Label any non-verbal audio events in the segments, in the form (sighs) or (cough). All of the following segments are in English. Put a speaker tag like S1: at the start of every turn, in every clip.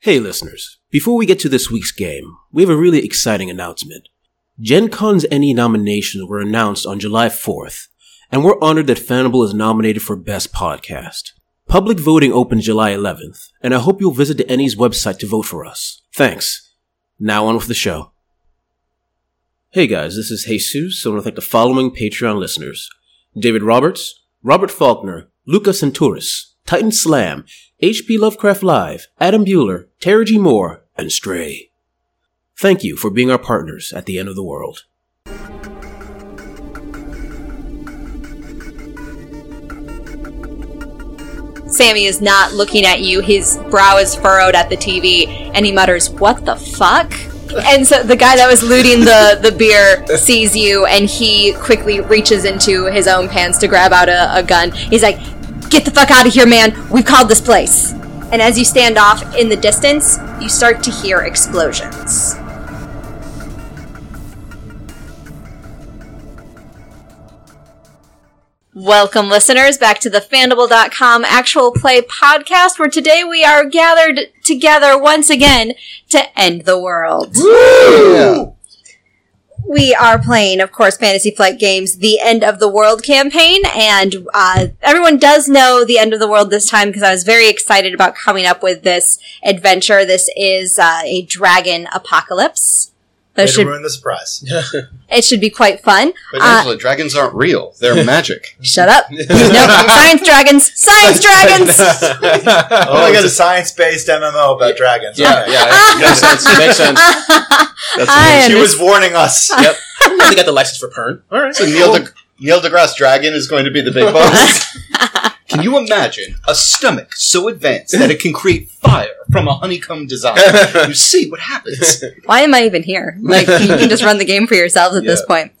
S1: Hey listeners, before we get to this week's game, we have a really exciting announcement. Gen Con's NE nominations were announced on July 4th, and we're honored that Fanable is nominated for Best Podcast. Public voting opens July 11th, and I hope you'll visit the NE's website to vote for us. Thanks. Now on with the show. Hey guys, this is Jesus, and I want to thank the following Patreon listeners. David Roberts, Robert Faulkner, Luca Centurus, Titan Slam, H.P. Lovecraft Live, Adam Bueller, Terry G. Moore, and Stray. Thank you for being our partners at the end of the world.
S2: Sammy is not looking at you. His brow is furrowed at the TV, and he mutters, "What the fuck?" And so the guy that was looting the the beer sees you, and he quickly reaches into his own pants to grab out a, a gun. He's like, "Get the fuck out of here, man! We've called this place." And as you stand off in the distance, you start to hear explosions. Welcome, listeners, back to the Fandible.com actual play podcast, where today we are gathered together once again to end the world. We are playing, of course, Fantasy Flight Games, the End of the World campaign, and uh, everyone does know the End of the World this time because I was very excited about coming up with this adventure. This is uh, a dragon apocalypse. So
S3: Way
S2: it
S3: to
S2: should,
S3: ruin
S4: (laughs)
S3: the surprise.
S2: it should be quite fun.
S4: But
S2: Uh,
S4: Angela, dragons aren't real.
S1: (laughs)
S4: They're magic. (laughs)
S2: Shut up. nope. Science dragons. Science dragons.
S3: oh, I got a science-based MMO about dragons.
S4: Yeah,
S3: Okay.
S4: yeah. Makes sense. Makes sense.
S2: (laughs)
S4: That's
S2: I
S3: She
S2: am-
S3: was warning us.
S4: (laughs) Yep.
S1: they got the license for Pern. (laughs) All right.
S4: So Neil, de- Neil deGrasse Dragon is going to be the
S2: (laughs)
S4: big boss. Can you imagine a stomach so advanced that it can create fire from a honeycomb design?
S1: (laughs)
S4: You see what happens.
S2: Why am I even here? Like, you can just run the game for yourselves at this
S4: Yeah.
S2: point.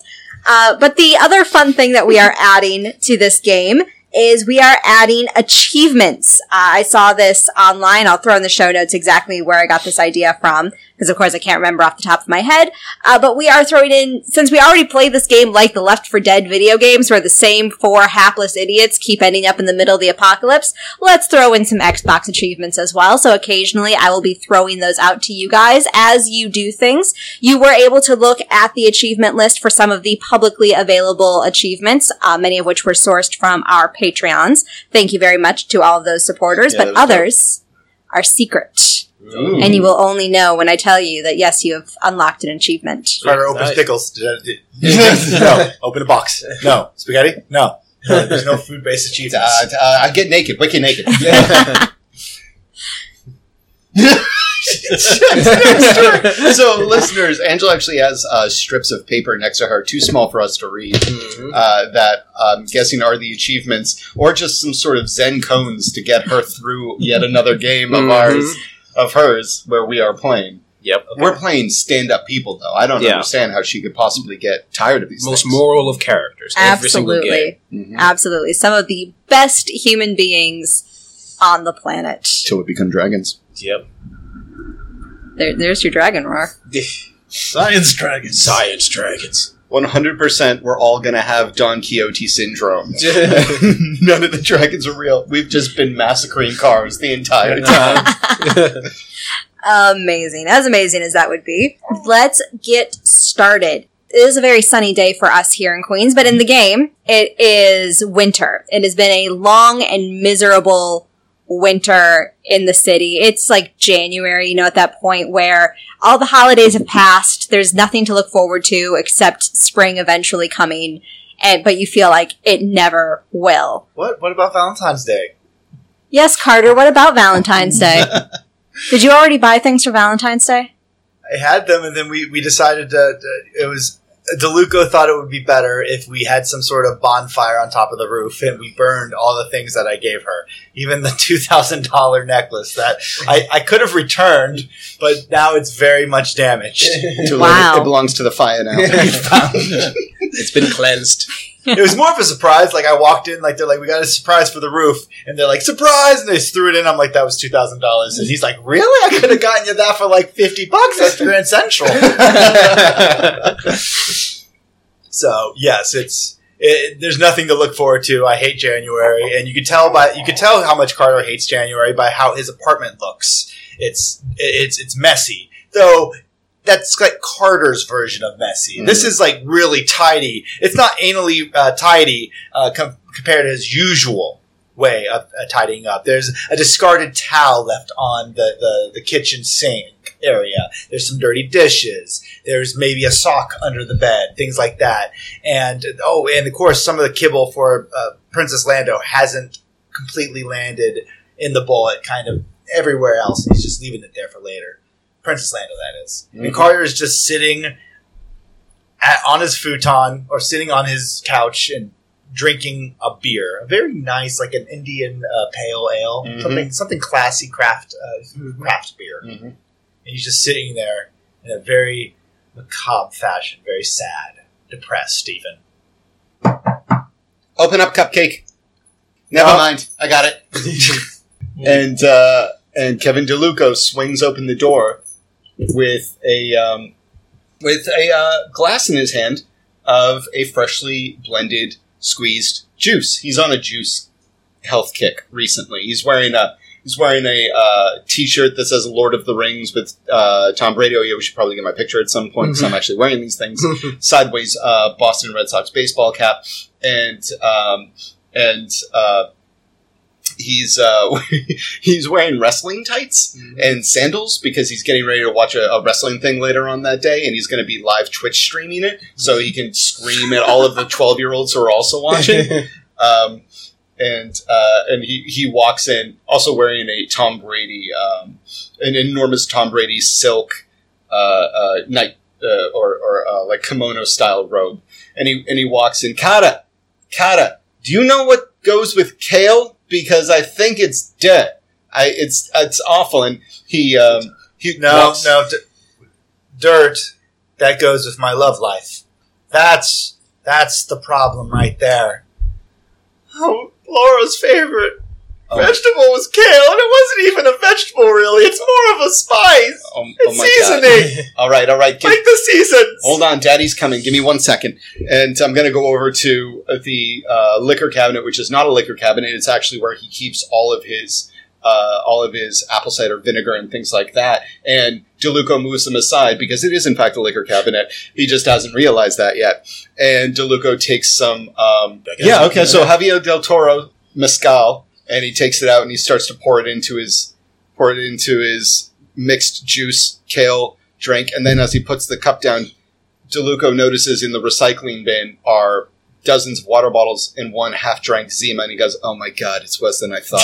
S2: Uh, but the other fun thing that we are adding to this game is we are adding achievements. Uh, I saw this online. I'll throw in the show notes exactly where I got this idea from, because of course I can't remember off the top of my head. Uh, but we are throwing in, since we already played this game like the Left for Dead video games, where the same four hapless idiots keep ending up in the middle of the apocalypse, let's throw in some Xbox achievements as well. So occasionally I will be throwing those out to you guys as you do things. You were able to look at the achievement list for some of the publicly available achievements, uh, many of which were sourced from our Patreons. Thank you very much to all of those supporters,
S4: Yeah,
S2: but
S4: that was dope.
S2: others are secret. And you will only know when I tell you that yes, you have unlocked an achievement.
S3: Carter opens
S1: Nice.
S4: (laughs)
S3: pickles. Did I- did- no. Open a box. No. Spaghetti? No. No, There's no food-based
S4: Uh, (laughs)
S3: achievements.
S4: t- uh, I get naked, wicked naked.
S1: (laughs)
S4: (laughs)
S1: (laughs)
S4: so, listeners, Angela actually has uh, strips of paper next to her, too small for us to read,
S1: Mm-hmm.
S4: uh, that I'm guessing are the achievements or just some sort of Zen cones to get her through yet another game of
S1: Mhm.
S4: ours, of hers, where we are playing.
S1: Yep.
S4: We're playing stand up people, though. I don't
S1: Yeah.
S4: understand how she could possibly get tired of these
S1: Most
S4: things.
S1: moral of characters. Every single
S2: Absolutely.
S1: game.
S4: Mhm.
S2: Absolutely. Some of the best human beings on the planet.
S4: Till we become dragons.
S1: Yep.
S2: There, there's your dragon roar.
S3: Science dragons.
S1: Science
S4: (laughs)
S1: dragons.
S4: 100% we're all going to have Don Quixote syndrome. (laughs) None of the dragons are real. We've just been massacring cars the entire
S3: (laughs)
S4: time.
S2: Amazing. As amazing as that would be. Let's get started. It is a very sunny day for us here in Queens, but in the game, it is winter. It has been a long and miserable winter in the city. It's like January, you know, at that point where all the holidays have passed. There's nothing to look forward to except spring eventually coming. And, but you feel like it never will.
S3: What? What about Valentine's Day?
S2: Yes, Carter, what about
S1: (laughs)
S2: Valentine's Day? Did you already buy things for Valentine's Day?
S3: I had them, and then we, we decided to, to- It was Deluco thought it would be better if we had some sort of bonfire on top of the roof, and we burned all the things that I gave her, even the (laughs) two thousand dollar necklace that I, I could have returned, but now it's very much damaged.
S4: Too
S2: Wow.
S4: late. It belongs to the fire now. (laughs)
S1: It's been cleansed.
S3: it was more of a surprise. Like I walked in, like they're like, "We got a surprise for the roof," and they're like, "Surprise!" and they just threw it in. I'm like, "That was two thousand dollars," and he's like, "Really? I could have gotten you that for like fifty bucks at Grand Central." so yes, it's it, there's nothing to look forward to. I hate January, and you could tell by you could tell how much Carter hates January by how his apartment looks. It's it's it's messy though. That's like Carter's version of messy.
S4: Mm.
S3: This is like really tidy. It's not anally uh, tidy uh, com- compared to his usual way of uh, tidying up. There's a discarded towel left on the, the, the kitchen sink area. There's some dirty dishes. There's maybe a sock under the bed, things like that. And oh, and of course, some of the kibble for uh, Princess Lando hasn't completely landed in the bowl. It kind of everywhere else. He's just leaving it there for later. Princess Lando, that is.
S4: Mhm.
S3: And Carter is just sitting at, on his futon or sitting on his couch and drinking a beer, a very nice, like an Indian uh, pale ale,
S4: Mhm.
S3: something something classy craft uh, craft beer.
S4: Mhm.
S3: And he's just sitting there in a very macabre fashion, very sad, depressed, even.
S4: Open up cupcake. Never
S3: No.
S4: mind. I got it. and uh, and Kevin DeLuco swings open the door with a um, with a uh, glass in his hand of a freshly blended squeezed juice. He's on a juice health kick recently. He's wearing a he's wearing a uh, t-shirt that says Lord of the Rings with uh, Tom Brady. Oh, yeah, we should probably get my picture at some point because I'm actually wearing these things. Sideways uh, Boston Red Sox baseball cap and um, and uh, he's uh, (laughs) he's wearing wrestling tights and sandals because he's getting ready to watch a, a wrestling thing later on that day, and he's going to be live Twitch streaming it so he can scream at all of the twelve year olds who are also watching. Um, and uh, and he, he walks in also wearing a Tom Brady um, an enormous Tom Brady silk uh, uh, night uh, or, or uh, like kimono style robe and he and he walks in Kata Kata do you know what goes with kale because I think it's dead I it's it's awful and he um, he
S3: (laughs) No,
S4: walks-
S3: no, d- dirt that goes with my love life. That's that's the problem right there. Oh, Laura's favorite
S4: Oh.
S3: vegetable was kale, and it wasn't even a vegetable really. It's more of a spice.
S4: oh, oh
S3: It's
S4: my god
S3: (laughs) seasoning,
S4: all right all right Get-
S3: like the seasons.
S4: (laughs) Hold on, Daddy's coming. Give me one second, and I'm going to go over to the uh, liquor cabinet, which is not a liquor cabinet. It's actually where he keeps all of his uh, all of his apple cider vinegar and things like that. And Deluco moves them aside because it is in fact a liquor cabinet. He just hasn't realized that yet. And Deluco takes some. Um,
S3: That guy's
S4: yeah, okay.
S3: looking
S4: So Javier del Toro mezcal, and he takes it out and he starts to pour it into his pour it into his mixed juice kale drink. And then as he puts the cup down, DeLuco notices in the recycling bin are dozens of water bottles and one half drank Zima, and he goes, Oh my god, it's worse than I
S3: (laughs)
S4: thought.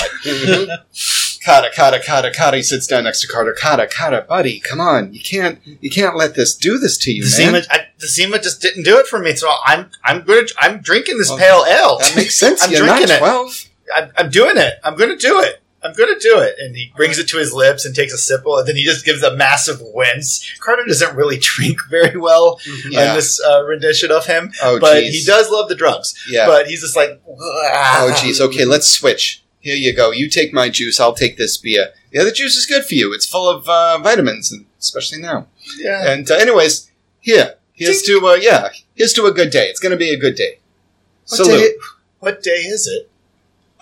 S4: Kata, kata, kata, kata. He sits down next to Carter. Kata, kata, buddy, come on. You can't you can't let this do this to you,
S3: The
S4: man.
S3: Zima, I, the Zima just didn't do it for me, so I'm I'm gonna I'm drinking this
S4: Well,
S3: pale ale.
S4: that makes sense.
S3: (laughs) I'm
S4: You're
S3: drinking
S4: not
S3: it.
S4: 12.
S3: I'm, I'm doing it. I'm going to do it. I'm going to do it. And he brings it to his lips and takes a sipple, and then he just gives a massive wince. Carter doesn't really (laughs) drink very well
S4: Yeah.
S3: in this uh, rendition of him,
S4: oh,
S3: but
S4: jeez.
S3: he does love the drugs.
S4: Yeah.
S3: But he's just like,
S4: Oh,
S3: oh,
S4: jeez. Okay, let's switch. Here you go. You take my juice. I'll take this beer. The other juice is good for you. It's full of uh, vitamins, and especially now.
S3: Yeah.
S4: And uh, anyways, here, here's to uh, yeah, here's to a good day. It's going to be a good day.
S3: What
S4: Salute.
S3: day, what day is it?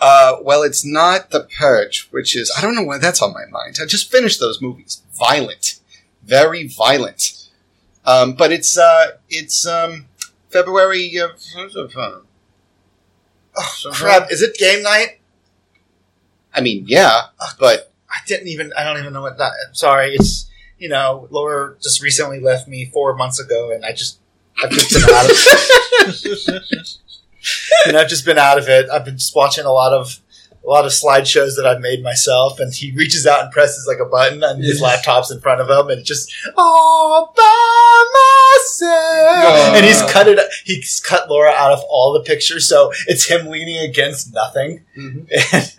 S4: Uh, well, it's not the purge, which is I don't know why that's on my mind. I just finished those movies. Violent, very violent. Um, but it's uh, it's um, February. Uh,
S3: Oh, crap. Is it game night?
S4: I mean, yeah, but
S3: I didn't even, I don't even know what that, I'm sorry. It's, you know, Laura just recently left me four months ago, and I just, I've just been out of (laughs) and I've just been out of it. I've been just watching a lot of a lot of slideshows that I've made myself, and he reaches out and presses like a button, and his laptop's in front of him, and it's just all by myself.
S4: No.
S3: And he's cut it. He's cut Laura out of all the pictures, so it's him leaning against nothing.
S4: (laughs)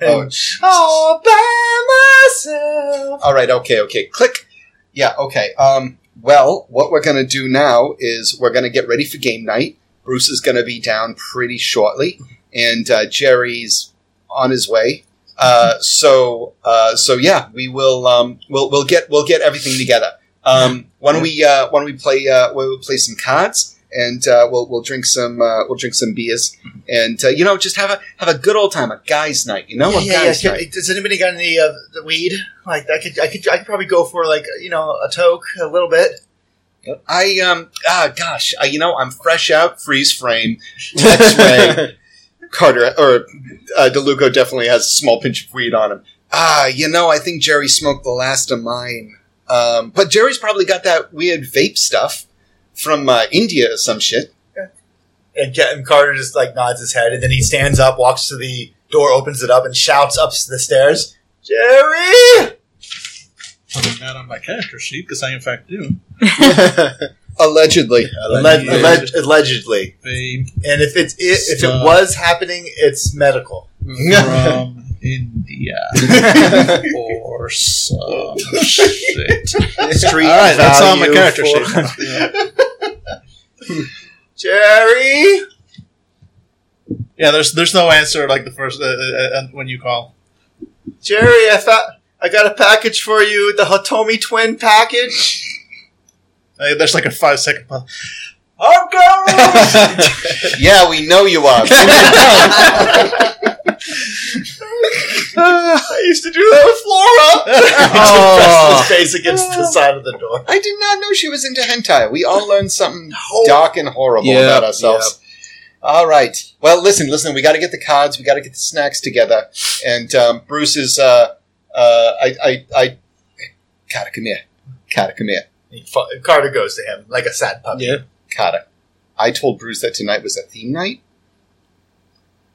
S4: oh,
S3: And- all by myself.
S4: All right, okay, okay. Click. Yeah, okay. Um, well, what we're going to do now is we're going to get ready for game night. Bruce is going to be down pretty shortly, and uh, Jerry's on his way. Uh, so, uh, so yeah, we will um, we'll we'll get we'll get everything together. Um, why don't we uh, why don't we play uh, we'll play some cards and uh, we'll we'll drink some uh, we'll drink some beers, and uh, you know just have a have a good old time, a guys' night. You know,
S3: yeah,
S4: a
S3: yeah,
S4: guys'
S3: yeah.
S4: night.
S3: Can- Does anybody got any uh, the weed? Like I could, I could, I could probably go for like you know a toke, a little bit.
S4: I um ah gosh, uh, you know I'm fresh out freeze
S5: (laughs)
S4: frame X-ray. Carter or uh, Deluco definitely has a small pinch of weed on him. Ah, you know I think Jerry smoked the last of mine. Um, but Jerry's probably got that weird vape stuff from uh, India or some shit.
S3: And, Ca- and Carter just like nods his head, and then he stands up, walks to the door, opens it up, and shouts up the stairs, "Jerry!"
S5: Putting that on my character sheet because I, in fact, do.
S4: Allegedly.
S3: Alleg-
S5: Yeah.
S3: alleg- allegedly,
S5: Babe
S3: and if it's it, if it
S5: So-
S3: was happening, it's medical.
S4: (laughs)
S5: from India or some shit.
S3: Street
S5: All right, that's on my
S3: value
S5: character
S3: for-
S5: sheet.
S3: Jerry.
S5: Yeah, there's there's no answer like the first uh, uh, uh, when you call.
S3: Jerry, I found I got a package for you, the Hatomi twin package.
S5: Uh, there's like a five second pause. I'm going.
S4: (laughs) yeah, we know you (laughs) are.
S3: (laughs) I used to do that with Flora. (laughs)
S4: Oh.
S3: Pressed his face against the side of the door.
S4: I did not know she was into hentai. We all learned something
S3: No.
S4: dark and horrible
S1: Yeah.
S4: about ourselves. All right. Well, listen, listen. We got to get the cards. We got to get the snacks together. And um, Bruce is. Uh, uh, I, I, I. Carter, come here. Carter, come here.
S3: He fu- Carter goes to him like a sad puppy.
S5: yeah,
S4: Carter. I told Bruce that tonight was a theme night.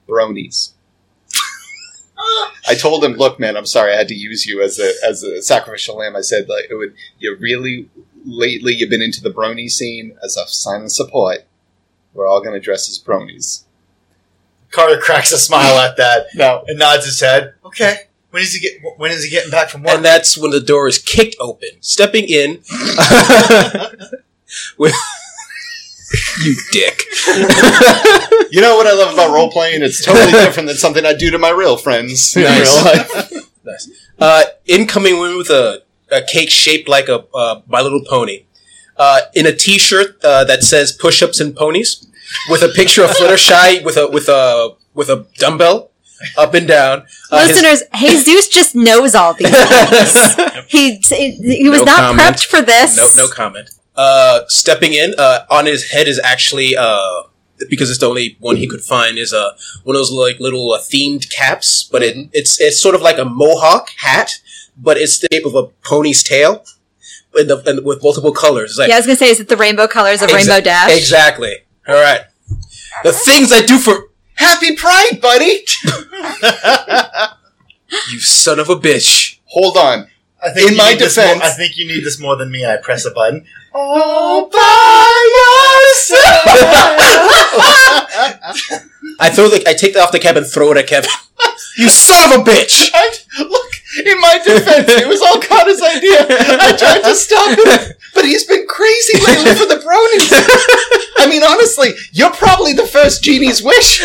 S4: Bronies. I told him, look, man, I'm sorry, I had to use you as a as a sacrificial lamb. I said, like, it would you really lately you've been into the brony scene as a sign of support. We're all gonna dress as bronies.
S3: Carter cracks a smile at that
S4: (laughs) No.
S3: and nods his head. Okay. When is he get? When is he getting back from work?
S1: And that's when the door is kicked open. Stepping (laughs) in. with you (laughs) dick.
S4: You know what I
S1: (laughs)
S4: love about role playing? It's totally different than something I do to my real
S3: (laughs)
S4: friends in
S1: Nice.
S4: real life.
S1: Uh, incoming woman with a, a cake shaped like a uh, My Little Pony. Uh, in a T-shirt uh, that says "Push-ups and Ponies," with a picture of Fluttershy with a with a with a dumbbell up and down. Uh, his-
S6: Listeners, Jesus just knows all these
S1: (laughs)
S6: things. he, he was
S1: No
S6: not
S1: comment.
S6: prepped for this.
S1: no, no comment. Uh, stepping in uh, on his head is actually uh, because it's the only one he could find is uh, one of those like little uh, themed caps, but it, it's it's sort of like a mohawk hat, but it's the shape of a pony's tail, and, the, and with multiple colors. It's like
S6: yeah, I was gonna say, is it the rainbow colors of
S1: Exa-
S6: Rainbow Dash?
S1: Exactly. All right. The things I do for
S4: Happy Pride, buddy!
S1: you, son of a bitch.
S4: Hold on.
S3: I think
S4: In
S3: you
S4: my
S3: need this more-
S4: defense-
S3: I think you need this more than me. I press a button.
S4: All by
S1: I throw the I take that off the cap and throw it at Kevin. (laughs) you son of a bitch.
S4: (laughs) I, look, in my defense, it was all Connor's idea. I tried to stop him, but he's been crazy lately for the
S1: (laughs)
S4: bronies. I mean, honestly, you're probably the first genie's wish.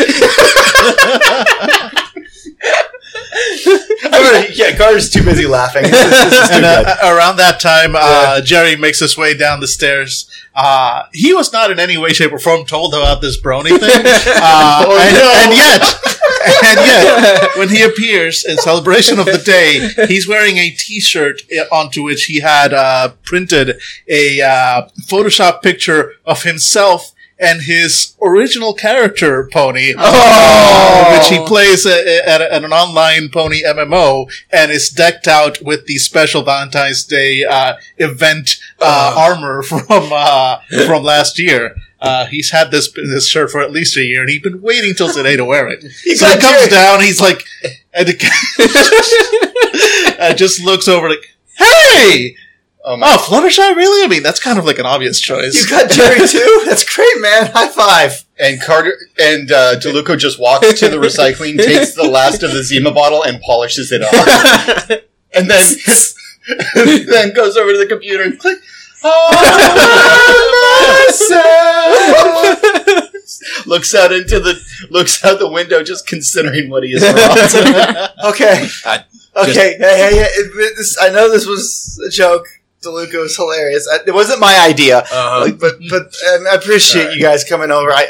S3: Carter, yeah, Carter's too busy laughing. This is- this is too
S5: and
S3: good.
S5: uh, around that time, uh, Jerry makes his way down the stairs. Uh, he was not in any way, shape, or form told about this brony thing, uh, and, and yet, and yet, when he appears in celebration of the day, he's wearing a T-shirt uh, onto which he had uh, printed a uh, Photoshop picture of himself. And his original character pony, uh, which he plays a, a- at, a- at an online pony MMO, and is decked out with the special Valentine's Day uh, event uh, armor from uh, from last year. Uh, he's had this this shirt for at least a year, and he'd been waiting till today to wear it. so he
S3: got
S5: comes
S3: Jerry.
S5: down, he's like, and
S4: (laughs)
S5: the- (laughs) uh, just looks over like, "Hey,
S4: Oh my!
S5: oh Fluttershy, really? I mean, that's kind of like an obvious choice."
S3: You got Jerry
S5: (laughs)
S3: too? That's great, man. High five.
S4: And Carter and uh, Deluco just walks to the recycling, takes the last of the Zima bottle, and polishes it off,
S1: (laughs)
S4: and then then goes over to the computer and click. "Oh, looks out into the looks out the window, just considering what he
S5: (laughs)
S4: is wrong.
S3: Okay.
S1: I
S3: okay. Hey, hey, hey. It- this- I know this was a joke. DeLuca was hilarious. I- It wasn't my idea,
S1: Uh-huh.
S3: like, but but and I appreciate you guys coming over. I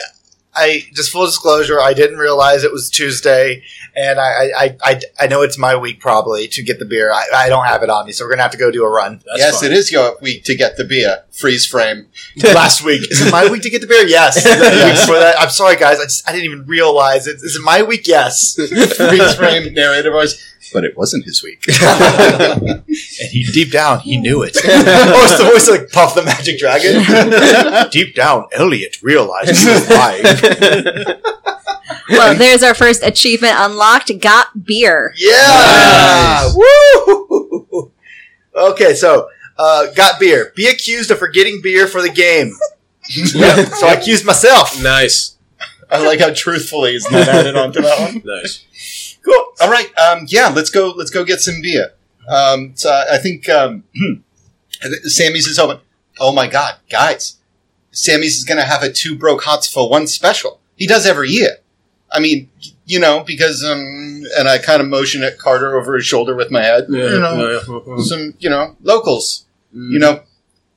S3: I just full disclosure, I didn't realize it was Tuesday, and I I, I, I know it's my week probably to get the beer. I, I don't have it on me, so we're gonna have to go do a run.
S4: yes, it is your week to get the beer. Freeze frame.
S3: Last week is it my week to get the beer? Yes. The week before that- I'm sorry, guys. I just I didn't even realize it. Is it my week? Yes.
S4: Freeze frame narrator voice. But it wasn't his week.
S3: And he deep down he knew (laughs) it. oh, it's the voice of, like Puff the Magic Dragon. deep down, Elliot realized he was lying.
S6: Well, there's our first achievement unlocked. Got beer.
S3: (laughs) Yeah.
S4: Nice.
S3: Woo. Okay, so uh, got beer. Be accused of forgetting beer for the game. Yeah, so I accused myself.
S1: Nice.
S4: I like how truthfully is not added onto that one.
S1: Nice.
S4: Cool. All right. Um, yeah, let's go. Let's go get some beer. Um, so I think um, (clears throat) I think Sammy's is open. Oh my god, guys! Sammy's is going to have a two broke hots for one special. He does every year. I mean, you know, because um, and I kind of motion at Carter over his shoulder with my head. You know, some you know locals. You know,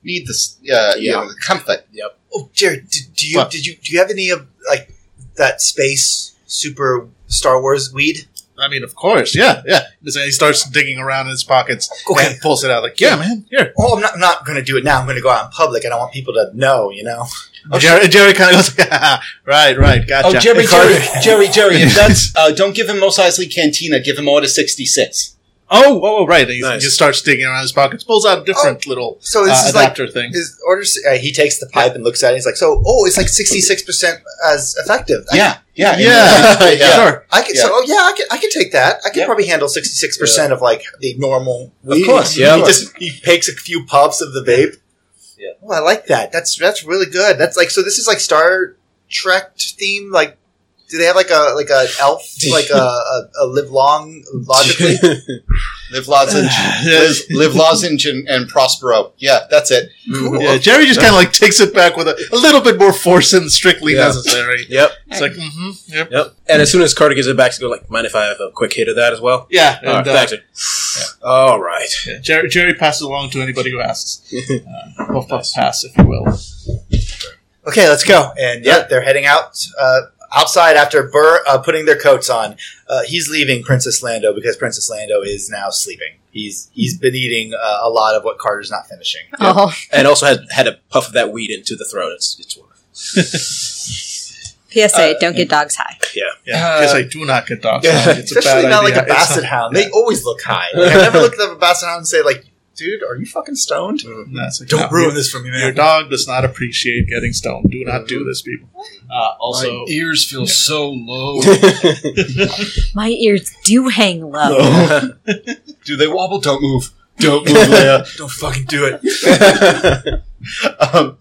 S4: need this. Uh,
S1: Yeah.
S4: You know, the
S3: (laughs)
S4: comfort.
S3: Oh, Jared, did, do you
S4: What?
S3: did you do you have any of like that space super Star Wars weed?
S5: I mean, of course, (laughs) yeah, yeah. And so he starts digging around in his pockets
S3: Okay.
S5: and pulls it out. Like, yeah, man, here.
S3: Oh, I'm not, I'm not going to do it now. I'm going to go out in public. I don't want people to know. You know.
S5: And Oh, Jerry, and Jerry kind of goes, (laughs) right, right, gotcha.
S4: Oh, Jerry,
S5: And Carter-
S4: Jerry,
S5: (laughs)
S4: Jerry, Jerry, if that's, uh, don't give him Mos Eisley Cantina, give him Order 66.
S5: Oh, oh, oh, right. He
S1: Nice.
S5: just starts digging around his pockets, pulls out different little
S3: So Oh. this
S5: uh,
S3: is like (laughs)
S5: adapter thing.
S3: his order. Uh, he takes the pipe and looks at it. He's like, so oh, it's like 66 percent as effective. I
S4: Yeah,
S3: (laughs)
S4: yeah, (laughs)
S5: yeah,
S4: yeah.
S5: sure.
S3: I could, so oh, yeah, I could, I could take that. I could
S4: Yeah.
S3: probably handle sixty six percent of like the normal.
S1: Of
S3: weed.
S1: course,
S3: (laughs) he
S1: yeah.
S3: just he takes a few puffs of the vape.
S1: Yeah.
S3: Oh, I like that. That's that's really good. That's like so. This is like Star Trek theme. Like, do they have like a like a elf
S1: (laughs)
S3: like a, a, a live long logically?
S1: (sighs)
S4: Live lozenge,
S5: (laughs)
S4: live, live lozenge and, and prospero. Yeah, that's it.
S1: Mm-hmm.
S3: Cool.
S5: Yeah, Jerry just kind of like takes it back with a, a little bit more force than strictly
S1: Yeah.
S5: (laughs) necessary.
S1: Yep.
S5: It's like, mm-hmm,
S1: (laughs)
S5: yep.
S1: Yep. And as soon as Carter gives it back, to go like, mind if I have a quick hit of that as well?
S5: yeah.
S1: All right.
S5: And, uh,
S1: thanks. All right.
S5: yeah, Jerry, Jerry passes along to anybody who (laughs) asks. Uh, puff, puff, pass, if you will.
S3: Okay, let's go. And yeah, they're heading out uh, outside after Burr uh, putting their coats on. Uh, he's leaving Princess Lando because Princess Lando is now sleeping. He's he's been eating uh, a lot of what Carter's not finishing.
S6: Oh,
S1: And also had had a puff of that weed into the throat. It's it's wonderful.
S6: PSA:
S1: Uh,
S6: Don't get dogs high.
S5: Yeah, because I do not get (laughs) dogs.
S1: yeah,
S5: It's
S3: (laughs)
S5: a
S3: Especially
S5: bad
S3: not
S5: idea.
S3: like a
S5: It's not-
S3: basset hound. They always look
S5: (laughs)
S3: high. Like, I've never looked at a basset hound and say like, "Dude, are you fucking stoned?
S5: No, it's like,
S3: Don't
S5: no,
S3: ruin
S5: your-
S3: this for me,
S5: Your
S3: man."
S5: dog does not appreciate getting stoned. Do not do this, people. Uh, also,
S7: ears feel so low.
S6: My ears do hang low.
S1: Oh, (laughs)
S4: Do they wobble? Don't move. Don't move, Leia.
S3: Don't fucking do it.
S4: Um,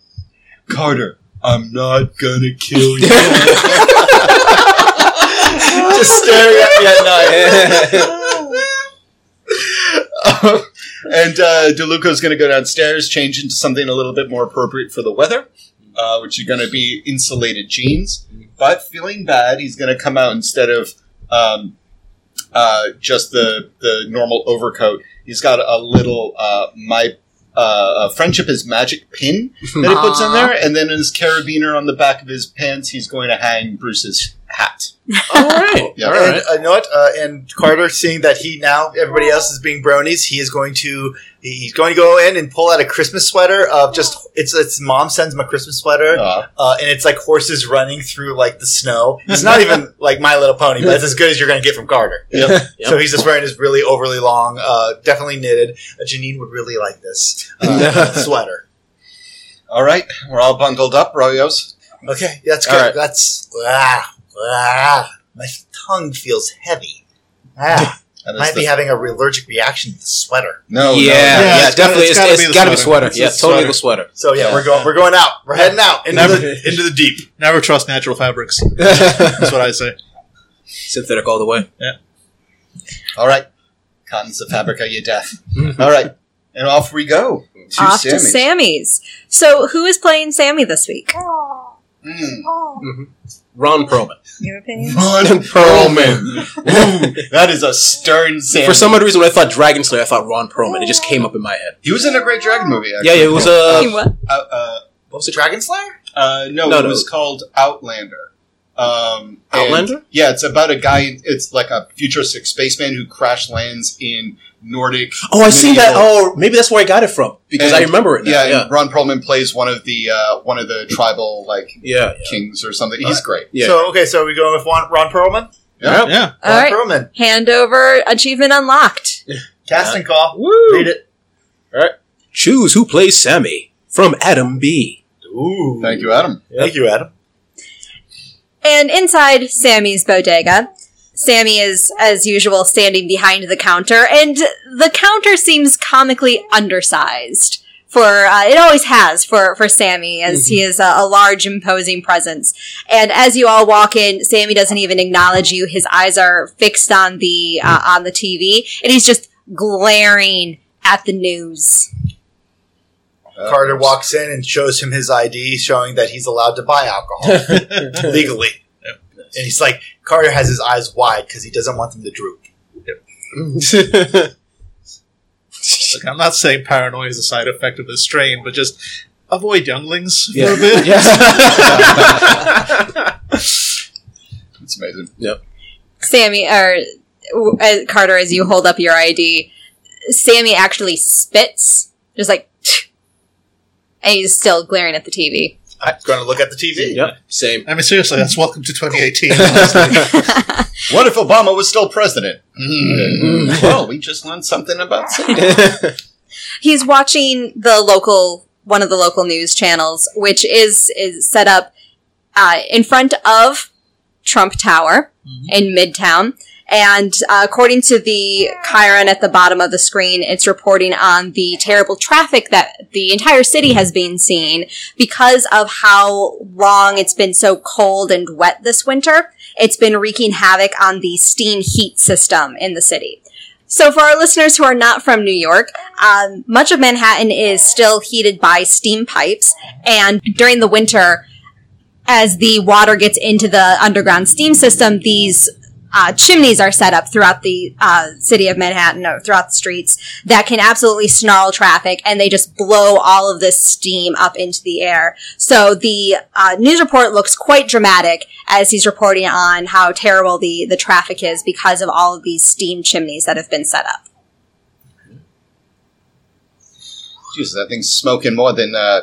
S4: Carter, I'm not gonna
S3: (laughs)
S4: kill you.
S3: (laughs) Just staring at me at night.
S4: Um, (laughs) and uh, DeLuca's going to go downstairs, change into something a little bit more appropriate for the weather, uh, which are going to be insulated jeans. But feeling bad, he's going to come out instead of um, uh, just the the normal overcoat. He's got a little uh, my. Uh, uh, friendship is magic pin that he puts in there, and then his carabiner on the back of his pants, he's going to hang Bruce's hat.
S1: All right.
S4: (laughs) Yeah.
S1: All
S3: and
S1: right.
S3: uh, you know what? Uh, and Carter, seeing that he now everybody else is being bronies, he is going to he's going to go in and pull out a Christmas sweater of just it's it's mom sends him a Christmas sweater,
S4: Uh,
S3: uh, and it's like horses running through like the snow. It's not even like My Little Pony, but it's as good as you're going to get from Carter.
S4: (laughs) yep.
S1: Yep.
S3: So he's just wearing his really overly long, uh, definitely knitted. Uh, Janine would really like this
S4: (laughs)
S3: uh, sweater.
S4: All right, we're all bundled up, Royos.
S3: Okay, that's good.
S4: All right.
S3: That's ah, ah, my tongue feels heavy. Ah.
S4: (laughs) That is
S3: might
S4: the-
S3: be having a re- allergic reaction to the sweater.
S4: no, no,
S1: yeah,
S4: no.
S1: yeah,
S5: it's gotta-
S1: definitely.
S5: it's
S1: It's,
S5: gotta
S1: it's
S5: be the
S1: got to be
S5: sweater.
S1: sweater.
S5: It's
S1: Yeah,
S5: the
S1: totally the sweater.
S3: So yeah,
S4: Yeah.
S3: we're going we're going out. We're heading
S4: (laughs)
S3: out into
S5: Never-
S3: the into the deep.
S5: never trust
S1: (laughs)
S5: natural fabrics. That's what I say.
S1: Synthetic all the way.
S4: All right. Cotton's the fabric of your death.
S1: Mm-hmm.
S4: All right. And off we go. To
S6: Off to
S4: Sammy's.
S1: Oh.
S4: Hmm.
S6: Sammy's. So, who is playing Sammy this week?
S4: Mm.
S8: Ron Perlman.
S2: Your opinion?
S1: Uh,
S4: Ron Perlman. Ooh, that is a stern sandwich.
S8: For some odd reason, when I thought Dragon Slayer, I thought Ron Perlman. It just came up in my head.
S4: he was in a great dragon movie. Actually.
S8: Yeah, yeah, it was
S2: You
S8: uh,
S2: what?
S4: Uh, uh,
S3: What was it, Dragon Slayer?
S4: uh, no,
S8: No,
S4: it
S8: no.
S4: was called Outlander. Um, and-
S8: Outlander?
S4: yeah, it's about a guy. It's like a futuristic spaceman who crash lands in Nordic.
S8: oh, I seen that.
S4: medieval-
S8: Oh, maybe that's where I got it from because
S4: And-
S8: I remember it. Now.
S4: yeah,
S8: Yeah,
S4: and Ron Perlman plays one of the uh, one of the tribal like
S8: yeah,
S4: kings or something. He's great.
S8: yeah.
S3: So okay, so are we going with Ron, Ron Perlman?
S4: Yeah.
S5: Yeah.
S2: All
S3: Ron
S2: right.
S3: Perlman.
S2: Hand over achievement unlocked.
S3: Casting call.
S8: Woo.
S3: Read it.
S8: Choose who plays Sammy from Adam B.
S3: Ooh.
S4: Thank you, Adam.
S3: Thank you, Adam.
S2: And inside Sammy's bodega, Sammy is, as usual, standing behind the counter, and the counter seems comically undersized. For uh, it always has for for Sammy, as he is a, a large, imposing presence. And as you all walk in, Sammy doesn't even acknowledge you. His eyes are fixed on the uh, on the TV, and he's just glaring at the news.
S4: Uh,
S3: Carter walks in and shows him his ID, showing that he's allowed to buy alcohol legally. And he's like, Carter has his eyes wide because he doesn't want them to droop.
S5: Look, I'm not saying paranoia is a side effect of this strain, but just avoid younglings for a
S8: Yeah,
S5: bit.
S4: It's
S8: (laughs)
S4: amazing.
S2: Sammy or w- uh, Carter, as you hold up your ID, Sammy actually spits, just like, (sniffs) and he's still glaring at the TV.
S3: I'm going to look at the TV.
S8: yep, same.
S5: I mean, seriously, that's welcome
S3: (laughs)
S5: to 2018.
S4: What if Obama was still president? Mm. well, we just learned something about
S8: (laughs)
S4: Satan.
S2: He's watching the local one of the local news channels, which is is set up uh, in front of Trump Tower in Midtown. And uh, according to the Chiron at the bottom of the screen, it's reporting on the terrible traffic that the entire city has been seeing because of how long it's been so cold and wet this winter. It's been wreaking havoc on the steam heat system in the city. So, for our listeners who are not from New York, um, much of Manhattan is still heated by steam pipes, and during the winter, as the water gets into the underground steam system, these uh, chimneys are set up throughout the uh, city of Manhattan or throughout the streets that can absolutely snarl traffic and they just blow all of this steam up into the air. So the uh, news report looks quite dramatic as he's reporting on how terrible the, the traffic is because of all of these steam chimneys that have been set up.
S4: Jesus, that thing's smoking more than uh,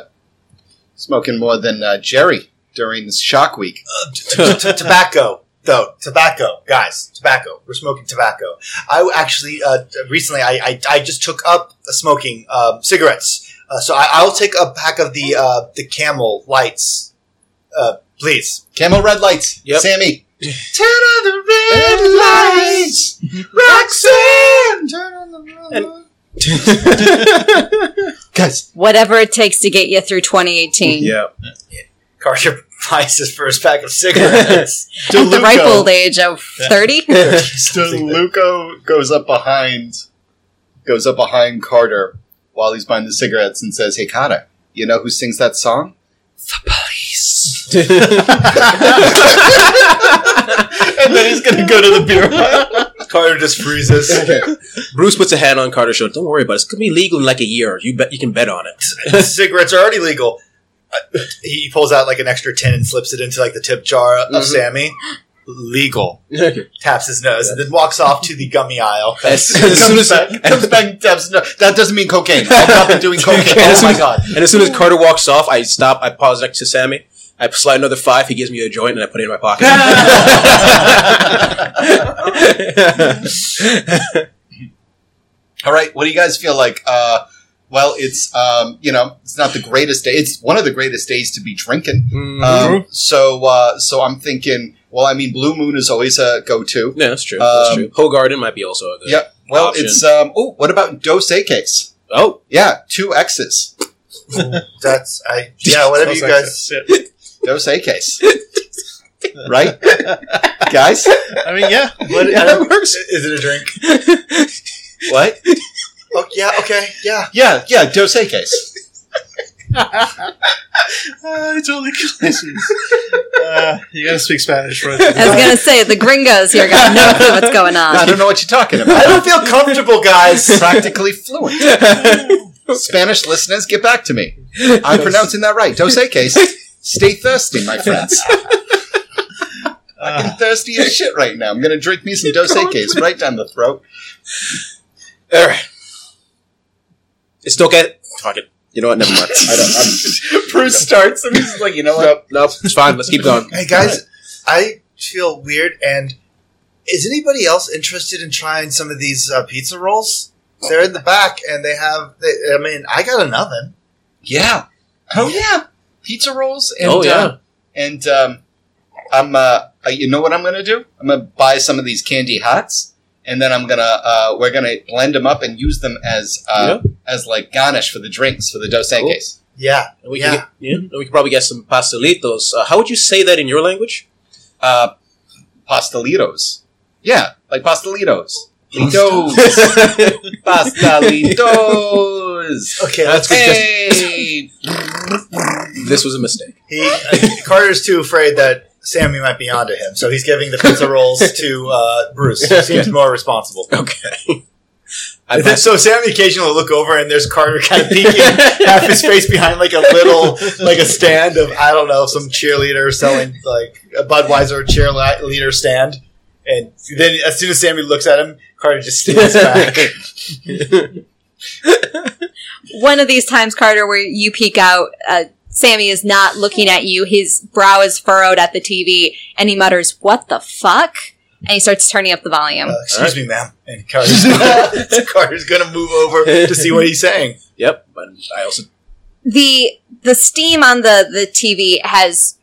S4: smoking more than uh, Jerry during Shock Week.
S3: T- t- tobacco, though. Tobacco. Guys, tobacco. We're smoking tobacco. I actually, uh, recently, I, I, I just took up smoking uh, cigarettes. Uh, so I, I'll take a pack of the, uh, the camel lights. Uh, please.
S4: Camo red lights. (sighs)
S8: Yep.
S4: Sammy.
S3: Turn on the red
S4: lights.
S3: Roxanne!
S4: Guys,
S2: Whatever it takes to get you through 2018.
S8: Yeah,
S3: Carter (laughs) buys his first pack of cigarettes.
S5: (laughs)
S2: At the ripe
S4: DeLuca.
S2: old age of 30.
S4: DeLuco goes up behind goes up behind Carter while he's buying the cigarettes and says, "Hey, Carter, you know who sings that song?" The police. and then he's gonna go to the beer. pile.
S3: Carter just freezes.
S8: Bruce puts a hat on Carter's shoulder. Don't worry about it. It's gonna be legal in like a year. You bet. You can bet on it.
S3: (laughs) Cigarettes are already legal. Uh, He pulls out like an extra tin and slips it into like the tip jar of
S8: Mhm.
S3: Sammy. Legal. Taps his nose and then walks off to the gummy aisle.
S8: As, as soon as,
S4: Back- comes back and taps. No, that doesn't mean cocaine. I'll stop it
S3: (laughs)
S4: doing cocaine. Oh
S8: as soon
S4: my
S8: as-
S4: god.
S8: and as soon as Carter walks off, I stop. I pause next to Sammy. I slide another five. He gives me a joint, and I put it in my pocket.
S4: (laughs) All right, what do you guys feel like? Uh, well, it's um, you know, it's not the greatest day. It's one of the greatest days to be drinking. Um, so, uh, so I'm thinking. Well, I mean, Blue Moon is always a go-to.
S8: yeah, that's true. That's
S4: Um,
S8: true. Whole Garden might be also a good.
S4: Yep. Well,
S8: Option.
S4: it's um. Oh, what about Dos Equis?
S8: Oh,
S4: Yeah, two X's.
S3: That's I yeah,
S5: (laughs)
S3: whatever you guys
S5: Yeah.
S4: Dos Equis. (laughs) right, guys.
S5: I mean, yeah.
S3: what, uh,
S8: yeah,
S3: I
S8: that
S3: don't-
S8: works.
S3: is it a drink?
S4: What?
S3: Oh yeah, okay, yeah.
S4: Yeah, yeah. Dos Equis.
S5: Uh, it's only collisions. Uh, you gotta speak Spanish, right?
S2: I was gonna say the gringos here got no clue what's going
S4: I
S2: on.
S4: don't know what you're talking
S3: I
S4: about.
S3: don't feel
S4: (laughs)
S3: comfortable, guys.
S4: Practically (laughs) fluent. Spanish listeners, get back to me. I'm pronouncing that right. Dos Equis. Stay thirsty, my (laughs) friends. I'm
S5: Uh,
S4: thirsty as shit right now. I'm gonna drink me some Dos Equis right down the throat.
S8: All right. It's still get fuck it. You know what? Never mind.
S4: I don't, I'm, (laughs) Bruce starts and he's like, you know what?
S8: nope. It's fine. Let's keep going.
S3: hey guys, I feel weird. And is anybody else interested in trying some of these uh, pizza rolls? They're in the back, and they have. They, I mean, I got an oven.
S4: Yeah. Oh yeah. Pizza rolls and
S8: Oh, yeah.
S4: uh, and um, I'm uh, uh, you know what I'm gonna do? I'm gonna buy some of these candy hots and then I'm gonna uh, we're gonna blend them up and use them as uh, as like garnish for the drinks for the Dos Equis.
S3: Yeah,
S8: And we
S3: Yeah.
S8: can get, yeah. And we can probably get some pastelitos. Uh, how would you say that in
S4: (laughs)
S8: your language?
S4: Uh, pastelitos. Yeah, like pastelitos. Litos.
S8: Pastelitos.
S4: (laughs) pastelitos.
S3: (laughs) okay.
S8: That's
S3: That's
S8: good.
S4: Hey.
S8: this was a mistake.
S3: he, uh, Carter's too afraid that Sammy might be onto him, so he's giving the pizza rolls to uh, Bruce, who seems more responsible.
S8: Okay. I
S3: And then, so Sammy occasionally will look over, and there's Carter kind
S8: (laughs)
S3: of peeking half his face behind like a little, like a stand of I don't know, some cheerleader selling like a Budweiser cheerleader stand. And then as soon as Sammy looks at him, Carter just
S8: (laughs)
S3: steals back.
S2: One of these times, Carter, where you peek out, uh, Sammy is not looking at you. His brow is furrowed at the TV, and he mutters, "What the fuck?" And he starts turning up the volume.
S3: Uh, excuse me, ma'am. And Carter's,
S8: (laughs)
S3: so Carter's (laughs) gonna move over to see what he's saying.
S8: yep. But uh, I also
S2: the the steam on the the TV has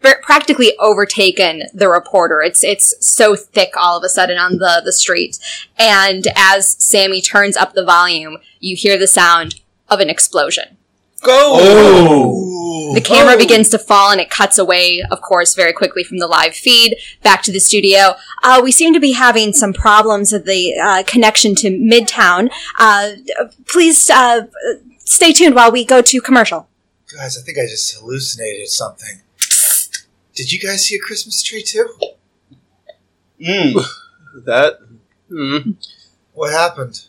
S2: pr- practically overtaken the reporter. It's it's so thick all of a sudden on the the street. And as Sammy turns up the volume, you hear the sound of an explosion.
S8: Oh.
S2: The camera begins to fall and it cuts away, of course, very quickly from the live feed back to the studio. Uh, we seem to be having some problems with the uh, connection to Midtown. Uh, d- please uh, stay tuned while we go to commercial.
S3: Guys, I think I just hallucinated something. Did you guys see a Christmas tree too?
S4: Mm.
S8: that.
S3: What happened?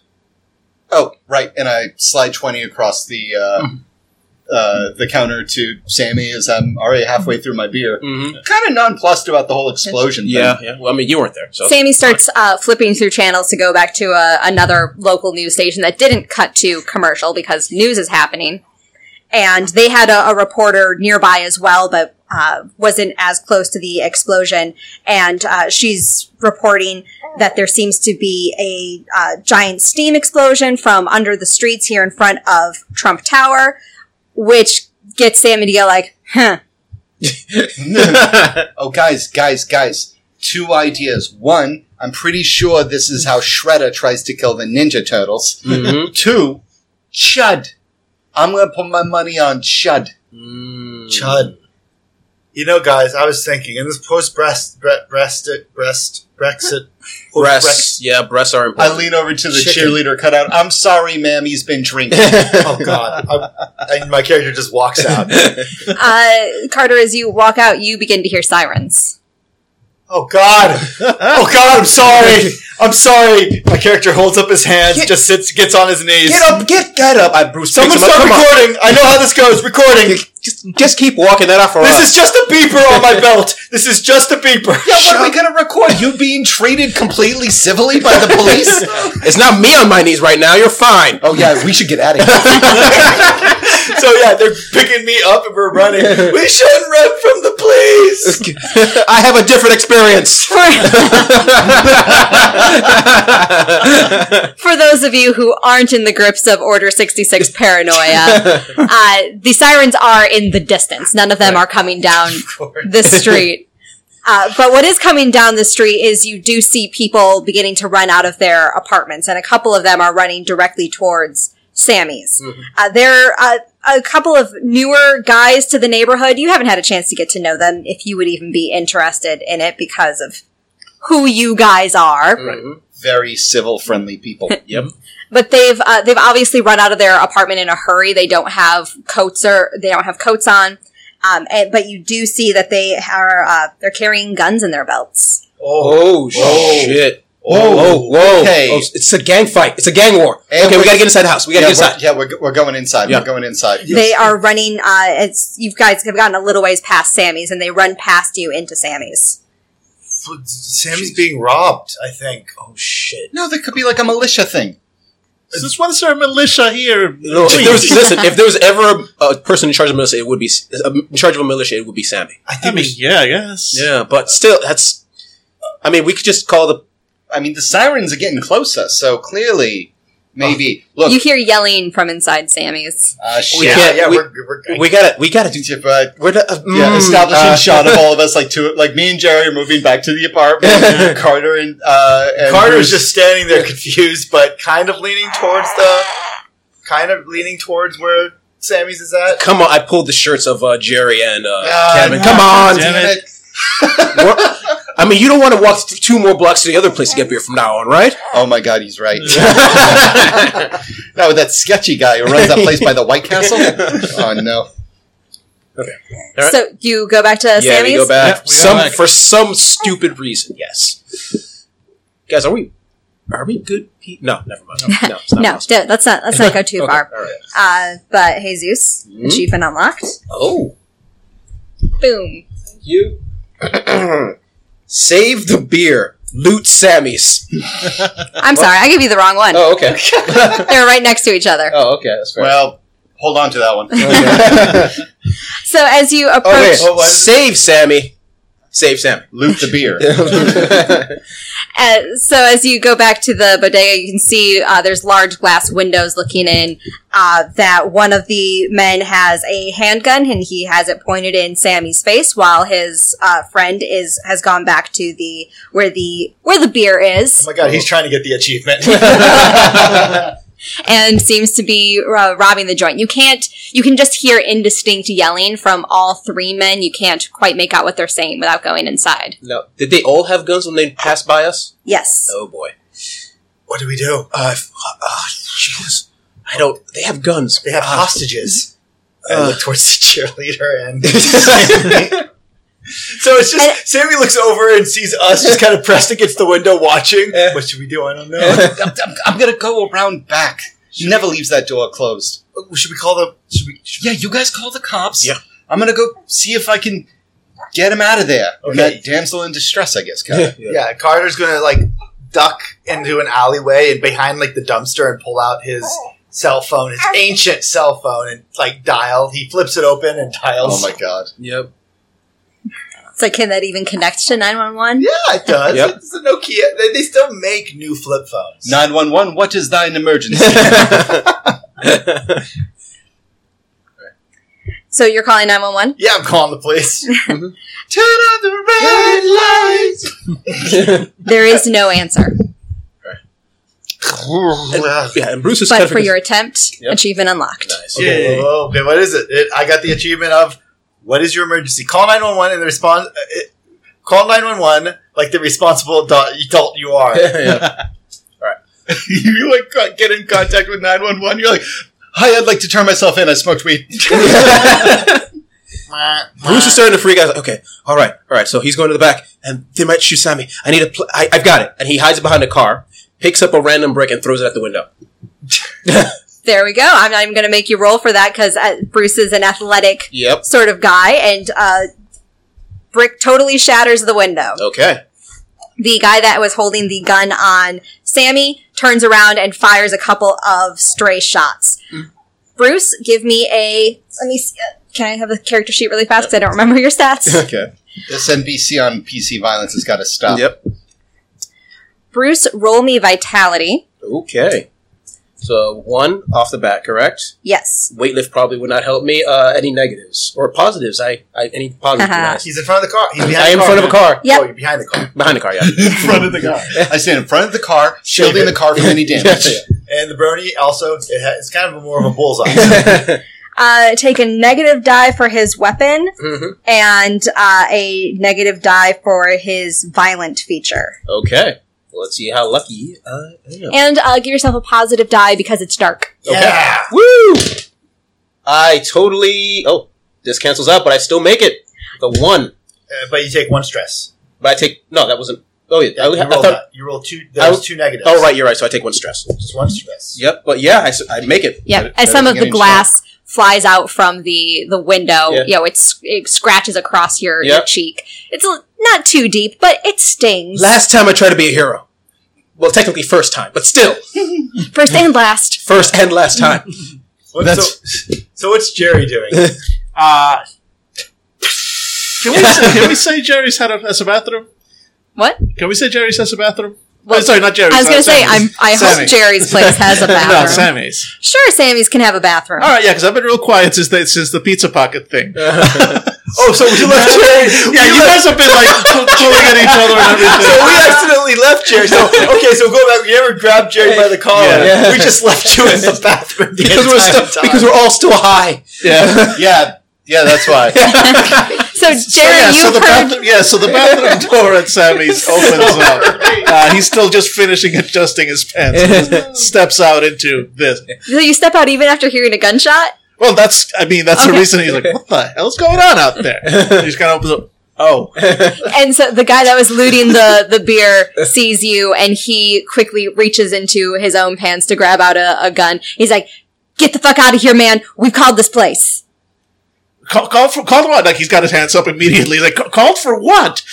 S4: Oh, right. And I slide 20 across the uh, uh, the counter to Sammy as I'm already halfway through my beer.
S8: hmm
S4: Kind of nonplussed about the whole explosion thing.
S8: Yeah. Yeah. Well, I mean, you weren't there, so
S2: Sammy starts uh, flipping through channels to go back to a, another local news station that didn't cut to commercial because news is happening. And they had a, a reporter nearby as well, but uh, wasn't as close to the explosion. And uh, she's reporting that there seems to be a uh, giant steam explosion from under the streets here in front of Trump Tower, which gets Sammy to go like, huh.
S4: (laughs) oh, guys, guys, guys. Two ideas. One, I'm pretty sure this is how Shredder tries to kill the Ninja Turtles.
S8: Mhm.
S4: Two, Chud. I'm going to put my money on Chud.
S3: Chud. You know, guys, I was thinking in this post breast bre- breast breast Brexit
S8: breasts. Yeah, breasts are
S4: I
S8: important.
S4: lean over to the
S8: Chicken.
S4: cheerleader cutout. I'm sorry, ma'am. He's been (laughs) drinking.
S3: Oh God! I, and my character just
S4: (laughs)
S3: walks out.
S2: Uh, Carter, as you walk out, you begin to hear sirens.
S3: Oh God! Oh God! I'm sorry. I'm sorry. My character holds up his hands, just sits, gets on his knees.
S4: get up, get that up. I Bruce.
S3: Someone
S4: picks him up.
S3: start
S4: Come on.
S3: recording. I know how this goes. Recording.
S4: (laughs)
S8: Just, just keep walking that off for
S3: This is just a beeper on my belt. This is just a beeper.
S4: Yeah, what are we gonna record? You being treated completely civilly by the police? (laughs)
S8: It's not me on my knees right now. You're fine.
S4: oh yeah, we should get out of (laughs) here.
S3: (laughs) So yeah, they're picking me up and we're
S8: (laughs)
S3: running. We shouldn't run from the police.
S8: I have a different experience.
S2: For (laughs) those of you who aren't in the grips of Order 66 paranoia, uh, the sirens are in the distance. None of them are coming down the street. Uh, but what is coming down the street is you do see people beginning to run out of their apartments, and a couple of them are running directly towards Sammy's. Uh, there are uh, a couple of newer guys to the neighborhood. You haven't had a chance to get to know them if you would even be interested in it because of who you guys are.
S4: very civil friendly
S3: (laughs)
S4: people.
S8: Yep.
S2: But they've uh, they've obviously run out of their apartment in a hurry. They don't have coats or they don't have coats on. Um, and, but you do see that they are uh, they're carrying guns in their belts.
S3: Oh,
S8: Oh
S3: Whoa.
S8: shit!
S4: Oh,
S8: whoa, whoa!
S4: okay.
S8: Oh, it's a gang fight. It's a gang war.
S4: And
S8: okay, we
S4: we're-
S8: gotta get inside the house. We gotta
S4: yeah,
S8: get
S4: we're,
S8: inside.
S4: yeah, we're, we're going inside.
S8: Yeah.
S4: We're going inside.
S2: They are running. Uh, it's you guys have gotten a little ways past Sammy's, and they run past you into Sammy's.
S3: f- Sam's being robbed. I think. Oh shit!
S4: No, that could be like a militia thing.
S5: Since when is there a militia here?
S8: No, if
S5: Please.
S8: there was, listen, if there was ever a, a person in charge of militia, it would be S- uh, in charge of a militia. It would be Sammy.
S3: I
S5: I
S3: think.
S5: mean,
S3: we-
S5: yeah, I guess.
S8: Yeah, but still, that's. I mean, we could just call the.
S4: I mean, the sirens are getting closer, so clearly, maybe look.
S2: You hear yelling from inside Sammy's.
S4: uh,
S8: Oh. we
S4: shit,
S3: yeah,
S8: can't-
S3: yeah,
S8: we-
S3: we're, we're,
S8: We gotta. We gotta do.
S4: yeah, but
S8: We're the, uh,
S4: yeah,
S8: mm,
S4: establishing
S8: uh,
S4: shot
S8: (laughs)
S4: of all of us, like two, like me and Jerry are moving back to the apartment. Carter and, uh, and Bruce-
S3: Carter's just standing there confused, but kind of leaning towards the, kind of leaning towards where Sammy's is at.
S8: Come on! I pulled the shirts of uh, Jerry and uh,
S4: Ah,
S8: Kevin.
S4: no,
S8: Come (laughs) on!
S5: damn
S4: Damn it.
S8: We're- I mean, you don't want to walk th- two more blocks to the other place to get beer from now on, right?
S4: Oh my God, he's
S8: (laughs)
S4: right. (laughs) no, that sketchy guy who runs that place by the White
S8: (laughs)
S4: Castle. oh no.
S8: Alright.
S2: So you go back to
S8: yeah,
S2: Sammy's.
S8: we go back.
S9: Yeah, we go
S8: some
S9: back.
S8: for some stupid reason. Yes, guys, are we? Are we good? Pe- no,
S2: (laughs)
S8: never mind. No, it's not
S2: No,
S8: possible.
S2: don't- let's not let's not go too
S8: (laughs) Okay,
S2: far.
S8: all right.
S2: Uh, but Jesus,
S8: Mhm.
S2: achievement unlocked.
S8: Oh, (laughs)
S2: Boom.
S8: you save the beer, loot Sammy's.
S2: I'm sorry, I gave you the wrong one.
S8: Oh, okay.
S2: They're right next to each other.
S8: oh, okay. That's fair.
S4: Well, hold on to that one.
S2: So as you approach,
S8: oh wait,
S3: Oh, what?
S8: save Sammy. Save Sammy.
S4: Loot the
S8: (laughs)
S4: beer.
S2: Uh, so as you go back to the bodega, you can see uh, there's large glass windows looking in. Uh, that one of the men has a handgun and he has it pointed in Sammy's face, while his uh, friend is has gone back to the where the where the beer
S3: Oh
S2: is
S3: my god, he's trying to get the
S8: (laughs)
S3: achievement.
S2: and seems to be uh, robbing the joint. You can't you can just hear indistinct yelling from all three men. You can't quite make out what they're saying without going inside.
S8: No, did they all have guns when they passed by us?
S2: Yes.
S8: Oh boy.
S3: what do we do?
S8: Uh, f- uh, jeez. I don't. They have guns. (laughs)
S3: They have
S8: Ah.
S3: hostages. I
S8: Uh.
S3: look towards the cheerleader (laughs) and. So it's just
S2: And-
S3: Sammy looks over and sees us just kind of pressed against the window watching.
S8: Eh.
S3: What should we do? I don't know.
S4: I'm, I'm- I'm gonna go around back. She never leaves that door closed.
S3: should we call the? Should we? Should
S4: Yeah, you guys call the cops.
S8: Yeah.
S4: I'm gonna go see if I can get him out of there.
S3: Okay.
S4: That damsel in distress, I guess. Kind
S3: yeah. Carter's gonna like duck into an alleyway and behind like the dumpster and pull out his cell phone, his ancient cell phone, and like dial. He flips it open and
S4: Oh
S3: dials.
S4: my god.
S8: Yep.
S2: So can that even connect to nine one one?
S3: Yeah, it does.
S8: Yep.
S3: It's a Nokia. They, they still make new flip phones.
S4: Nine one one. What is thine emergency?
S2: So you're calling nine one one.
S3: Yeah, I'm calling the police.
S4: Turn on the red lights.
S2: There is no answer.
S8: (laughs) yeah, and Bruce is kind
S2: But
S8: of
S2: for your attempt,
S8: Yep.
S2: achievement unlocked.
S8: nice.
S3: Okay,
S5: Yay.
S3: whoa, whoa, okay, what is it? it? I got the achievement of what is your emergency? Call 911 and the response. uh, It, call 911 like the responsible adult, adult you are.
S4: (laughs)
S3: (laughs)
S8: yeah.
S4: you like got- get in contact with nine one one. You're like, hi, I'd like to turn myself in. I smoked weed.
S8: Bruce is starting to freak out. Okay, all right, all right. So he's going to the back, and they might shoot Sammy. I need a. Pl- I, I've got it. And he hides behind a car, picks up a random brick, and throws it at the window.
S2: There we go. I'm not even going to make you roll for that because uh, Bruce is an athletic
S8: Yep.
S2: sort of guy, and uh, brick totally shatters the window.
S8: Okay.
S2: The guy that was holding the gun on Sammy turns around and fires a couple of stray shots.
S8: Mm.
S2: Bruce, give me a. Let me. See, can I have the character sheet really fast? Because I don't remember your stats.
S8: (laughs) Okay.
S4: This NBC on PC violence has got to
S1: Uh,
S4: stop.
S8: Yep.
S2: Bruce, roll me vitality.
S8: Okay. So one off the bat, correct?
S2: Yes.
S8: Weightlift probably would not help me. Uh, any negatives or positives? I, I any positives? would nice.
S3: He's in front of the car. He's behind
S8: I
S3: the
S8: am in
S3: car.
S8: front of a car.
S2: Yep.
S3: Oh, you're behind the
S8: (laughs)
S3: car.
S8: Behind the car, yeah.
S4: In front of the car. I stand in front of the car, shielding
S8: it.
S4: the car from any damage.
S3: And the Brony also, it ha- it's kind of more of a bullseye.
S2: Uh, take a negative die for his weapon.
S8: Mhm.
S5: Mm-hmm.
S2: and uh, a negative die for his violent feature.
S8: Okay.
S1: Let's see how lucky I am.
S2: And uh, give yourself a positive die because it's dark.
S3: Yeah.
S1: Woo! I totally. Oh, this cancels out, but I still make it. The one,
S3: Uh, but you take one stress.
S1: but I take no. That wasn't. Oh yeah, I,
S3: you,
S1: only- I
S3: roll
S1: thought.
S3: you roll two. That was
S1: I-
S3: two negatives.
S1: Oh right, you're right. So I take one stress.
S3: Just one stress.
S1: Yep, but yeah, I s- I, make it.
S2: Yeah,
S4: Better-
S2: as
S4: better
S2: some
S4: than
S2: of the
S4: getting
S2: glass flies out from the the window,
S1: Yeah.
S2: you know, it's it scratches across your,
S1: Yeah.
S2: your cheek. It's l- not too deep, but it stings.
S1: Last time I tried to be a hero. Well, technically, first time, but still,
S2: First and last.
S1: first and last time.
S3: What,
S5: That's-
S3: so, so what's
S1: (laughs)
S3: Jerry doing?
S5: Uh, can, we say, can we say Jerry's had a, as a bathroom?
S2: What?
S5: Can we say Jerry's has a bathroom?
S2: Well,
S5: oh, sorry, not Jerry's.
S2: I was
S5: uh,
S2: going to say,
S5: Sammy's.
S2: I'm, I
S5: Sammy.
S2: hope Jerry's place has a bathroom.
S5: (laughs) no, Sammy's.
S2: Sure, Sammy's can have a bathroom.
S5: All right, yeah, because I've been real quiet since the, since the pizza pocket thing.
S1: oh, so (laughs) we left Jerry.
S5: Yeah, you guys have been like pu- pulling at each other and
S3: so
S5: everything.
S3: we accidentally left
S1: (laughs)
S3: Jerry. So okay, so go back. We never grabbed Jerry by the collar.
S1: Yeah.
S3: We just left you in the bathroom the
S1: (laughs) because we're
S3: entire
S1: still,
S3: time.
S1: because we're all still high.
S5: Yeah,
S4: Yeah, yeah,
S1: (laughs)
S4: that's why.
S2: So, Jerry,
S5: Oh, yeah. So
S2: you've
S5: the
S2: heard
S5: bathroom, yeah, so the bathroom door
S2: (laughs)
S5: at Sammy's opens up. Uh, he's still just finishing adjusting his pants. and just
S2: (laughs)
S5: steps out into this.
S2: So you step out even after hearing a gunshot?
S5: Well, that's. I mean, that's the
S2: Okay.
S5: reason he's like, "What the hell's going on out there?"
S2: (laughs)
S5: He just kind of opens up. Oh,
S2: And so the guy that was looting the, the beer sees you and he quickly reaches into his own pants to grab out a, a gun. He's like, Get the fuck out of here, man. We've called this place.
S5: call, call for call for what? Like he's got his hands up immediately. He's Like "Ca- called for what?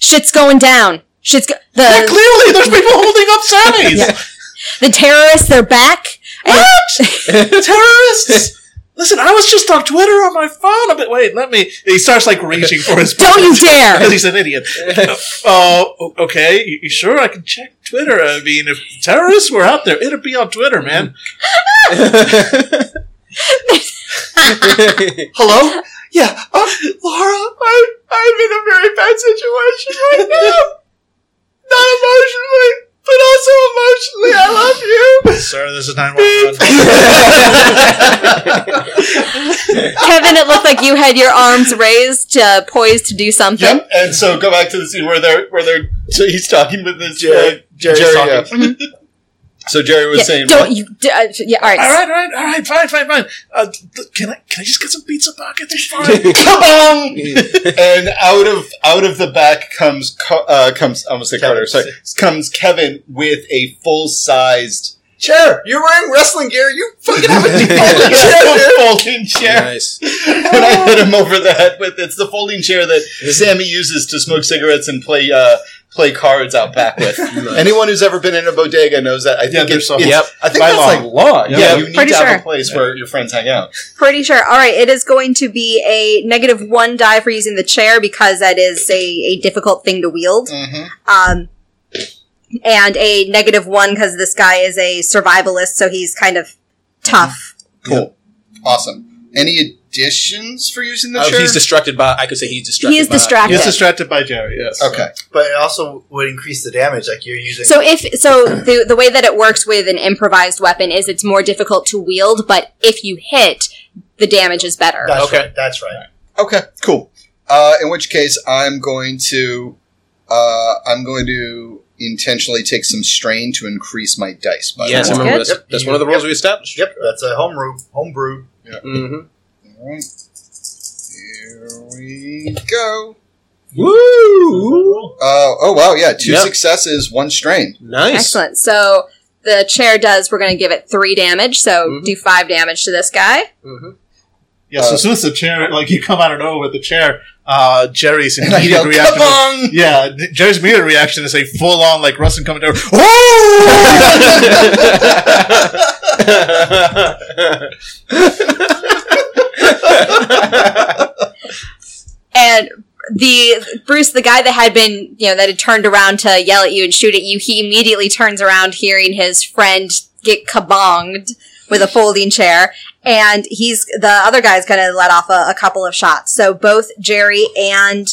S2: Shit's going down. Shit's go-
S5: Yeah,
S2: the
S5: clearly,
S2: (laughs)
S5: there's people holding up Sammy's.
S2: the terrorists, they're back. And-
S5: terrorists. Listen, I was just on Twitter on my phone. A bit. Wait, let me. He starts like reaching for his.
S2: Don't you dare.
S5: Because he's
S2: (laughs)
S5: an idiot. Oh, o- okay. You, you sure? I can check Twitter. I mean, if terrorists were out there, it'd be on
S2: (laughs)
S5: Twitter, man. Hello? Yeah, uh, Laura. I'm I'm in a very bad situation right now. Not emotionally, but also emotionally. I love you, sir. This is nine (laughs) one one.
S2: (laughs) Kevin, it looked like you had your arms raised, uh, poised to do something.
S4: Yep. And so go back to the scene where they're where they're so he's talking with this
S3: Jerry-
S4: uh,
S3: Jerry's
S4: yeah. so Jerry was
S2: Yeah,
S4: saying
S2: don't you? d- Uh, yeah, all right.
S5: All right, all right, all right, fine, fine, fine. Uh, th- can I can I just get some pizza pocket? It's (laughs) fine.
S4: (laughs) "Kabong!" and out of out of the back comes Co- uh, comes I almost say
S3: Kevin.
S4: Carter sorry comes (laughs) Kevin with a full sized
S3: chair. You're wearing wrestling gear. You fucking have
S1: (laughs)
S3: a default chair. dude.
S4: folding chair
S1: Nice.
S4: and I hit him over the head with it's the folding chair that Sammy uses to smoke cigarettes and play uh, play cards out back
S3: (laughs)
S4: with anyone who's ever been in a bodega knows that I think
S5: they're
S4: it's,
S5: so-
S4: it's-
S1: Yep.
S4: I think
S5: By
S4: that's
S5: law.
S4: like law yeah,
S5: Yeah.
S4: you need
S2: Pretty
S4: to have
S2: sure.
S4: a place where your friends hang out
S6: Pretty sure. All right, it is going to be a negative one die for using the chair because that is a, a difficult thing to wield.
S4: Mhm.
S2: Mm-hmm.
S6: Um, and a negative one because this guy is a survivalist, so he's kind of tough.
S4: Cool. Awesome. Any additions for using the
S1: Oh,
S4: chair?
S1: he's distracted by. I could say he's distracted.
S2: He is
S1: by-
S2: distracted.
S5: He's distracted by Jerry. Yes.
S4: okay.
S3: But it also would increase the damage. Like you're using.
S2: So if so, the the way that it works with an improvised weapon is it's more difficult to wield, but if you hit, the damage is better.
S3: that's
S1: Okay.
S3: Right, that's right.
S4: Okay. Cool. Uh, in which case, I'm going to uh, I'm going to intentionally take some strain to increase my dice. By
S1: Yes, I
S4: one.
S1: remember
S2: Good.
S1: that's, that's one of the rules we established.
S3: Yep. That's a homebrew. Homebrew.
S1: hmm
S4: Alright. Here we go.
S1: Woo!
S4: Uh, oh wow, yeah, two
S1: Yeah.
S4: successes, one strain. (laughs)
S1: Nice.
S2: Excellent. So the chair does. We're going to give it three damage. So
S1: Mhm.
S2: do five damage to this guy.
S1: Mhm.
S5: Yeah. So as soon as the chair, like you come out of nowhere with the chair,
S1: (laughs)
S5: uh, Jerry's
S4: And I
S5: immediate
S4: yell,
S5: reaction.
S4: "Come
S5: Is,
S4: on!"
S5: yeah, Jerry's immediate reaction is a full on like Rustin coming down. Oh!
S2: And the Bruce, the guy that had been, you know, that had turned around to yell at you and shoot at you, he immediately turns around hearing his friend get kabonged with a folding chair. And he's the other guy's going to let off a, a couple of shots. So both Jerry and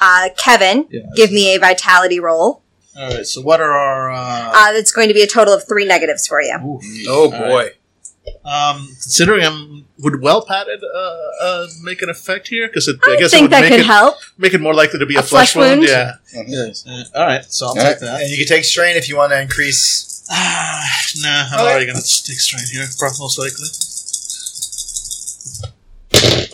S2: uh, Kevin give me a vitality roll.
S5: All right. So what are our? Uh,
S2: Uh, that's going to be a total of three negatives for you.
S1: Oh boy.
S5: Um, considering I'm would well padded uh, uh, make an effect here? Because I,
S2: I,
S5: guess it
S2: think
S5: would
S2: that
S5: make
S2: could
S5: it,
S2: help.
S5: make it more likely to be a,
S2: A flesh wound?
S5: Yeah. Uh,
S1: all right, so I'll
S4: All right.
S1: take that.
S3: And you can take strain if you want to increase.
S5: Ah, nah, I'm already gonna stick straight here, prob- most likely.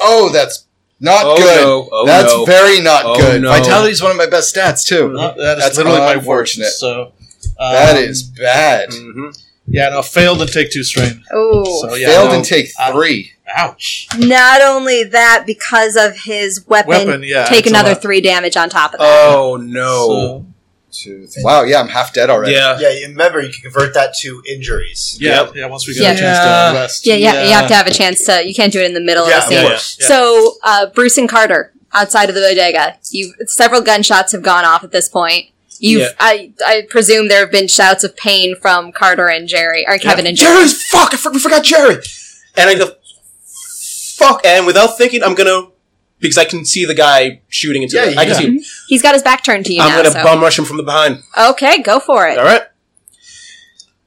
S4: Oh, that's not
S7: Oh
S4: good.
S7: no! Oh
S4: that's
S7: no!
S4: very not
S7: Oh,
S4: good.
S7: no.
S4: Vitality is one of my best stats too.
S5: No, that is
S4: Mm-hmm. That's
S5: literally my worst.
S4: unfortunate.
S5: So
S4: that
S5: um,
S4: is bad.
S7: Mhm.
S5: yeah. No, failed and take two strain.
S2: Oh,
S5: So yeah,
S4: Failed
S5: no.
S4: and take
S5: Uh,
S4: three.
S5: ouch.
S2: not only that, because of his weapon,
S5: Weapon. Yeah.
S2: take
S5: it's a
S2: another
S5: lot.
S2: three damage on top of that.
S7: Oh no!
S5: So,
S4: Two, three. Wow, yeah, I'm half dead already.
S7: yeah.
S3: Yeah, you- remember you can convert that to injuries.
S5: yeah, yeah. Once we get
S2: Yeah.
S5: a chance to rest.
S2: yeah, yeah, You
S7: yeah.
S2: have to have a chance to. You can't do it in the middle
S3: Yeah,
S2: of
S3: of
S2: the scene.
S5: course, yeah.
S2: So uh, Bruce and Carter outside of the bodega. You several gunshots have gone off at this point. You,
S7: Yeah.
S2: have I, I presume there have been shouts of pain from Carter and Jerry or Kevin and Jerry.
S1: Jerry's fuck. I fucking forgot Jerry. And I go, fuck. And without thinking, I'm gonna because I can see the guy shooting into.
S4: Yeah,
S1: the, I can
S4: yeah.
S1: see. Him.
S2: He's got his back turned to you
S1: I'm
S2: now.
S1: gonna
S2: so.
S1: bum rush him from the behind.
S2: okay, go for it.
S1: All right.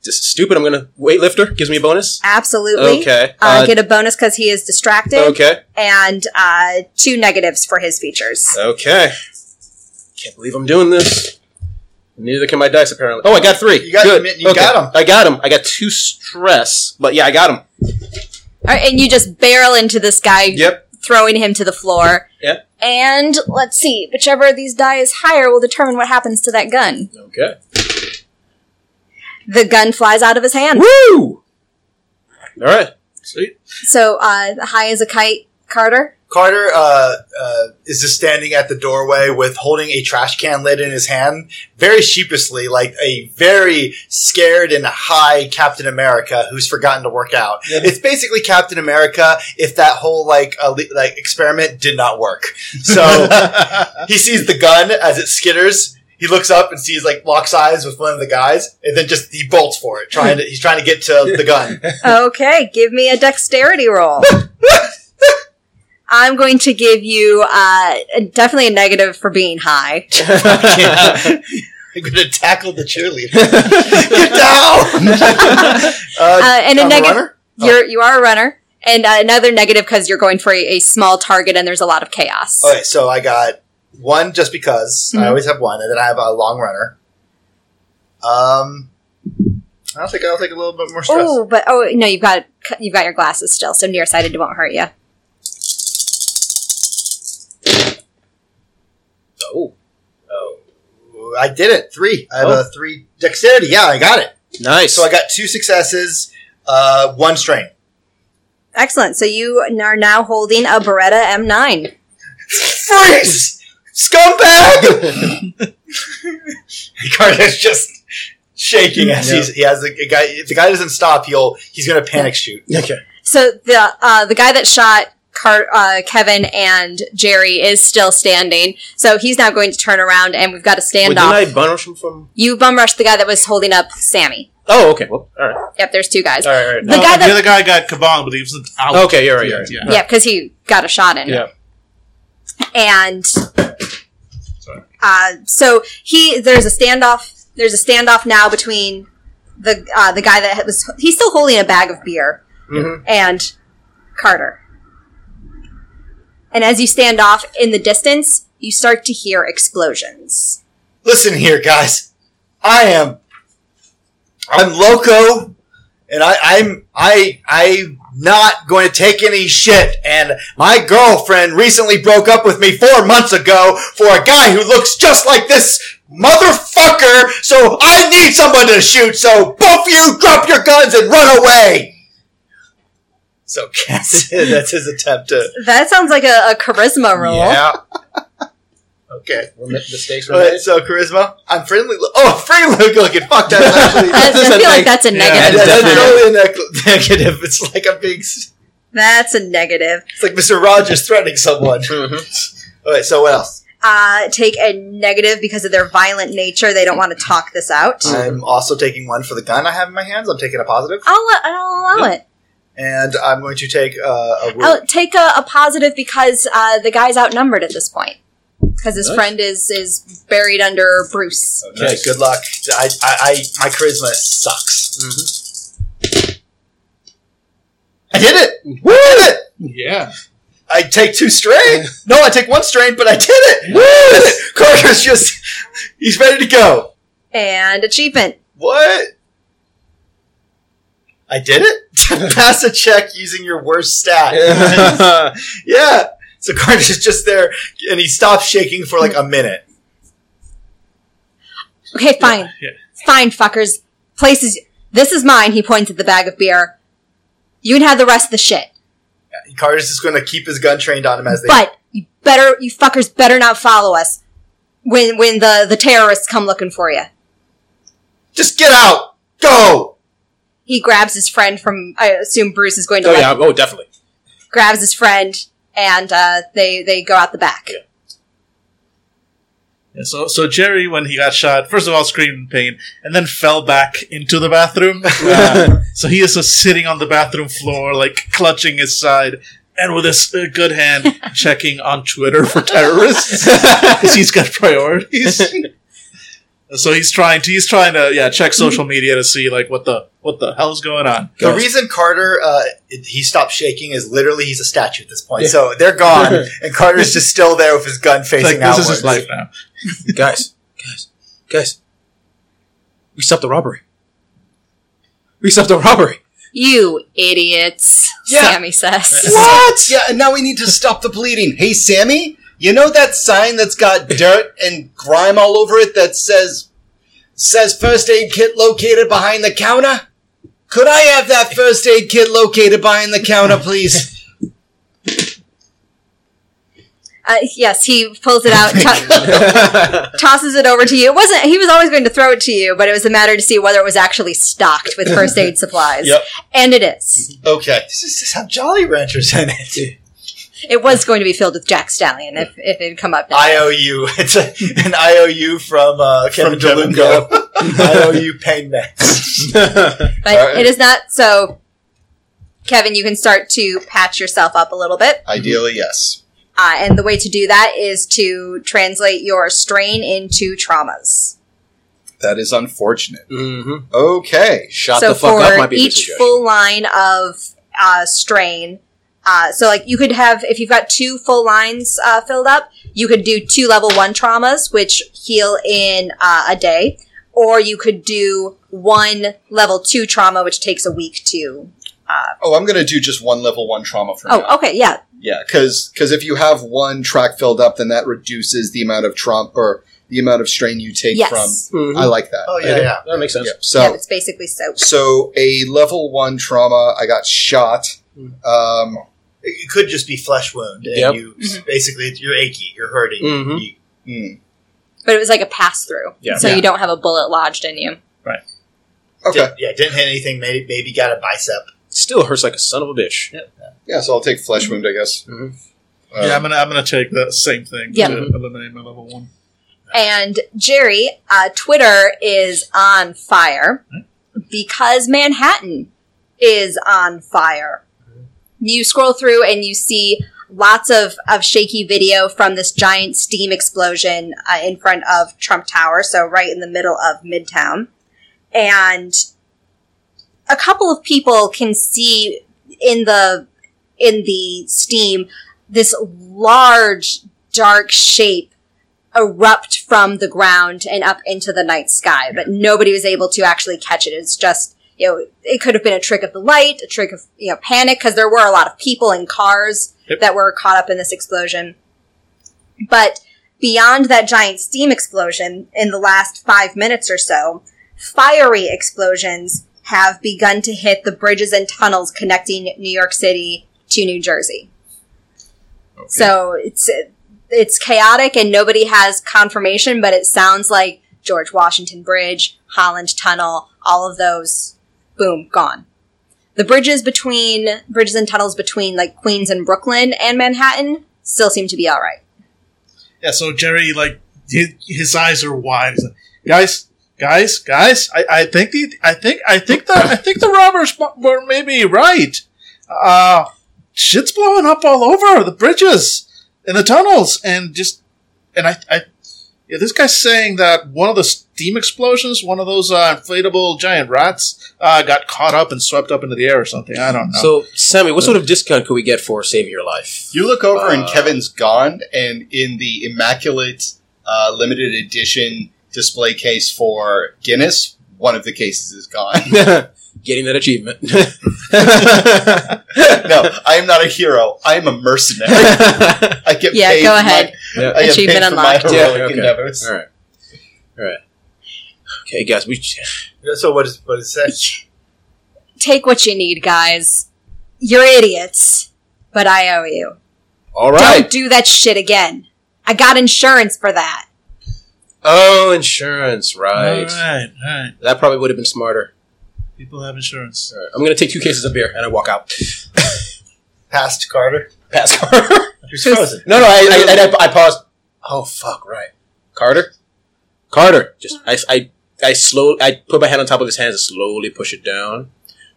S1: This is stupid. I'm gonna weightlifter gives me a bonus.
S2: Absolutely.
S1: Okay.
S2: Uh,
S1: Uh,
S2: get a bonus because he is distracted,
S1: okay.
S2: and uh, two negatives for his features.
S1: Okay. Can't believe I'm doing this. Neither can my dice apparently. Oh, I got three.
S3: You got-
S1: Good.
S3: you got 'em.
S1: I got him. I got two stress, but yeah, I got him.
S2: All right, and you just barrel into this guy,
S1: Yep.
S2: throwing him to the floor.
S1: Yep.
S2: And let's see, whichever of these die is higher will determine what happens to that gun.
S1: Okay.
S2: The gun flies out of his hand.
S1: Woo! All right. Sweet.
S2: So uh, the high as a kite, Carter.
S3: Carter uh, uh, is just standing at the doorway with holding a trash can lid in his hand, very sheepishly, like a very scared and high Captain America who's forgotten to work out. It's basically Captain America if that whole like uh, le- like experiment did not work. So he sees the gun as it skitters. He looks up and sees like locks eyes with one of the guys, and then just he bolts for it, trying to he's trying to get to the gun.
S2: Okay, give me a dexterity roll. I'm going to give you uh, definitely a negative for being high.
S3: I'm gonna tackle the (laughs) cheerleader. get down! (laughs) uh,
S2: Uh, and a
S3: I'm a
S2: negative.
S3: runner?
S2: You're you are a runner, and uh, another negative because you're going for a, a small target and there's a lot of chaos.
S3: Okay, so I got one just because I
S2: Mhm.
S3: always have one, and then I have a long runner. Um, I think I'll take a little bit more stress.
S2: Oh, but oh no, you've got you've got your glasses still, so nearsighted won't hurt you.
S1: Oh,
S3: I did it. Three. I have
S2: Oh.
S3: a three dexterity. Yeah, I got it.
S1: nice.
S3: So I got two successes, uh, one strain.
S2: Excellent. So you are now holding a Beretta M9.
S3: Freeze, scumbag! (laughs) Ricardo's just shaking as he's, he has the a guy. If the guy doesn't stop, he'll he's gonna panic shoot.
S1: okay.
S2: So the uh, the guy that shot Car- uh, Kevin and Jerry is still standing. So he's now going to turn around, and we've got a
S1: Wait, didn't
S2: standoff.
S1: I bun rush him from?
S2: you bum rushed the guy that was holding up Sammy.
S1: Oh, okay. Well, all right. All
S2: Yep, there's two guys.
S1: right. All right.
S2: The guy that-
S5: the other guy got kabong, but he wasn't out.
S1: Okay. You're right. You're right.
S5: Yeah.
S2: Yeah, because he got a shot in.
S1: Yeah.
S2: And uh, so he there's a standoff. There's a standoff now between the uh, the guy that was he's still holding a bag of beer
S1: Mhm.
S2: and Carter. And as you stand off in the distance, you start to hear explosions.
S3: Listen here, guys. I am. I'm loco, and I, I'm I I'm not going to take any shit. And my girlfriend recently broke up with me four months ago for a guy who looks just like this motherfucker. So I need someone to shoot. So both of you drop your guns and run away. So (laughs) Cass, that's his attempt to.
S2: That sounds like a, a charisma roll.
S3: Okay.
S1: Mistakes were
S3: Alright,
S1: made.
S3: so charisma. I'm friendly. Oh, friendly looking. Fuck that. Actually,
S2: (laughs)
S3: (laughs)
S2: I, I
S1: That's a
S2: feel like
S1: neg-
S2: that's a
S5: yeah,
S3: Yeah,
S2: negative.
S3: that- that's
S2: somehow.
S3: totally a neg- (laughs) negative. It's like I'm being. s-
S2: that's a negative.
S3: It's like Mister Rogers threatening someone. (laughs) All right. So what else?
S2: uh, take a negative because of their violent nature. They don't want to talk this out.
S3: I'm also taking one for the gun I have in my hands. I'm taking a positive,
S2: I'll, let- I'll allow it.
S3: and I'm going to take uh, a wound.
S2: I'll take a, a positive because uh, the guy's outnumbered at this point. Because his
S1: Nice.
S2: friend is is buried under Bruce.
S3: Okay. Good luck. I, I, I my charisma Mm-hmm. sucks. I did it. I did it.
S7: Yeah.
S3: I take two (laughs) strain. No, I take one strain, but I did it. Woo! Carter's just, he's ready to go.
S2: And achievement.
S3: What? I did it? (laughs) Pass a check using your worst stat.
S5: (laughs)
S3: yeah. So Carter's just there and he stops shaking for like a minute.
S2: Okay, fine.
S5: yeah.
S2: Fine, fuckers. Places. This is mine, he points at the bag of beer. You can have the rest of the shit.
S3: Carter's just going to keep his gun trained on him as they.
S2: But you better, you fuckers better not follow us when when the, the terrorists come looking for you.
S3: just get out! Go!
S2: He grabs his friend from, I assume Bruce is going to
S1: Oh
S2: let
S1: yeah, oh definitely.
S2: grabs his friend and uh, they they go out the back.
S5: Yeah, so, so Jerry, when he got shot, first of all screamed in pain, and then fell back into the bathroom. Uh, (laughs) so he is just sitting on the bathroom floor, like clutching his side, and with his uh,
S3: (laughs)
S5: good hand checking on Twitter for terrorists because he's got priorities. (laughs) so he's trying to he's trying to yeah check social media to see like what the what the hell's going on.
S3: The reason Carter uh, he stopped shaking is literally he's a statue at this point. So they're
S5: (laughs)
S3: gone, and Carter's just still there with his gun
S5: It's
S3: facing
S5: like this
S3: outwards.
S5: is his life now.
S1: guys, guys, guys. We stopped the robbery. We stopped the robbery.
S2: You idiots,
S4: Yeah.
S2: Sammy says.
S4: (laughs) What? Yeah, and now we need to stop the bleeding. Hey, Sammy, you know that sign that's got dirt and grime all over it that says says first aid kit located behind the counter? Could I have that first aid kit located behind the counter, please?
S2: Uh, yes, he pulls it
S4: (laughs)
S2: out,
S1: (laughs)
S2: to- tosses it over to you. It wasn't. He was always going to throw it to you, but it was a matter to see whether it was actually stocked with first aid supplies.
S4: Yep.
S2: And it is.
S4: Okay.
S3: This is just how Jolly Ranchers in it.
S2: It was going to be filled with Jack Stallion if, if it had come up. Now.
S3: IOU. It's a, an IOU from uh, Kevin
S5: From Kevin
S3: DeLuca.
S4: (laughs)
S3: IOU pain meds.
S2: but
S1: uh,
S2: it is not. So, Kevin, you can start to patch yourself up a little bit.
S4: Ideally, yes.
S2: Uh, and the way to do that is to translate your strain into traumas.
S4: That is unfortunate.
S1: Mm-hmm.
S4: Okay.
S1: Shot
S2: so
S1: the fuck
S2: for
S1: up might be a good
S2: each
S1: suggestion.
S2: full line of uh, strain, uh, so like you could have if you've got two full lines uh, filled up, you could do two level one traumas, which heal in uh, a day, or you could do one level two trauma, which takes a week to.
S4: Oh, I'm going to do just one level one trauma for now.
S2: Oh, okay, yeah,
S4: Yeah, because if you have one track filled up, then that reduces the amount of trauma or the amount of strain you take
S2: yes,
S4: from.
S1: Mhm.
S4: I like that.
S3: Oh yeah, yeah.
S1: that makes sense.
S4: Yeah, so
S2: yeah, it's basically soap.
S4: So a level one trauma, I got shot.
S3: Mm.
S4: Um,
S3: It it could just be flesh wound, and
S1: Yep.
S3: you basically you're achy, you're hurting.
S1: Mhm.
S3: You-
S4: mm,
S2: But it was like a pass through,
S1: Yeah.
S2: so
S4: Yeah.
S2: you don't have a bullet lodged in you.
S4: okay.
S3: did- yeah, didn't hit anything. Maybe, maybe got a bicep.
S1: Still hurts like a son of a bitch.
S4: Yeah, so I'll take flesh wound, I guess.
S3: Mm-hmm.
S1: Mhm.
S4: Um,
S5: yeah, I'm gonna I'm gonna take that same thing
S2: Yeah.
S5: to eliminate my level one.
S2: And Jerry, uh, Twitter is on fire because Manhattan is on fire. You scroll through and you see lots of, of shaky video from this giant steam explosion uh, in front of Trump Tower, so right in the middle of Midtown. And a couple of people can see in the in the steam this large dark shape erupt from the ground and up into the night sky, but nobody was able to actually catch it. It's just, you know, it could have been a trick of the light, a trick of, you know, panic, because there were a lot of people and cars
S5: Yep.
S2: that were caught up in this explosion. But beyond that giant steam explosion, in the last five minutes or so, fiery explosions have begun to hit the bridges and tunnels connecting New York City to New Jersey. So it's it's chaotic and nobody has confirmation, but it sounds like George Washington Bridge, Holland Tunnel, all of those, boom, gone. The bridges between bridges and tunnels between like Queens and Brooklyn and Manhattan still seem to be all right.
S5: Yeah, so Jerry, like, his, his eyes are wide. He's like, guys, guys, guys, I, I think the, I think, I think the, I think the robbers wa- were maybe right. Uh, shit's blowing up all over the bridges and the tunnels and just, and I, I, Yeah, this guy's saying that one of the steam explosions, one of those uh, inflatable giant rats, uh, got caught up and swept up into the air or something. I don't know.
S1: So, Sammy, what sort of discount could we get for saving your life?
S4: You look over and
S1: Uh,
S4: Kevin's gone, and in the immaculate uh, limited edition display case for Guinness, one of the cases is gone.
S1: (laughs) Getting that achievement. (laughs)
S4: no, I am not a hero. I am a mercenary.
S1: All
S4: I get
S2: Yeah,
S4: paid
S2: go
S4: for my-
S2: ahead.
S1: Yeah.
S4: I get
S2: Achievement
S4: paid for (laughs) my (laughs)
S2: unlocked.
S4: heroic
S1: Yeah, okay.
S4: endeavors.
S1: right. All right. Okay, guys, we
S3: So what is what is that? (laughs)
S2: Take what you need, guys. You're idiots, but I owe you.
S1: All
S2: Don't do that shit again. I got insurance for that.
S1: Oh, insurance, right.
S5: All right, all right.
S1: That probably would have been smarter.
S5: People have insurance.
S1: All right. I'm going to take two cases of beer and I walk out. (laughs)
S3: Past Carter.
S1: Pass Carter.
S3: Who's frozen?
S1: (laughs) no, no, I, I, I, I paused. Oh, fuck, right. Carter? Carter. Just, I, I, I slow, I put my hand on top of his hands and slowly push it down.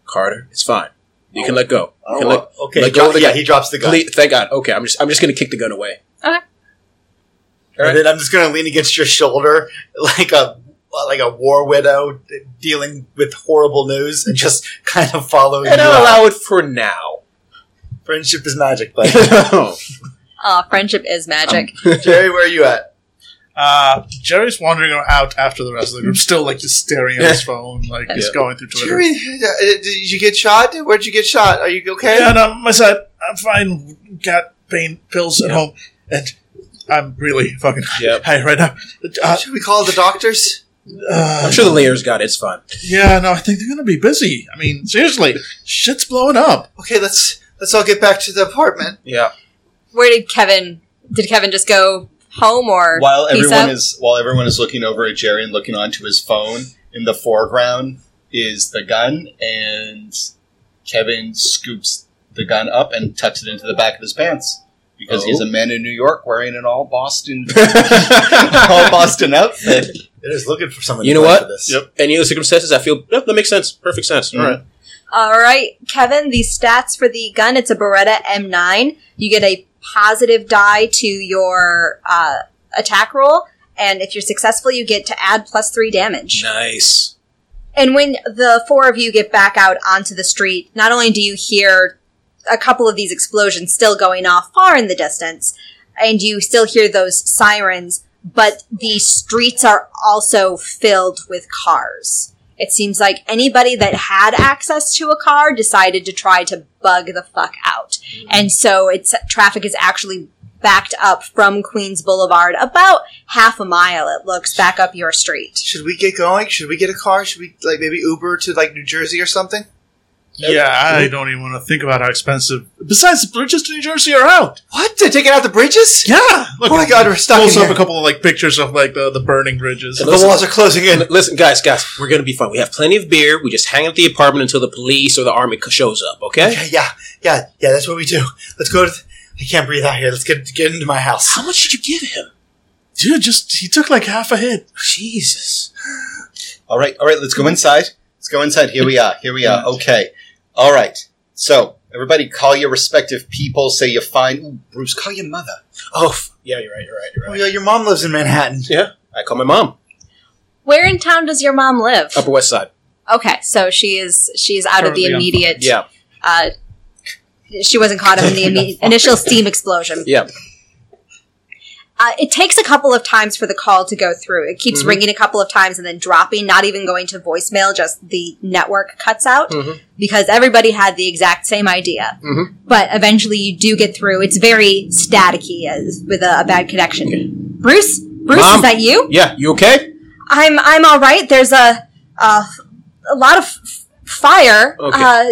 S1: Carter, it's fine. You can let go. You can let,
S3: Oh, okay.
S1: let
S3: he
S1: go of
S3: dro-
S1: the
S3: yeah,
S1: gun.
S3: he drops the gun,
S1: Please- thank God. Okay, I'm just, I'm just going to kick the gun away.
S3: and then I'm just gonna lean against your shoulder (laughs) like a like a war widow dealing with horrible news, and just (laughs) kind of follow you.
S1: And I'll
S3: out.
S1: allow it for (laughs) now.
S3: Friendship is magic, (laughs) but
S2: Aw, friendship is magic.
S3: Jerry, where are you at?
S5: Uh, Jerry's wandering out after the rest of the group, still like just staring at his phone, like he's
S1: Yeah.
S5: going through Twitter.
S3: uh, did you get shot? Where'd you get shot? Are you okay?
S5: Yeah, no, my side, I'm fine. Got pain pills at
S1: Yeah.
S5: home, and I'm really fucking
S1: Yep.
S5: high right now. Uh,
S3: Should we call the doctors?
S5: uh,
S1: I'm sure the layers got it. It's (laughs) fine.
S5: Yeah, no, I think they're gonna be busy. I mean, seriously, shit's blowing up.
S3: Okay, let's let's all get back to the apartment.
S1: Yeah.
S2: Where did Kevin? Did Kevin just go home or
S4: While
S2: peace
S4: everyone
S2: out?
S4: is while everyone is looking over at Jerry and looking onto his phone, in the foreground is the gun, and Kevin scoops the gun up and tucks it into the back of his pants because he's
S1: Oh.
S4: a man in New York wearing an all (laughs) Boston all Boston outfit.
S3: It is looking for someone.
S1: You
S3: to
S1: know
S3: play
S1: what?
S3: For this.
S4: Yep.
S1: Any other circumstances, I feel no, that makes sense. Perfect sense. All right.
S2: All right, Kevin, the stats for the gun it's a Beretta M9. You get a positive die to your uh, attack roll, and if you're successful, you get to add plus three damage.
S1: Nice.
S2: And when the four of you get back out onto the street, not only do you hear a couple of these explosions still going off far in the distance, and you still hear those sirens, but the streets are also filled with cars. It seems like anybody that had access to a car decided to try to bug the fuck out. And so it's traffic is actually backed up from Queens Boulevard about half a mile it looks back up your street.
S3: Should we get going? Should we get a car? Should we like maybe Uber to like New Jersey or something?
S5: Yeah, I don't even want to think about how expensive. Besides, the bridges to New Jersey are out.
S3: What? They're taking out the bridges?
S5: Yeah, look,
S3: Oh my God, we're stuck
S5: Pulls
S3: in
S5: up
S3: here.
S5: a couple of like pictures of like the, the burning bridges.
S1: And
S3: The walls are closing in.
S1: L- Listen, guys, guys, we're gonna be fine. We have plenty of beer. We just hang out at the apartment until the police or the army c- shows up. Okay?
S3: Okay, yeah, yeah, yeah. That's what we do. Let's go. To th- I can't breathe out here. Let's get get into my house.
S1: How much did you give him?
S5: Dude, just he took like half a hit.
S1: Jesus.
S4: All right, all right, let's go inside. Let's go inside. Here we are. Here we (laughs) are. Okay. All right. So, everybody call your respective people, say you find Ooh, Bruce, call your mother.
S1: Oh, f- yeah, you're right. You're right. You're
S3: Oh
S1: right.
S3: yeah, your mom lives in Manhattan.
S1: Yeah. I call my mom.
S2: Where in town does your mom live?
S1: Upper West Side.
S2: Okay, so she is she's out of the
S5: Currently on
S2: immediate.
S1: Yeah.
S2: Uh, she wasn't caught up in
S1: (laughs)
S2: the imme- initial steam explosion.
S1: Yeah.
S2: Uh, it takes a couple of times for the call to go through. It keeps
S1: Mhm.
S2: ringing a couple of times and then dropping, not even going to voicemail. Just the network cuts out
S1: Mhm.
S2: because everybody had the exact same idea.
S1: Mhm.
S2: But eventually, you do get through. It's very staticky as, with a, a bad connection. Bruce, Bruce,
S1: Mom?
S2: is that you?
S1: Yeah. You okay?
S2: I'm I'm all right. There's a a, a lot of f- fire.
S1: Okay.
S2: Uh,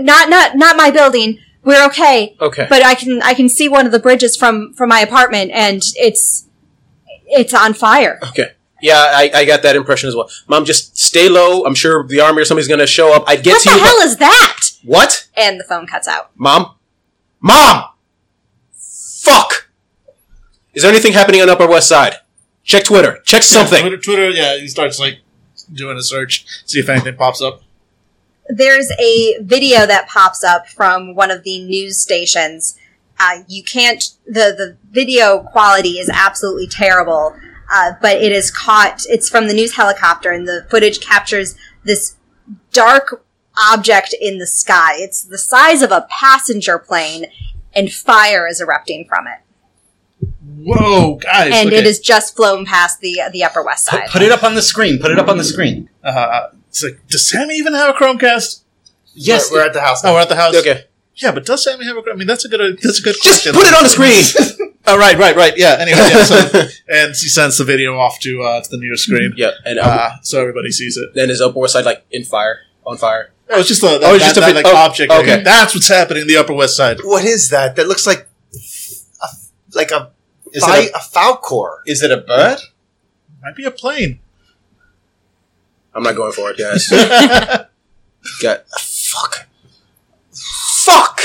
S2: not not not my building. We're okay,
S1: Okay.
S2: but I can I can see one of the bridges from from my apartment, and it's it's on fire.
S1: Okay. Yeah, I, I got that impression as well. Mom, just stay low. I'm sure the army or somebody's gonna show up. I'd get
S2: What
S1: to
S2: the
S1: you.
S2: hell is that?
S1: but- what?
S2: And the phone cuts out.
S1: Mom? Mom! Fuck! Is there anything happening on Upper West Side? Check Twitter. Check something.
S5: Twitter, Twitter, yeah, he starts like doing a search, see if anything pops up.
S2: there's a video that pops up from one of the news stations. Uh, you can't the the video quality is absolutely terrible. Uh, but it is caught, it's from the news helicopter, and the footage captures this dark object in the sky. It's the size of a passenger plane, and fire is erupting from it.
S5: Whoa, guys!
S2: And
S5: okay.
S2: it has just flown past the the Upper West
S4: Put,
S2: Side.
S4: put it up on the screen. Put it up on the screen.
S5: Uh, it's like, does Sammy even have a Chromecast?
S4: Yes,
S3: we're, we're at the house.
S5: Oh,
S3: Now.
S5: we're at the house.
S8: Okay.
S5: Yeah, but does Sammy have a? I mean, that's a good. uh, That's a good
S8: Just
S5: question.
S8: put it on the screen.
S4: (laughs)
S1: (laughs)
S5: Oh, right, right, right. Yeah. (laughs) Anyway, yeah,
S8: (laughs)
S5: so, and she sends the video off to uh, to the news screen,
S8: yeah, and um,
S5: uh, so everybody sees it.
S8: then his upper west side like in fire, on fire.
S5: Oh, it's just a, that,
S8: Oh, it's
S5: that-
S8: just a
S5: that,
S8: big-
S5: like
S8: oh,
S5: object.
S8: okay.
S5: Okay, that's what's happening in the Upper West Side.
S3: What is that? That looks like a, like a
S4: Is
S3: fi-
S4: it
S3: a falcor.
S4: a, is it a bird?
S5: Might be a plane.
S8: I'm not going for it, guys. Got
S3: Fuck. Fuck.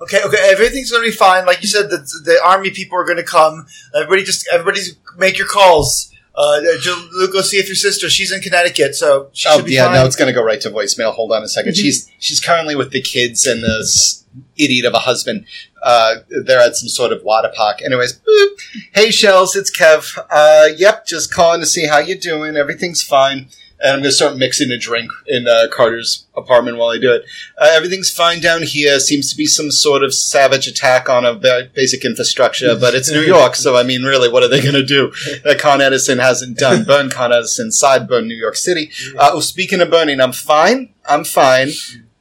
S3: Okay, okay, everything's gonna be fine. Like you said, the, the army people are gonna come. Everybody just, everybody's make your calls. Uh, Ju- Luke, go see if your sister, she's in Connecticut, so she
S4: Oh
S3: should be
S4: yeah,
S3: fine. Mm-hmm.
S4: no, it's going to go right to voicemail. Hold on a 2nd She's she's currently with the kids and this idiot of a husband. Uh, they're at some sort of Wadapak. Anyways, boop. hey shells, it's Kev. Uh, yep, just calling to see how you doing. Everything's fine. And I'm going to start mixing a drink in uh, Carter's apartment while I do it. Uh, everything's fine down here. Seems to be some sort of savage attack on a ba- basic infrastructure, but
S3: (laughs)
S4: it's New York, so I mean, really, what are they going to do that Uh, Con Edison hasn't done? Burn Con Edison, sideburn New York City. Uh, oh, speaking of burning, I'm fine. I'm fine.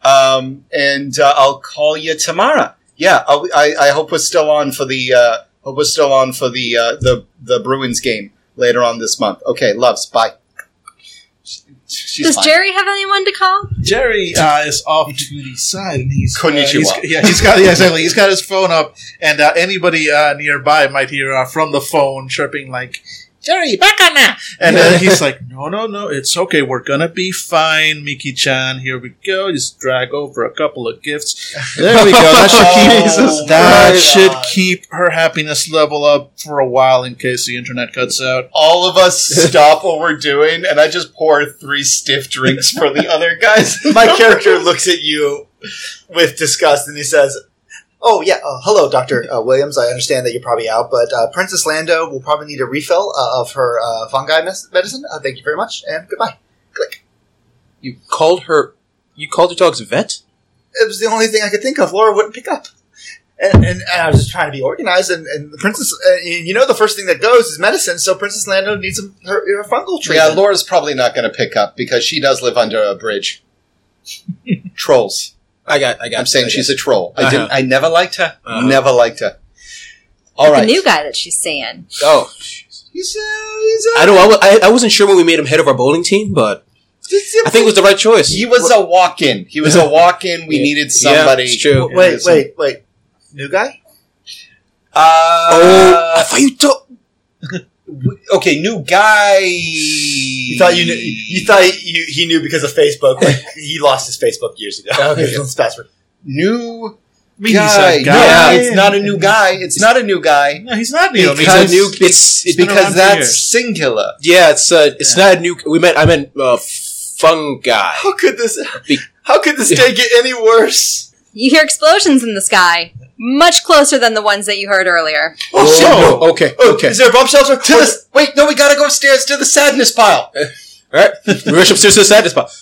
S4: Um, and uh, I'll call you tomorrow. Yeah, I'll, I, I hope we're still on for the uh, hope we're still on for the uh, the the Bruins game later on this month. Okay, loves. Bye. She's
S10: Does
S4: fine.
S10: Jerry have anyone to call?
S5: Jerry uh, is off to the side, and he's uh,
S4: Konnichiwa.
S5: he's- yeah, he's got (laughs) yeah, exactly. He's got his phone up, and uh, anybody uh, nearby might hear uh, from the phone chirping like, "Jerry, back on now!" And uh, he's like, "No, no, no, it's okay. We're gonna be fine, Miki-chan. Here we go. Just drag over a couple of gifts. There we
S8: (laughs)
S5: go. (laughs) That should keep
S8: Oh
S4: Jesus
S5: that
S3: Christ.
S5: should keep her happiness level up for a while in case the internet cuts out."
S4: all of us stop what we're doing, and I just pour three stiff drinks for
S3: (laughs)
S4: the other guys.
S3: My character looks at you with disgust and he says, Oh, yeah, uh, hello, Dr. Uh, Williams. I understand that you're probably out, but uh, Princess Lando will probably need a refill uh, of her uh, fungi mes- medicine. Uh, thank you very much, and goodbye. Click.
S8: you called her. You called your dog's vet.
S3: It was the only thing I could think of. Laura wouldn't pick up. And, and, and I was just trying to be organized, and, and the Princess, uh, and you know, the first thing that goes is medicine, so Princess Lando needs some, her, her fungal
S4: yeah,
S3: treatment.
S4: Laura's probably not going to pick up because she does live under a bridge.
S8: (laughs)
S4: Trolls.
S8: I got. I got.
S4: I'm saying
S8: I
S4: she's a troll. I
S8: Uh-huh.
S4: didn't. I never liked her.
S8: Uh-huh.
S4: Never liked her.
S10: But
S4: All right.
S10: The new guy that she's seeing.
S8: got- Oh,
S3: He's, uh, he's, uh,
S8: I don't. I, wa- I, I wasn't sure when we made him head of our bowling team, but I think it was the right choice.
S4: He was a walk-in. He was a walk-in. We
S8: Yeah.
S4: needed somebody.
S8: Yeah, it's true.
S3: Wait, wait, wait. New guy?
S4: Uh,
S8: oh, I thought you told.
S4: okay, new guy.
S3: You thought you knew, you thought you, he knew because of Facebook. Like, he lost his Facebook years ago.
S4: Okay.
S3: (laughs) His password.
S4: new
S5: Mean he's
S4: guy.
S5: a
S4: Yeah,
S5: guy.
S4: it's not a new guy. It's not a new guy.
S5: No, he's not Neo.
S8: It's a new.
S4: It's
S8: It's, it's
S5: around
S4: because
S5: for
S4: that's
S5: years.
S4: singular.
S8: yeah. It's uh, it's not a new. We meant. I meant uh, fungi.
S3: How could this?
S8: Be-
S3: How could this day get any worse?
S10: You hear explosions in the sky, much closer than the ones that you heard earlier.
S8: Oh,
S3: shit.
S8: no. Okay. Okay.
S3: Is there a bomb shelter?
S4: To this, wait, no, we gotta go upstairs to the sadness pile.
S8: All right. We rush upstairs to the sadness spot.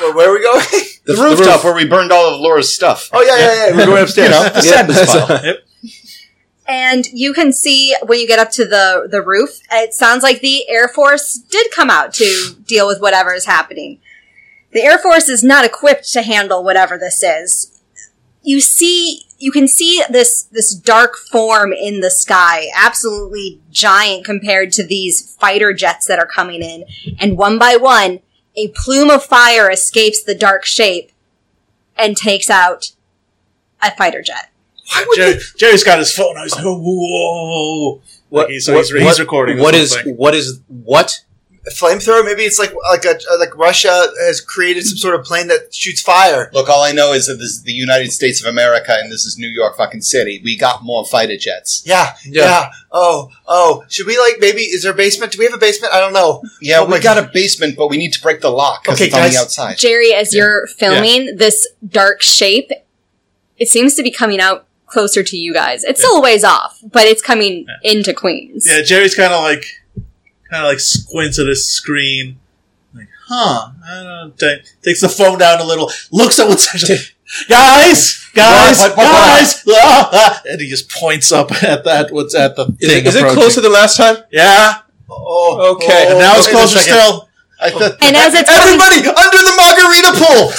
S3: Where, where are we going?
S4: The, (laughs) rooftop where we burned all of Laura's stuff.
S3: Oh yeah, yeah, yeah. We're going upstairs.
S4: the sadness pile.
S2: And you can see when you get up to the, the roof, it sounds like the Air Force did come out to deal with whatever is happening. The Air Force is not equipped to handle whatever this is. You see, you can see this, this dark form in the sky, absolutely giant compared to these fighter jets that are coming in. And one by one, a plume of fire escapes the dark shape and takes out a fighter jet.
S8: (laughs)
S5: Jerry, Jerry's got his phone. I was like, whoa. Like, he's- so he's, he's
S8: what-
S5: recording.
S8: What
S5: this
S8: is?
S5: whole thing.
S8: What is? What?
S3: Flamethrower. Maybe it's like like a like Russia has created some sort of plane that shoots fire.
S4: Look, all I know is that this is the United States of America and this is New York fucking city. We got more fighter jets.
S3: Yeah, yeah. Oh, oh. Should we like maybe? Is there a basement? Do we have a basement? I don't know.
S4: Yeah,
S3: Oh my
S4: we got a basement, but we need to break the lock because
S3: Okay,
S4: it's on
S3: guys.
S4: the outside.
S10: Jerry, as you're filming this dark shape, it seems to be coming out closer to you guys. It's still a ways off, but it's coming into Queens.
S5: Yeah, Jerry's kind of like, kind of like squints at his screen, like, huh? I don't think. Takes the phone down a little, looks at what's (laughs) actually. Guys, guys,
S3: What, what, what, what?
S5: guys! (laughs) ah, ah," and he just points up at that. What's at the
S8: Is,
S5: thing?
S8: it, is it
S5: approaching.
S8: closer than last time?
S5: Yeah.
S3: Oh,
S8: Okay.
S5: and now it's
S4: wait a
S5: closer
S4: second.
S5: still.
S4: I thought
S2: And as it's coming,
S3: everybody under the margarita
S4: (laughs)
S3: pool.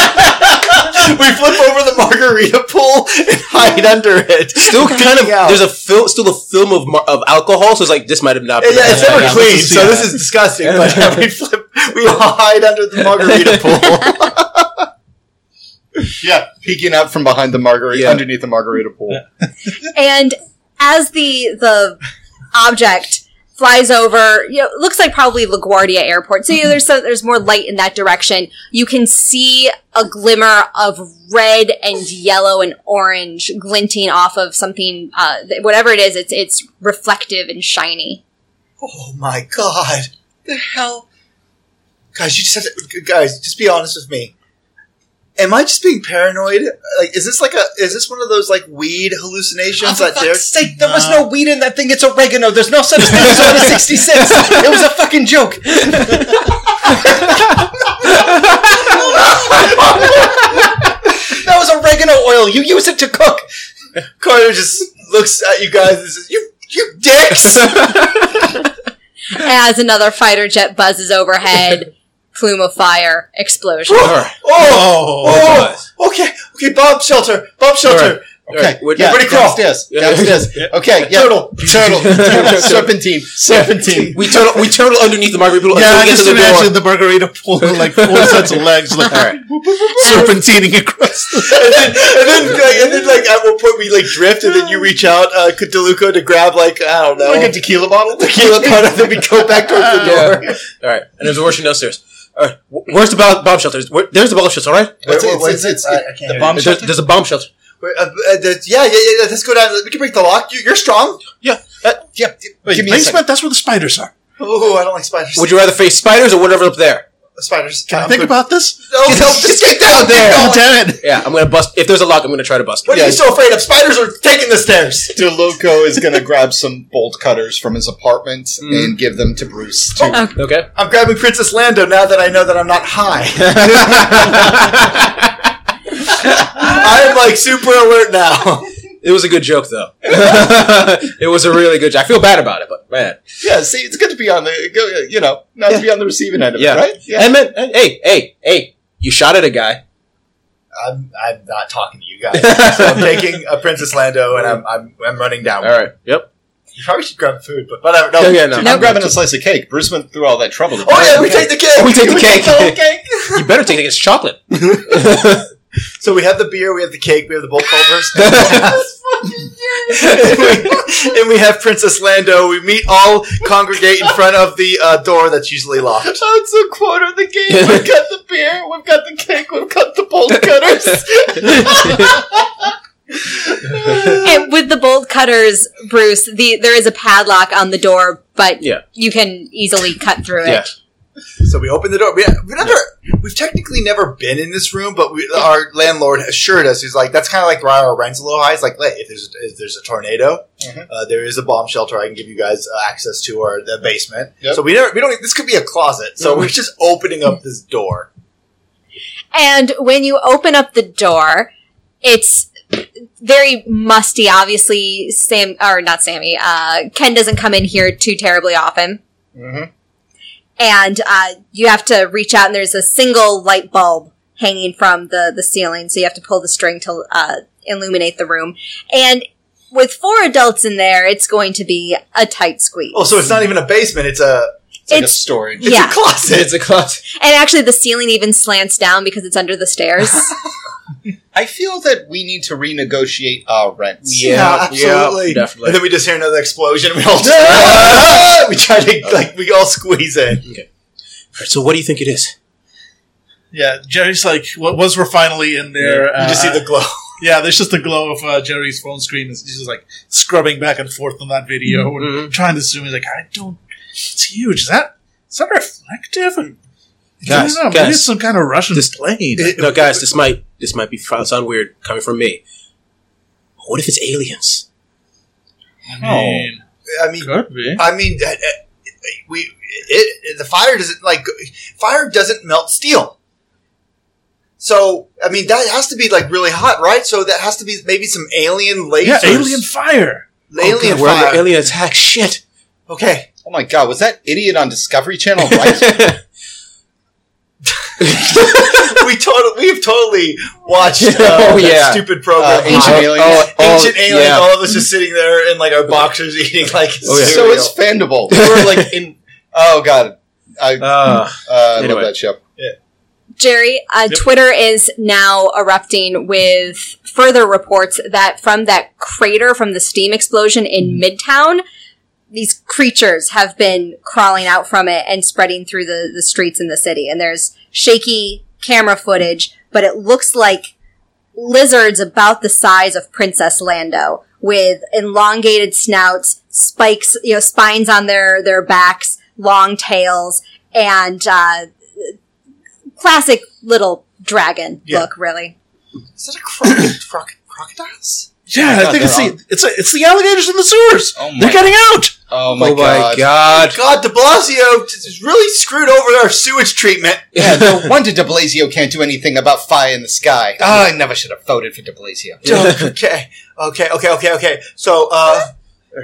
S3: we flip over the margarita pool and hide under it. (laughs)
S8: Still kind of.
S3: Peeking out.
S8: There's a fil- still a film of mar- of alcohol, so it's like this might have not. Been
S3: yeah, it's
S8: Yeah,
S3: never
S8: yeah.
S3: clean,
S5: is-
S3: so
S5: yeah.
S3: this is disgusting. But (laughs) yeah, we flip, we hide under (laughs) the margarita pool.
S4: yeah, peeking out from behind the margarita,
S8: Yeah.
S4: underneath the margarita pool.
S2: and as the the object flies over, you know, it looks like probably LaGuardia Airport. So you know, there's some, there's more light in that direction. You can see a glimmer of red and yellow and orange glinting off of something, uh, th- whatever it is. It's it's reflective and shiny.
S3: oh my god, the hell, guys! You just have to, guys, just be honest with me. Am I just being paranoid? Like, is this like a? Is this one of those like weed hallucinations that they're?
S4: sake, there was no weed in that thing. It's oregano. There's no such thing as Zona 66. It was a fucking joke. that was oregano oil. You use it to cook.
S3: Carter just looks at you guys and says, "You, you
S4: (laughs)
S3: dicks!"
S2: As another fighter jet buzzes
S8: (laughs)
S2: overhead, plume of fire, explosion.
S3: Oh,
S5: Oh,
S3: oh, okay, okay. Bob shelter, Bob shelter.
S4: Okay,
S8: Alright, we're-
S4: yeah,
S3: Everybody crawl.
S4: downstairs,
S8: Yeah.
S4: downstairs. Okay, yeah. turtle, (laughs) turtle, serpentine, serpentine.
S8: (laughs) We turtle. We turtle underneath the margarita pool
S5: Yeah,
S8: until
S5: I
S8: we get
S5: just
S8: to the door.
S5: imagine the margarita
S4: (laughs)
S5: pool like four sets of legs, like (laughs) serpentining across. The-
S3: and then, and then, like, and then, like at one point, we like drift, and then you reach out, uh, to Deluca to grab, like, I don't know,
S4: Like a tequila bottle.
S3: tequila cutter. Then we go back uh, towards
S8: (laughs)
S3: the door.
S8: Yeah. All right. And there's a rushing downstairs. All right. wh- Where's the bomb, bomb shelter? Where, there's the bomb shelter. All right.
S4: What's it-
S3: Wait, what
S4: it's- it's-
S3: is it? I- I
S4: it's-
S3: can't
S4: the
S3: hear
S4: bomb
S8: There's,
S4: shelter.
S8: there's a bomb shelter.
S3: Wait, uh, uh, the- yeah, yeah, yeah. Let's go down. We can break the lock. You, you're strong. Uh,
S4: Yeah,
S5: Wait,
S4: give me a second.
S5: basement. That's where the spiders are.
S3: Oh, I don't like spiders.
S8: Would you rather face spiders or whatever up there?
S3: spiders?
S5: Can I
S3: I'm
S5: think
S3: good.
S5: about this?
S3: No, no, just get down there.
S5: God damn it!
S8: Yeah. I'm gonna bust. If there's a lock, I'm gonna try to bust. it.
S3: What are you so afraid of? Spiders are taking the stairs.
S4: DeLoco is going to grab some bolt cutters from his apartment and give them to Bruce. To
S3: (laughs)
S8: Okay.
S3: I'm grabbing Princess Lando now that I know that I'm not high. (laughs) (laughs) I'm like super alert now.
S8: It was a good joke though. (laughs) it was a really good joke. I feel bad about it, but man.
S4: yeah, see, it's good to be on the, go- you know, not to be on the receiving end of
S8: Yeah.
S4: it, right? Yeah.
S8: And man, hey, hey, hey, you shot at a guy.
S3: I'm, I'm not talking to you guys. So (laughs) I'm taking a Princess Lando and I'm, I'm, I'm running down.
S8: All right. Yep.
S3: You probably should grab food, but whatever. No,
S8: Yeah, yeah, no.
S3: dude,
S4: I'm
S3: I'm
S4: grabbing a slice of cake. Bruce went through all that trouble. to
S3: Oh
S4: bring
S3: yeah,
S4: it.
S3: (laughs) we take the cake.
S8: We take the cake.
S3: the whole cake.
S8: you better take it. It's chocolate.
S3: So we have the beer, we have the cake, we have the bolt (laughs) culvers. and, we, (laughs) and we have Princess Lando. We meet all congregate in front of the uh, door that's usually locked.
S4: Oh, it's a quarter of the
S5: (laughs)
S4: game.
S8: (laughs)
S4: We've got the beer, we've got the cake, we've got the bolt cutters.
S2: and with the bolt cutters, Bruce, the there is a padlock on the door, but
S8: Yeah.
S2: you can easily cut through it.
S8: Yeah.
S3: So we open the door. We, we never, we've technically never been in this room, but we, our landlord assured us he's like that's kind of like why our rent's a little high. It's like hey, if there's if there's a tornado,
S4: Mhm.
S8: Mm-hmm.
S3: uh, there is a bomb shelter I can give you guys uh, access to or the basement.
S4: Yep.
S3: So we never we don't. This could be a closet. So
S8: Mm-hmm.
S3: we're just opening up this door.
S2: And when you open up the door, it's very musty. Obviously, Sam or not Sammy, uh, Ken doesn't come in here too terribly often,
S4: Mhm.
S2: and uh, you have to reach out. And there's a single light bulb hanging from the the ceiling, so you have to pull the string to uh, illuminate the room. And with four adults in there, it's going to be a tight squeeze.
S3: Oh, so it's not even a basement. It's a
S4: It's like a
S2: It's-
S4: story.
S3: it's
S2: yeah,
S3: a closet.
S8: It's a closet.
S2: and actually, the ceiling even slants down because it's under the stairs.
S4: I feel that we need to renegotiate our rents.
S8: Yeah,
S3: absolutely.
S8: yeah, definitely.
S3: And then we just hear another explosion.
S8: (laughs)
S3: We all (laughs) just, we try to like we all squeeze in.
S8: All right, so what do you think it is?
S5: Yeah, Jerry's like, "What was we're finally in
S8: Uh,
S5: there?" uh,
S3: You just see the glow.
S5: (laughs) yeah. There's just the glow of uh, Jerry's phone screen. He's just like scrubbing back and forth on that video and trying to zoom. He's like, "I don't. It's huge. Is that is that reflective?" And,
S8: Guys,
S5: I don't know, maybe
S8: guys.
S5: it's some kind of Russian plane.
S8: (laughs) No, guys, this might this might be sound weird coming from me. What if it's aliens?
S5: Oh, I mean,
S3: I mean,
S7: Could be.
S3: I mean, uh, uh, we it, the fire doesn't like fire doesn't melt steel. So I mean, that has to be like really hot, right? So that has to be maybe some alien lasers,
S5: Yeah, alien fire.
S8: Oh,
S3: alien
S8: we're under
S3: fire.
S8: alien attack. Shit.
S3: okay, (laughs)
S4: Oh my god, was that idiot on Discovery Channel right?
S8: (laughs)
S3: we total we've totally watched uh,
S8: Oh,
S3: that
S8: yeah.
S3: stupid program,
S4: Uh,
S8: Oh,
S4: Ancient
S3: Ancient,
S4: Aliens.
S3: Ancient Alien.
S8: yeah.
S3: All of us just sitting there in like our boxers eating like
S8: yeah.
S4: so
S3: cereal.
S4: it's Fandible. We were like in. Oh god, I uh,
S8: Uh,
S4: love
S8: Anyway.
S4: that show.
S2: Jerry, uh, Twitter is now erupting with further reports that from that crater from the steam explosion in Midtown, these creatures have been crawling out from it and spreading through the, the streets in the city. And there's shaky camera footage, but it looks like lizards about the size of Princess Lando with elongated snouts, spikes, you know, spines on their, their backs, long tails, and, uh, classic little dragon
S3: Yeah.
S2: look, really.
S3: Is that a croc- croc- crocodiles?
S5: Yeah, I think it's the it's, it's the alligators in the sewers.
S7: Oh
S5: They're
S7: my
S5: getting out.
S4: Oh
S8: oh my
S3: (laughs)
S8: god.
S3: God, De Blasio just really screwed over our sewage treatment.
S8: (laughs)
S4: Yeah, no wonder De Blasio can't do anything about fire in the sky. Ah, I never should have voted for De Blasio.
S3: Oh, okay, okay, okay, okay, okay. So, uh,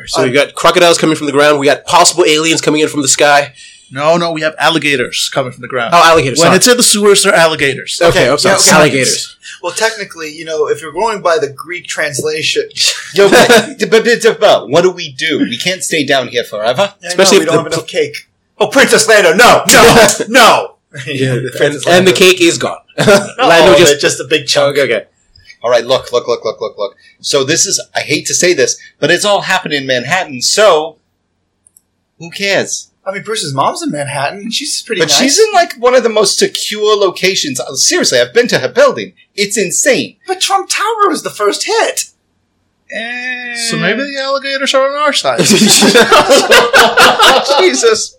S8: So we got crocodiles coming from the ground. We got possible aliens coming in from the sky.
S5: No, no, we have alligators coming from the ground.
S8: Oh, alligators.
S5: when
S8: sorry.
S5: it's in the sewers, they're alligators.
S8: okay, I'm sorry.
S3: yeah, okay.
S8: Alligators.
S3: well, technically, you know, if you're going by the Greek translation,
S4: Yo,
S8: (laughs)
S4: but- but- but- but- but what do we do? We can't stay down here forever.
S8: Especially
S3: especially we
S8: if
S3: don't
S8: the-
S3: have enough cake. Oh, Princess Lando,
S8: (laughs)
S3: no, no, no. (laughs)
S8: And, and the cake is gone.
S3: Not
S8: Lando
S3: all of
S8: just-
S3: it, just a big chunk.
S8: okay, okay.
S4: All right, look, look, look, look, look, look. So this is, I hate to say this, but it's all happened in Manhattan, so who cares?
S3: I mean, Bruce's mom's in Manhattan. and She's pretty
S4: But
S3: nice.
S4: she's in like one of the most secure locations. Uh, Seriously, I've been to her building. It's insane.
S3: but Trump Tower was the first hit.
S5: So maybe the alligators are on our
S4: (laughs)
S5: side.
S8: (laughs)
S4: Jesus.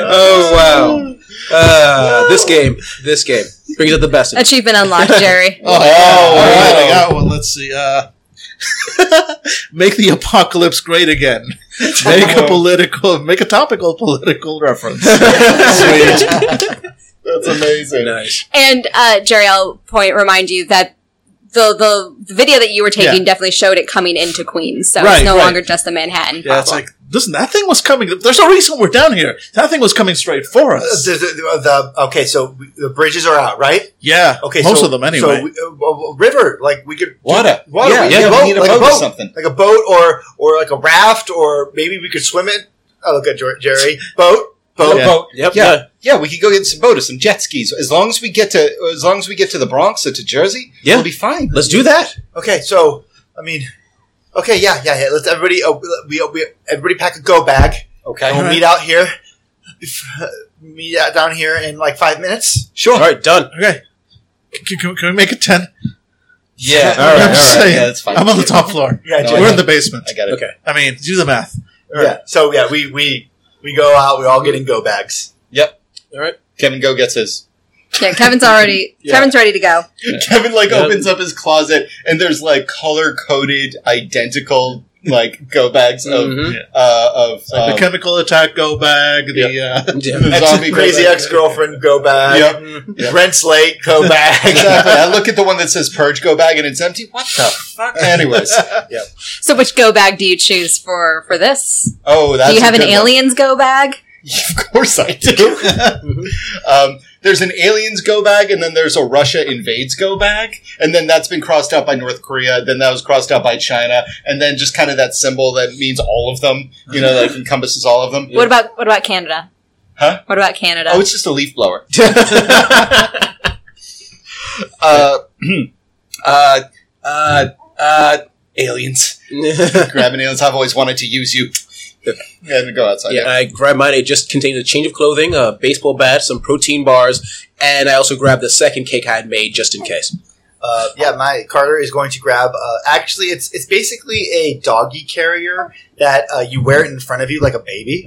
S8: Oh
S4: (laughs)
S8: wow. Uh, this game. This game brings out the best. in-
S2: Achievement unlocked, Jerry.
S4: Oh,
S5: All
S4: wow.
S5: right, I got one. Let's see. Uh, (laughs) make the apocalypse great again. Make a political, make a topical political reference.
S4: That's amazing.
S8: Nice.
S2: And uh, Jerry, I'll point remind you that the the, the video that you were taking
S5: Yeah.
S2: definitely showed it coming into Queens, so
S5: Right,
S2: it's no
S5: right.
S2: longer just the Manhattan.
S5: (laughs) Yeah, it's like listen, that thing was coming. There's no reason we're down here. That thing was coming straight for
S3: Uh,
S5: us.
S3: The, the- the- okay, so we- the bridges are out, right?
S5: Yeah,
S3: Okay,
S5: most
S3: so-
S5: of them
S3: So
S5: anyway.
S3: we, uh, well, river, like we could
S4: Water.
S3: Water,
S4: Yeah,
S3: we
S4: yeah,
S3: need a
S4: we
S3: boat,
S4: need a
S3: like
S4: boat or something.
S3: like a boat or or like a raft, or maybe we could swim it. I look at Jer- Jerry. Boat, boat.
S5: Yeah.
S8: Oh, yep.
S4: Yeah.
S8: Yeah.
S4: Yeah, we could go get some boat or some jet skis. As long as we get to as long as we get to the Bronx or to Jersey,
S8: Yeah.
S4: we'll be fine.
S8: Let's do that.
S3: Okay, so I mean, okay, yeah, yeah, yeah. Let's everybody, uh, we, we everybody pack a go bag.
S4: Okay.
S3: And we'll meet out here. (laughs) Meet out down here in like five minutes.
S8: Sure. All right. Done.
S5: okay, can, can, can we make it ten?
S4: Yeah.
S8: (laughs) All right,
S5: I'm
S8: all
S5: just
S8: right,
S5: saying.
S4: yeah, that's fine.
S5: I'm on the top floor.
S3: (laughs) Yeah,
S4: No,
S3: Jerry.
S5: We're in the basement.
S4: I got it.
S8: Okay.
S5: I mean, do the math.
S3: yeah. So yeah, we we we go out. We're all getting
S4: (laughs)
S3: go bags.
S4: Yep.
S8: All right.
S4: Kevin Go gets his.
S2: Yeah, Kevin's already
S8: Yeah.
S2: Kevin's ready to go.
S4: Kevin like
S8: Yeah.
S4: opens up his closet and there's like color coded identical like go bags of
S3: Mm-hmm.
S8: Mhm.
S4: uh, of
S5: It's like
S4: um,
S5: the chemical attack go bag. The uh,
S8: Yeah.
S4: the zombie
S3: Crazy
S4: go bag.
S3: ex girlfriend go bag.
S4: Yep.
S3: Rent Rent slate go
S4: (laughs)
S3: bag.
S4: Exactly.
S3: (laughs)
S4: I look at the one that says purge go bag and it's empty. What the fuck? Anyways.
S2: So, which go bag do you choose for for this?
S4: Oh, that's
S2: do you
S4: a
S2: have an
S4: good one.
S2: aliens go bag?
S4: (laughs) Of course I do. um, there's an aliens go bag, and then there's a Russia invades go bag, and then that's been crossed out by North Korea. Then that was crossed out by China, and then just kind of that symbol that means all of them. You know, like encompasses all of them.
S2: What about what about Canada?
S4: Huh?
S2: What about Canada?
S4: Oh, it's just a leaf blower. uh, uh, uh, uh, aliens. Grab an aliens. I've always wanted to use you. (laughs) And go outside.
S8: (laughs) Yeah, I grabbed mine. It just contained a change of clothing, a baseball bat, some protein bars, and I also grabbed the second cake I had made just in case.
S3: Uh, yeah, my Carter is going to grab. Uh, actually, it's it's basically a doggy carrier that uh, you wear it in front of you like a baby.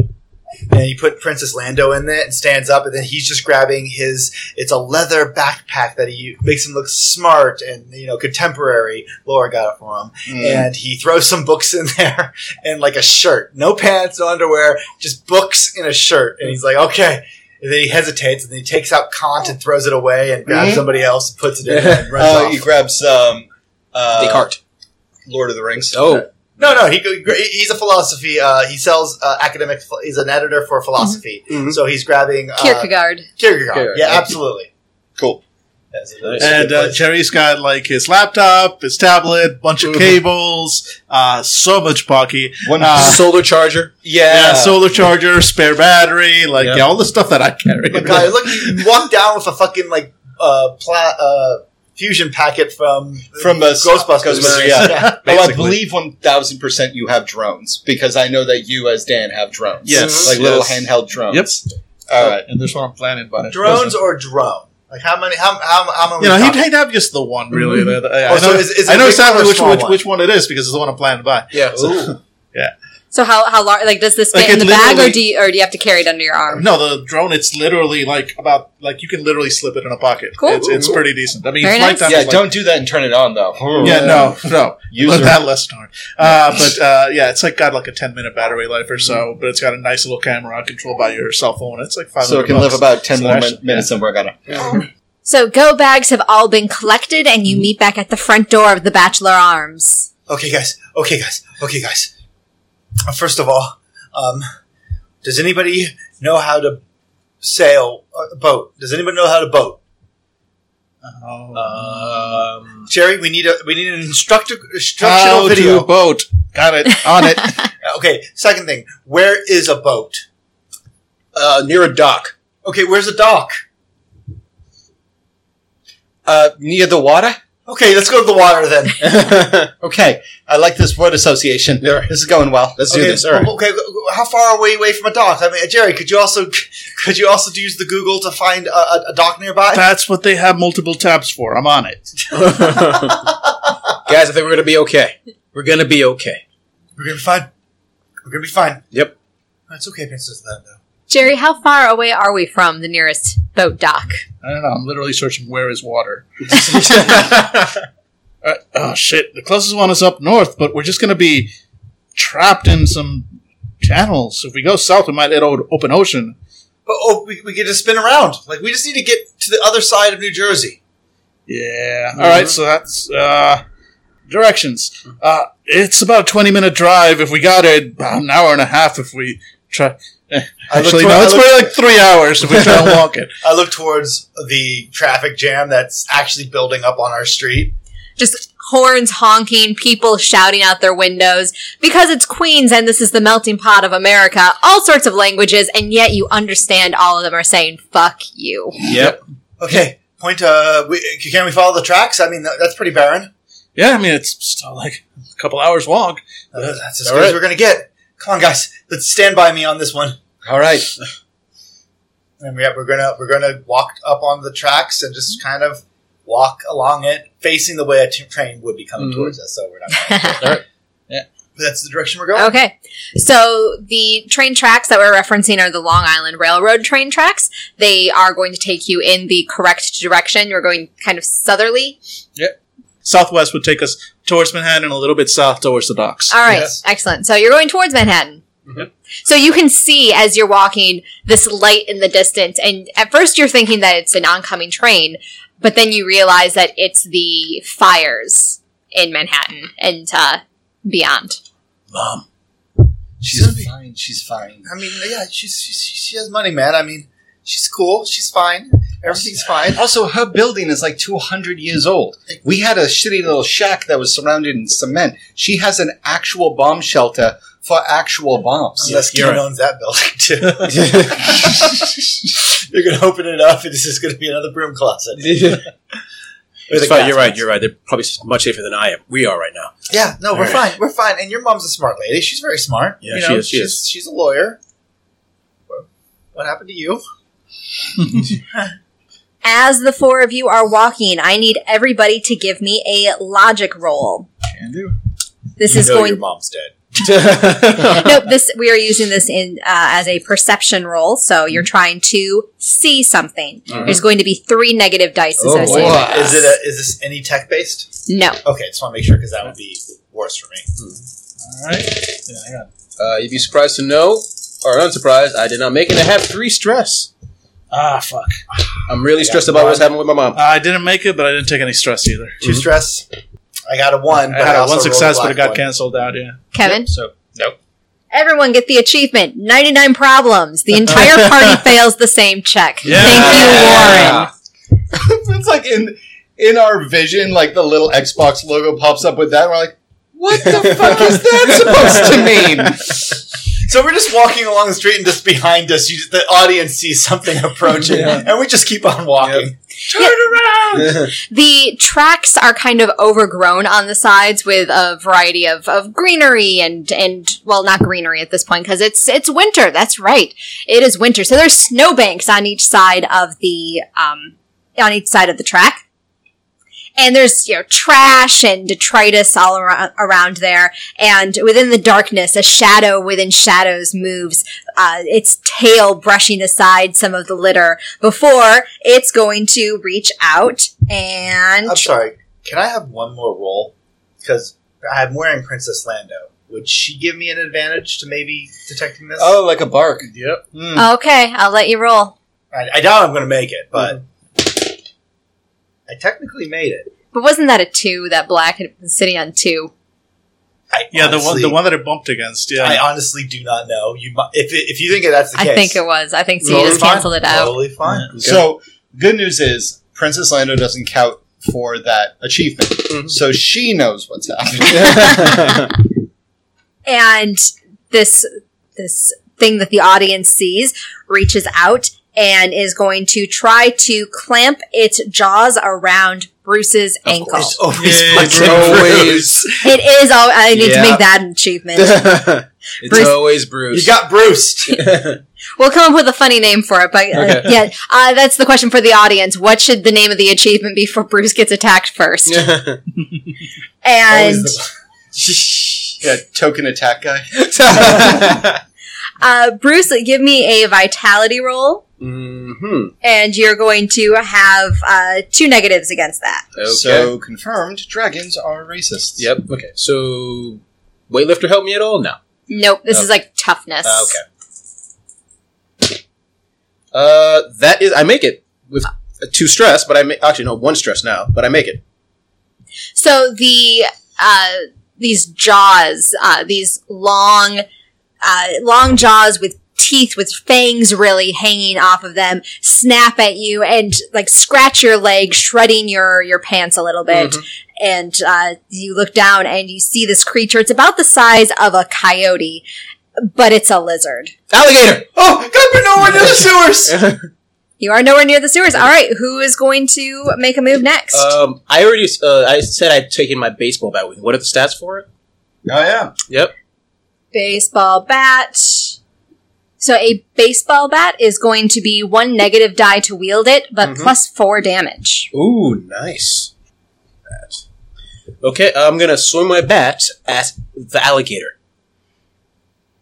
S3: and you put Princess Lando in it and stands up, and then he's just grabbing his. It's a leather backpack that he makes him look smart and you know contemporary. Laura got it for him,
S4: Mm.
S3: and he throws some books in (laughs) there and like a shirt, no pants, no underwear, just books in a shirt, and he's like, okay. And then he hesitates, and then he takes out Kant and throws it away, and grabs
S4: Mhm.
S3: somebody else and puts it in. And runs
S4: Uh,
S3: off.
S4: he grabs um, uh,
S8: Descartes.
S4: Lord of the Rings.
S8: Oh,
S3: No, no, he, he's a philosophy. Uh, he sells uh, academic. ph- He's an editor for philosophy,
S4: Mm-hmm.
S8: Mhm.
S3: so he's grabbing uh,
S2: Kierkegaard.
S3: Kierkegaard.
S8: Kierkegaard.
S3: Yeah, absolutely.
S4: Cool.
S3: That's a-
S8: Nice.
S3: that's a
S5: And
S3: good
S5: uh,
S3: place.
S5: Jerry's got like his laptop, his tablet, bunch of
S8: Mhm.
S5: cables, uh, so much Bucky.
S4: One.
S5: Uh,
S8: solar charger.
S5: Yeah,
S4: yeah.
S5: solar charger, spare battery, like
S8: Yeah.
S5: yeah, all the stuff that I carry.
S3: Look,
S5: (laughs)
S3: guy, look, he walked down with a fucking like uh, pla- uh, fusion packet from
S4: From, uh,
S3: Ghostbusters.
S4: Ghostbusters,
S3: (laughs)
S4: yeah. Oh, I
S5: basically.
S4: believe one thousand percent you have drones because I know that you, as Dan, have drones.
S5: Yes,
S4: like little
S5: yes.
S4: handheld drones.
S5: Yep.
S4: All
S3: Oh,
S4: right.
S5: and there's one I'm planning, but
S3: drones or drone? Like how many? How how how many?
S5: You know,
S3: we
S5: he'd,
S3: talking?
S5: he'd have just the one, really. that- I, I
S3: Oh, so
S5: know,
S3: is- is it
S5: I
S3: a
S5: know
S3: big
S5: exactly
S3: one or
S5: which,
S3: small
S5: which,
S3: one?
S5: which one it is because it's the one I'm planning to buy.
S8: Yeah.
S3: Ooh.
S2: So how how large? Like, does this fit
S5: Like,
S2: in
S5: it
S2: the bag, or
S5: literally-
S2: do you, or do you have to carry it under your arm?
S5: No, the drone, it's literally like about, like you can literally slip it in a pocket.
S2: Cool.
S5: It's, it's pretty decent. I mean,
S2: Very
S5: flight
S2: nice.
S5: time
S4: Yeah,
S5: is like-
S4: don't do that and turn it on though.
S5: Yeah, no, no.
S4: User.
S5: But that less darn. Uh, but uh, yeah, it's like got like a 10 minute battery life or so, but it's got a nice little camera controlled by your cell phone. It's like 500
S4: So it can
S5: bucks.
S4: live about ten
S5: So
S4: more
S5: actually-
S4: min- minutes than we're gonna.
S2: So go bags have all been collected, and you meet back at the front door of the Bachelor Arms.
S3: (laughs) Okay, guys. Okay, guys. Okay, guys. Uh, First of all, um, does anybody know how to sail a boat? Does anybody know how to boat?
S5: Oh.
S8: Um,
S3: Jerry, we need a we need an instructor instructional
S5: How
S3: video.
S5: to boat. Got it. On it.
S3: Okay. Second thing, where is a boat?
S8: uh, near a dock.
S3: Okay, where's a dock?
S4: Uh, near the water.
S3: Okay, let's go to the water then.
S4: (laughs) okay, I like this word association. This is going well. Let's
S3: okay,
S4: do this. All right.
S3: okay, how far away away from a dock? I mean, Jerry, could you also (laughs) could you also use the Google to find a, a, a dock nearby?
S5: That's what they have multiple tabs for. I'm on it.
S8: Guys, I think we're gonna be okay. We're gonna be okay.
S3: We're gonna be fine. We're gonna be fine.
S8: Yep.
S3: That's okay, Princess Lando.
S2: Jerry, how far away are we from the nearest boat dock?
S5: I don't know. I'm literally searching where
S4: (laughs)
S5: is water. (laughs) Uh, oh shit! The closest one is up north, but we're just gonna be trapped in some channels. If we go south, we might hit o- open ocean.
S3: But oh, we, we get to spin around. Like we just need to get to the other side of New Jersey.
S5: Yeah. All
S3: Uh-huh.
S5: right. So that's uh, directions. Uh, it's about a twenty-minute drive if we got it. About an hour and a half if we try. eh,
S3: (laughs) I looked
S5: Actually,
S3: for-
S5: no.
S3: I
S5: It's
S3: looked-
S5: probably like three hours if we try to
S3: (laughs)
S5: walk it.
S3: I look towards the traffic jam that's actually building up on our street.
S2: Just horns honking, people shouting out their windows because it's Queens and this is the melting pot of America. All sorts of languages, and yet you understand all of them are saying "fuck you." (laughs)
S5: Yep.
S3: Okay, point. Uh, we, can we follow the tracks? I mean, that, that's pretty barren.
S5: Yeah. I mean, it's still like a couple hours walk.
S3: Uh, that's as
S5: All
S3: good as
S5: right.
S3: we're gonna get. Come on, guys, let's stand by me on this one.
S4: All right.
S3: And yeah, we're gonna we're gonna walk up on the tracks and just kind of walk along it, facing the way a t- train would be coming
S8: Mm-hmm.
S5: Mhm.
S3: towards us. So we're not. But that's the direction we're going.
S2: Okay. So the train tracks that we're referencing are the Long Island Railroad train tracks. They are going to take you in the correct direction. You're going kind of southerly.
S5: Southwest would take us towards Manhattan and a little bit south towards the docks.
S2: All right.
S3: Yes.
S2: Excellent. So you're going towards Manhattan.
S8: Mm-hmm.
S2: So you can see as you're walking this light in the distance. And at first you're thinking that it's an oncoming train, but then you realize that it's the fires in Manhattan and uh, beyond.
S4: Mom. She's fine. She's fine.
S3: I mean, yeah, she's, she's she has money, man. I mean, she's cool. She's fine. Everything's fine.
S4: Also, her building is like 200 years old. We had a shitty little shack that was surrounded in cement. She has an actual bomb shelter for actual bombs.
S3: Unless Ken
S8: you're right.
S3: owns that building
S8: (laughs)
S3: too. you're gonna open it up, and this is gonna be another broom closet.
S8: It's
S3: the
S8: fine.
S3: gas
S8: You're right.
S3: mask.
S8: You're right. They're probably much safer than I am. We are right now.
S3: Yeah, no, we're
S8: All right.
S3: fine. We're fine. And your mom's a smart lady. She's very smart.
S8: Yeah,
S3: you
S8: she
S3: know,
S8: is, she
S3: she's,
S8: is.
S3: She's a lawyer. What happened to you?
S6: As the four of you are walking, I need everybody to give me a logic roll.
S4: Can do.
S6: This
S8: you
S6: is
S8: know
S6: going
S8: your mom's dead.
S2: nope. This we are using this in uh, as a perception roll. So you're trying to see something. There's going to be three negative dice
S7: Oh,
S2: associated.
S7: boy.
S2: with
S3: Is it? A, is this any tech based?
S2: no.
S3: Okay, just want to make sure because that would be worse for me.
S5: All right. Yeah, I got it.
S8: Uh, you'd be surprised to know, or unsurprised, I did not make it. I have three stress.
S5: Ah, fuck.
S8: I'm really stressed about what's happening with my mom.
S5: I didn't make it, but I didn't take any stress either.
S3: 2
S8: Mm-hmm.
S3: stress. I got a one.
S5: I
S3: but
S5: had
S3: also
S5: a one
S3: rolled a
S5: success,
S3: black
S5: but it got
S3: one.
S5: canceled out. Yeah.
S2: Kevin,
S8: So no.
S2: everyone get the achievement. Ninety nine problems. The entire party fails the same check.
S5: Yeah.
S2: Thank you, Warren.
S8: Ah,
S4: it's like in in our vision, like the little Xbox logo pops up with that. And we're like, what the fuck is that supposed to mean?
S3: So we're just walking along the street, and just behind us, you, the audience sees something (laughs) approaching, and we just keep on walking.
S2: The tracks are kind of overgrown on the sides with a variety of, of greenery and and well, not greenery at this point because it's it's winter. That's right, it is winter. So there's snowbanks on each side of the um on each side of the track, and there's you know trash and detritus all around, around there. And within the darkness, a shadow within shadows moves, uh, its tail brushing aside some of the litter before it's going to reach out and
S3: I'm sorry. Can I have one more roll? Because I'm wearing Princess Lando. Would she give me an advantage to maybe detecting this? Hmm.
S8: Oh, like a bark.
S5: Yep.
S2: okay, I'll let you roll.
S3: I, I doubt I'm going to make it, but I technically made it.
S2: But wasn't that a two? That black had been sitting on two.
S3: Oh, I
S5: Yeah,
S3: honestly-
S5: the one the one that it bumped against. Yeah.
S3: I honestly do not know. You, mu- if if you think that's the
S2: I
S3: case,
S2: think it was. I think so. You
S3: Totally
S2: just
S3: fine.
S2: canceled it out.
S3: Totally fine.
S4: So, good news is Princess Lando doesn't count for that achievement, so she knows what's happening.
S2: and this this thing that the audience sees reaches out and is going to try to clamp its jaws around Bruce's ankle.
S3: It's always
S5: Yay,
S3: fucking (laughs)
S8: Always.
S2: (laughs) It is all I need
S8: Yeah.
S2: to make that an achievement.
S8: (laughs) it's
S2: Bruce-
S8: always
S3: Bruce. You
S8: (laughs) Bruce.
S3: got bruised.
S2: we'll come up with a funny name for it, but uh,
S8: Okay.
S2: yeah, uh, that's the question for the audience. What should the name of the achievement be for Bruce gets attacked first? (laughs) And
S4: (laughs) yeah, token attack guy.
S2: uh, Bruce, give me a vitality roll,
S8: hmm
S2: and you're going to have uh, two negatives against that.
S8: Okay.
S4: So confirmed, dragons are racist.
S8: yep. Okay. So weightlifter help me at all? No.
S2: Nope, this is like toughness.
S8: Uh, okay. Uh, that is. I make it with uh, two stress, but I ma- actually no one stress now, but I make it.
S2: So the uh, these jaws, uh, these long, uh, long jaws with teeth with fangs really hanging off of them, snap at you and like scratch your leg, shredding your your pants a little bit. And uh, you look down and you see this creature. It's about the size of a coyote, but it's a lizard.
S8: Alligator.
S3: oh, God, we're nowhere near the sewers.
S2: You are nowhere near the sewers. All right, who is going to make a move next?
S8: Um, I already. Uh, I said I'd taken my baseball bat with. me. What are the stats for it?
S4: Oh yeah.
S8: Yep.
S2: baseball bat. So a baseball bat is going to be one negative die to wield it, but
S8: Mm-hmm.
S2: plus four damage.
S8: Ooh, nice. Bat. Okay, I'm gonna swing my bat at the alligator.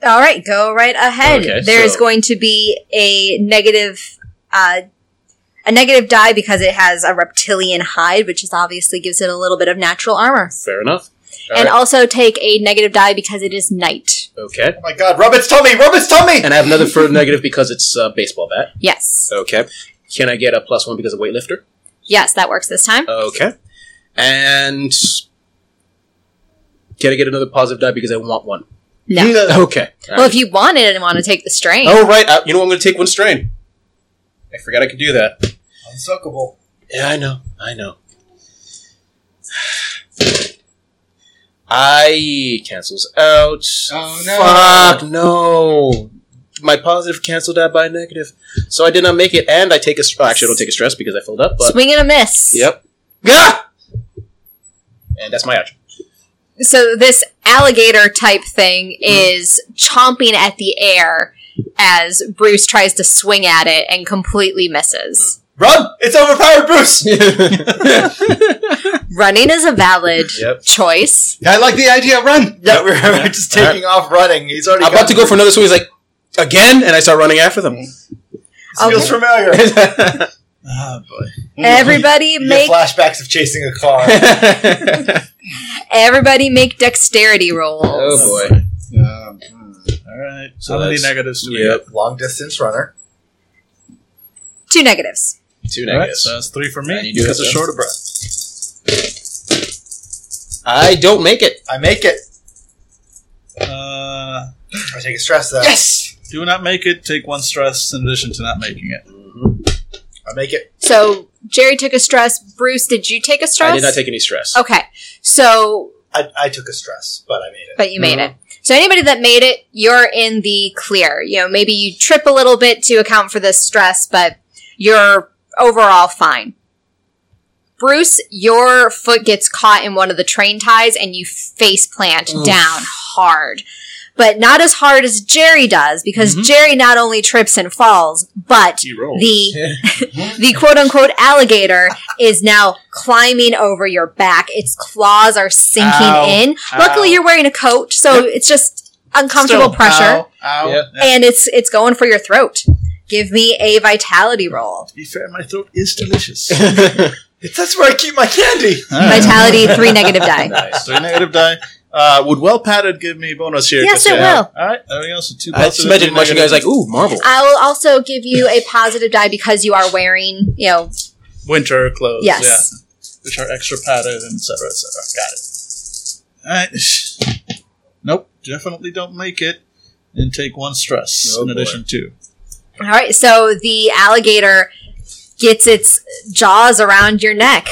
S2: All right, go right ahead.
S8: Okay,
S2: There's
S8: so-
S2: going to be a negative, uh, a negative die because it has a reptilian hide, which is obviously gives it a little bit of natural armor,
S8: Fair enough. All
S2: and
S8: right.
S2: also take a negative die because it is night.
S8: Okay.
S3: Oh my God, rub its tummy, rub its tummy.
S8: And I have another further negative because it's uh, baseball bat.
S2: Yes,
S8: Okay. Can I get a plus one because of weightlifter?
S2: yes, that works this time.
S8: Okay. And can I get another positive die because I want one?
S2: No.
S8: (laughs) Okay. All
S2: Well,
S8: right.
S2: if you wanted and want to take the strain,
S8: oh right. Uh, you know what? I'm going to take one strain. I forgot I could do that.
S3: Unsuckable.
S8: Yeah, I know. I know. I cancels out.
S4: Oh, no.
S8: Fuck no. My positive canceled out by negative, so I did not make it, and I take a. St- actually, I don't take a stress because I filled up. But
S2: swing and a miss.
S8: Yep. Gah! And that's my action.
S2: so this alligator type thing
S8: Hmm.
S2: is chomping at the air as Bruce tries to swing at it and completely misses.
S3: Run! It's overpowered, Bruce.
S8: (laughs)
S2: Running is a valid
S3: Yep.
S2: choice.
S4: (laughs) I like the idea. Run. (laughs)
S3: Yeah, we're, we're just taking off running. He's already.
S8: I'm
S3: got-
S8: about to go for another swing. He's like, again? And I start running after
S4: (laughs)
S8: them. (laughs)
S3: This feels familiar.
S5: Ah,
S3: oh boy.
S8: Hmm.
S2: Everybody
S3: You
S2: make
S3: get flashbacks of chasing a
S8: (laughs)
S3: car.
S2: everybody make dexterity rolls.
S8: oh boy.
S4: Um,
S5: All right.
S8: So
S5: How many
S8: that's-
S5: negatives do we
S8: Yep.
S3: hmm. Long distance runner.
S2: Two negatives.
S8: Two
S5: get? All right.
S8: negatives.
S5: So that's three for
S8: And
S5: me.
S8: you do
S5: Because of
S8: have to-
S5: short of breath.
S8: I don't make it.
S3: I make it.
S5: Uh,
S3: I take a stress though.
S8: Yes!
S5: do not make it. Take one stress in addition to not making it.
S3: I make it.
S2: So Jerry took a stress. Bruce, did you take a stress?
S8: I did not take any stress.
S2: Okay. So
S3: I, I took a stress, but I made it.
S2: but you made it. So anybody that made it, you're in the clear. You know, maybe you trip a little bit to account for this stress, but you're overall fine. Bruce, your foot gets caught in one of the train ties and you face plant down hard. But not as hard as Jerry does, because Jerry not only trips and falls, but
S5: You roll.
S2: the
S5: Oh,
S2: (laughs) the quote unquote alligator is now climbing over your back. Its claws are sinking
S5: Ow.
S2: in. Luckily,
S5: Ow.
S2: you're wearing a coat, so it's just uncomfortable
S5: Still,
S2: pressure,
S5: Ow. ow.
S8: Yeah.
S5: Yeah.
S2: and it's it's going for your throat. Give me a vitality roll.
S5: To be fair, my throat is delicious.
S3: It's, (laughs) that's where I keep my candy.
S2: Vitality three negative die.
S5: Uh. (laughs) nice. Three negative die. Uh, would well padded give me bonus here?
S2: Yes,
S5: 'Cause
S2: it
S5: I have-
S2: will.
S5: All right. There we go. So two
S8: I just
S5: positive,
S8: imagine
S5: three
S8: watching guys
S5: negative.
S8: like, ooh, Marvel.
S2: I will also give you a positive die because you are wearing, you know,
S5: winter clothes.
S2: Yes.
S5: Yeah, which are extra padded, and et cetera, et cetera. Got it. All right. Nope. Definitely don't make it. And take one stress
S8: Oh,
S5: in
S8: boy.
S5: addition to.
S2: all right. So the alligator gets its jaws around your neck,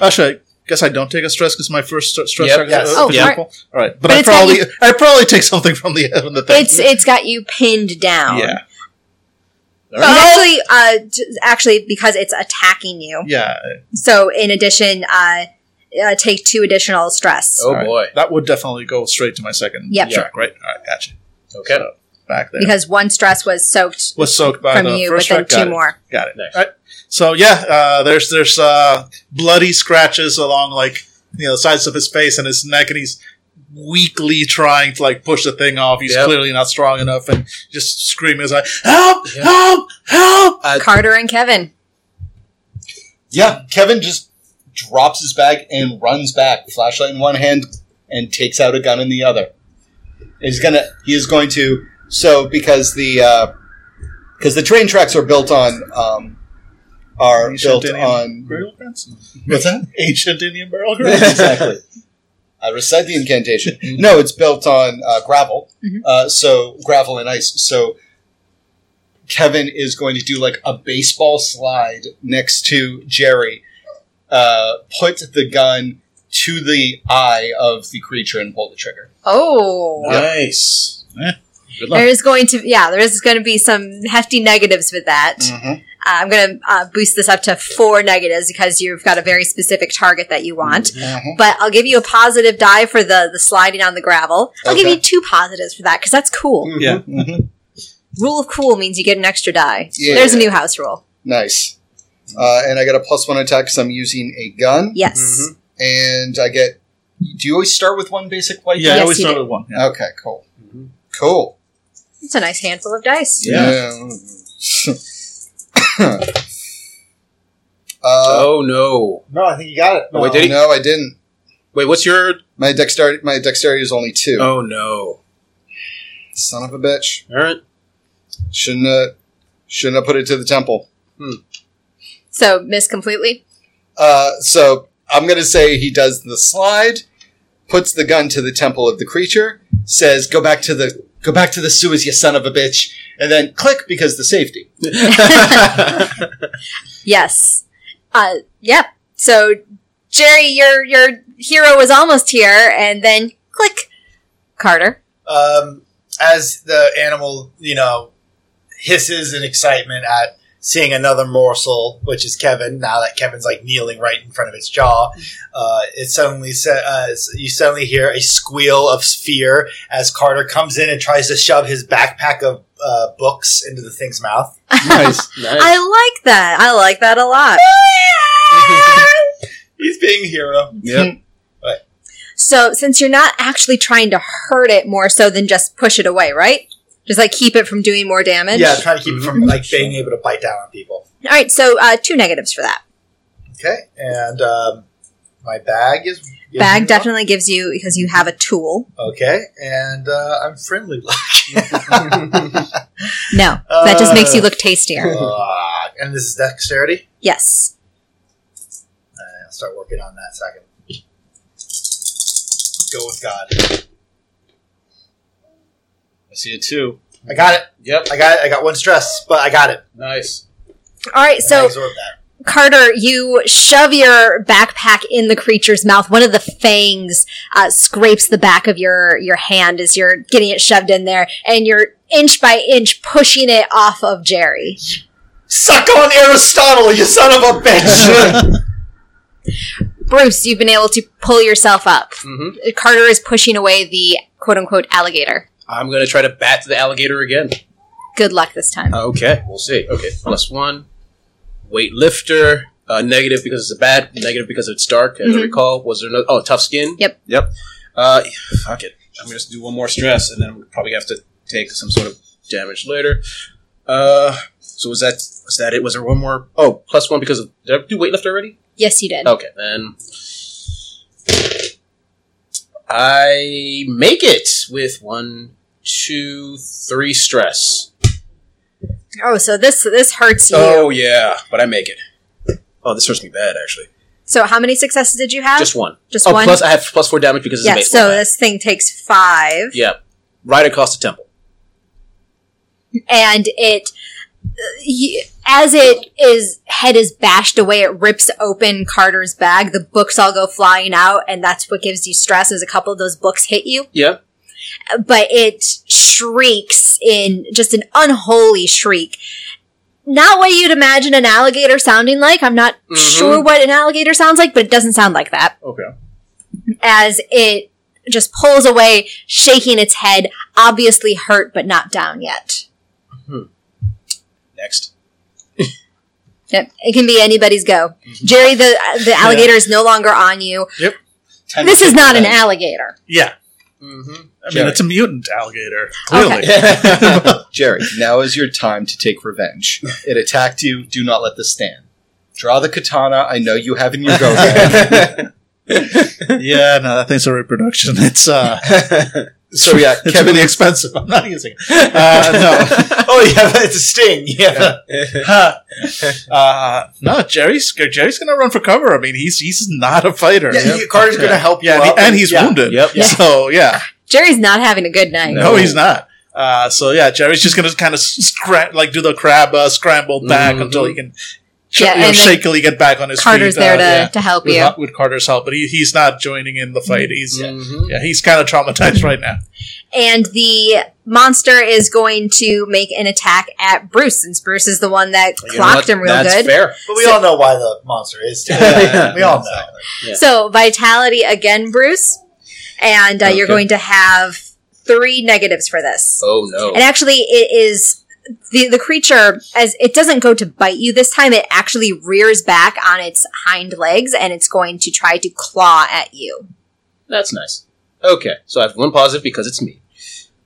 S5: Actually, I guess I don't take a stress because my first st- stress.
S8: Yep.
S5: check is-
S3: Yes.
S5: uh,
S2: Oh,
S5: for
S2: yeah.
S5: example. All right, but,
S2: But
S5: I
S2: it's got
S5: probably I probably take something from the from the thing.
S2: it's it's got you pinned down.
S5: yeah,
S2: And actually, uh, t- actually, because it's attacking you.
S5: yeah.
S2: So in addition, uh, uh, take two additional stress.
S8: Oh
S5: All right.
S8: boy.
S5: That would definitely go straight to my second
S2: Yep.
S5: track, right? All right, gotcha.
S8: Okay.
S5: Back there
S2: because one stress was soaked
S5: was soaked by
S2: from
S5: the
S2: you, but
S5: first
S2: then
S5: track.
S2: two
S5: Got it.
S2: more.
S5: Got it.
S8: Nice.
S5: All right. So yeah, uh, there's there's uh, bloody scratches along like you know the sides of his face and his neck, and he's weakly trying to like push the thing off. He's
S8: Yep.
S5: clearly not strong enough, and just screaming his like, "Help! Help! Help!"
S8: Uh,
S2: Carter and Kevin.
S4: yeah, Kevin just drops his bag and runs back, flashlight in one hand, and takes out a gun in the other. He's gonna. He is going to. So because the because the train tracks are built on um, are
S5: Ancient
S4: built
S5: Indian
S4: on
S5: burial grounds.
S4: what's that?
S5: Ancient Indian burial grounds.
S4: exactly. I recite the uh, incantation. No, it's built on uh, gravel, uh, so gravel and ice. So Kevin is going to do like a baseball slide next to Jerry, uh, put the gun to the eye of the creature, and pull the trigger.
S2: Oh,
S8: Nice.
S5: Good luck.
S2: there is going to yeah, there is going to be some hefty negatives with that.
S5: Mm.
S4: Mhm.
S2: Uh, I'm going to uh, boost this up to four negatives because you've got a very specific target that you want.
S5: Mm-hmm.
S4: Mhm.
S2: But I'll give you a positive die for the the sliding on the gravel. I'll give
S4: Okay.
S2: you two positives for that because that's cool.
S5: Yeah.
S4: Mhm.
S2: Rule of cool means you get an extra die.
S4: Yeah.
S2: There's a new house rule.
S4: Nice. Uh, and I got a plus one attack because I'm using a gun,
S2: Yes.
S4: Mm-hmm. and I get. Do you always start with one basic white?
S5: Yeah,
S2: Yes,
S5: I always
S2: you
S5: start
S2: do.
S5: with one. Yeah.
S4: Okay. Cool. Cool.
S2: It's a nice handful of dice.
S4: Yeah. (laughs) uh,
S8: oh no.
S3: No, I think you got it.
S8: Oh, wait, did he?
S4: no, I didn't.
S8: Wait, what's your?
S4: My dexterity, my dexterity is only two.
S8: Oh no.
S4: Son of a bitch!
S8: All (laughs) right.
S4: Shouldn't have, shouldn't have put it to the temple.
S2: So miss completely.
S4: Uh, so I'm gonna say he does the slide, puts the gun to the temple of the creature, says, "Go back to the go back to the sewers, you son of a bitch," and then click because the safety.
S8: (laughs)
S2: Yes. Uh, yeah. So, Jerry, your your hero is almost here, and then click. Carter.
S3: um, as the animal, you know, hisses in excitement at seeing another morsel, which is Kevin. Now that Kevin's like kneeling right in front of his jaw, uh, it suddenly sa- uh, you suddenly hear a squeal of fear as Carter comes in and tries to shove his backpack of uh, books into the thing's mouth.
S4: Nice.
S2: I like that. I like that a lot.
S3: He's being a hero.
S4: Yep.
S2: So, since you're not actually trying to hurt it more so than just push it away, right? Just like keep it from doing more damage.
S3: Yeah, trying to keep him from like being able to bite down on people.
S2: All right. So, uh, two negatives for that.
S3: Okay, and um, my bag is is
S2: Bag
S3: moved
S2: definitely gives you because you have a tool.
S3: up. Okay, and uh, I'm friendly luck.
S2: No, that just makes
S4: Uh.
S2: you look tastier.
S3: Fuck. Uh, and this is dexterity.
S2: Yes.
S3: Alright, I'll start working on that second. Go with God.
S7: I see it too.
S3: I got it.
S7: Yep.
S3: I got it. I got one stress, but I got it.
S7: Nice.
S2: All right.
S3: And
S2: So,
S3: I absorbed that.
S2: Carter, you shove your backpack in the creature's mouth. One of the fangs uh, scrapes the back of your your hand as you're getting it shoved in there, and you're inch by inch pushing it off of Jerry.
S3: Suck on Aristotle, you son of a bitch!
S2: Bruce, you've been able to pull yourself up.
S8: Mm-hmm.
S2: Carter is pushing away the quote unquote alligator.
S8: I'm going to try to bat the alligator again.
S2: Good luck this time.
S8: Uh, Okay, we'll see. Okay, plus one. Weightlifter. Uh, negative because it's a bat. Negative because it's dark. As I recall, was there no? Oh, tough skin.
S2: Yep.
S8: Yep. Uh, fuck it. I'm gonna just do one more stress, and then I'm probably gonna have to take some sort of damage later. Uh, so was that was that it? Was there one more? Oh, plus one because of, did I do weightlifter already?
S2: Yes, you did.
S8: Okay, then I make it with one, two, three stress.
S2: Oh, so this this hurts you.
S8: Oh yeah, but I make it. Oh, this hurts me bad actually.
S2: So how many successes did you have?
S8: Just one.
S2: Uh, Just
S8: Oh,
S2: one.
S8: plus I have plus four damage because it's a
S2: yeah.
S8: baseball
S2: So
S8: bat.
S2: this thing takes five.
S8: yeah, right across the temple.
S2: and it uh, y- as it is head is bashed away it rips open carter's bag the books all go flying out and that's what gives you stress is a couple of those books hit you
S8: Yeah,
S2: but it shrieks in just an unholy shriek not what you'd imagine an alligator sounding like i'm not
S8: Mhm.
S2: sure what an alligator sounds like but it doesn't sound like that
S8: Okay.
S2: as it just pulls away shaking its head obviously hurt but not down yet
S8: Hmm. next.
S2: Yep. It can be anybody's go.
S8: Mm-hmm.
S2: Jerry, the the alligator is no longer on you. This is not an alligator.
S5: (laughs) Yeah.
S8: Mm-hmm.
S5: I
S4: Jerry.
S5: mean, it's a mutant alligator.
S2: Okay.
S5: Clearly.
S4: Jerry, (laughs) now is your time to take (laughs) revenge. It attacked you. Do not let this stand. Draw the katana I know you have in your
S8: (laughs)
S4: go
S5: yeah, no, that thing's a reproduction. (laughs) It's uh,
S4: So, (laughs) yeah,
S5: it's
S4: Kevin,
S5: really expensive. I'm not using it. (laughs) Uh,
S3: oh yeah, it's a sting. Yeah,
S5: no, Huh. uh, no. Jerry's Jerry's gonna run for cover. I mean, he's he's not a fighter.
S3: yeah. he- Carter's gonna help you,
S5: Yeah, and,
S3: up
S5: he- and he's
S3: yeah.
S5: wounded.
S8: Yep.
S2: Yeah.
S5: So yeah,
S2: Jerry's not having a good night.
S5: (laughs) no, he's not. Uh, so yeah, Jerry's just gonna kind of scra- like do the crab uh, scramble back
S8: Mhm.
S5: until he can sh-
S2: Yeah,
S5: you know,
S2: and then
S5: shakily get back on his
S2: Carter's
S5: feet.
S2: there
S5: uh,
S2: to,
S5: yeah,
S2: to help
S5: with,
S2: you. Mm-hmm.
S5: with Carter's help, but he, he's not joining in the fight. He's
S8: Mhm.
S5: yeah, he's kind of traumatized right now.
S2: And the monster is going to make an attack at Bruce, since Bruce is the one that
S8: You know
S2: clocked
S8: what?
S2: him real
S8: That's
S2: good.
S8: fair.
S3: but we all know why the monster is. too.
S8: Yeah.
S3: we all know.
S8: Yeah.
S2: So vitality again, Bruce, and uh, you're
S8: Okay.
S2: going to have three negatives for this.
S8: Oh no.
S2: And actually, it is the the creature as it doesn't go to bite you this time. It actually rears back on its hind legs and it's going to try to claw at you.
S8: That's nice. Okay, so I have one positive because it's me.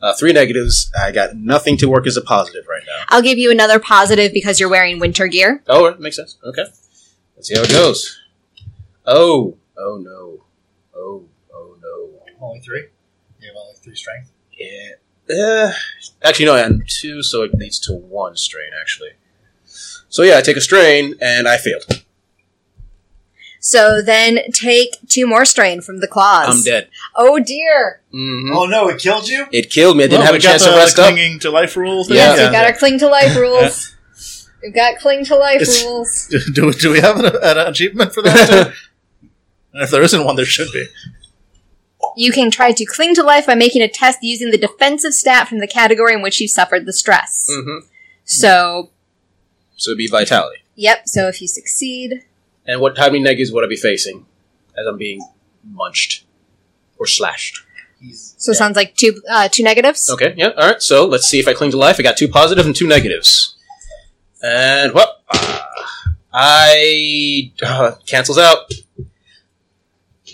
S8: Uh, three negatives. I got nothing to work as a positive right now.
S2: I'll give you another positive because you're wearing winter gear.
S8: Oh, that makes sense. Okay. Let's see how it goes. Oh, oh no. Oh, oh no.
S3: Only three. You have only three strength.
S8: Yeah. Uh, actually, no, and two, so it leads to one strain, actually. So yeah, I take a strain, and I failed.
S2: So then take two more strain from the claws.
S8: I'm dead.
S2: Oh dear.
S8: hmm
S3: Oh no, it killed you.
S8: It killed me. I didn't
S5: Well,
S8: have
S5: we
S8: a
S5: got
S8: chance
S5: the,
S8: to rest
S5: the
S8: up.
S5: clinging to life rule. Thing?
S2: Yes,
S8: Yeah.
S2: we've got our cling to
S8: (laughs)
S2: life rules. we've got cling to life
S5: It's-
S2: rules.
S5: (laughs) do, do we have an, an achievement for that? too?
S8: (laughs)
S5: and if there isn't one, there should be.
S2: You can try to cling to life by making a test using the defensive stat from the category in which you suffered the stress.
S8: hmm
S2: So
S8: So it'd be vitality.
S2: Yep. So if you succeed,
S8: And what how many negatives would I be facing as I'm being munched or slashed.
S2: So it sounds like two uh, two negatives.
S8: Okay, yeah, all right. So let's see if I cling to life. I got two positive and two negatives, and well, uh, I uh, cancels out.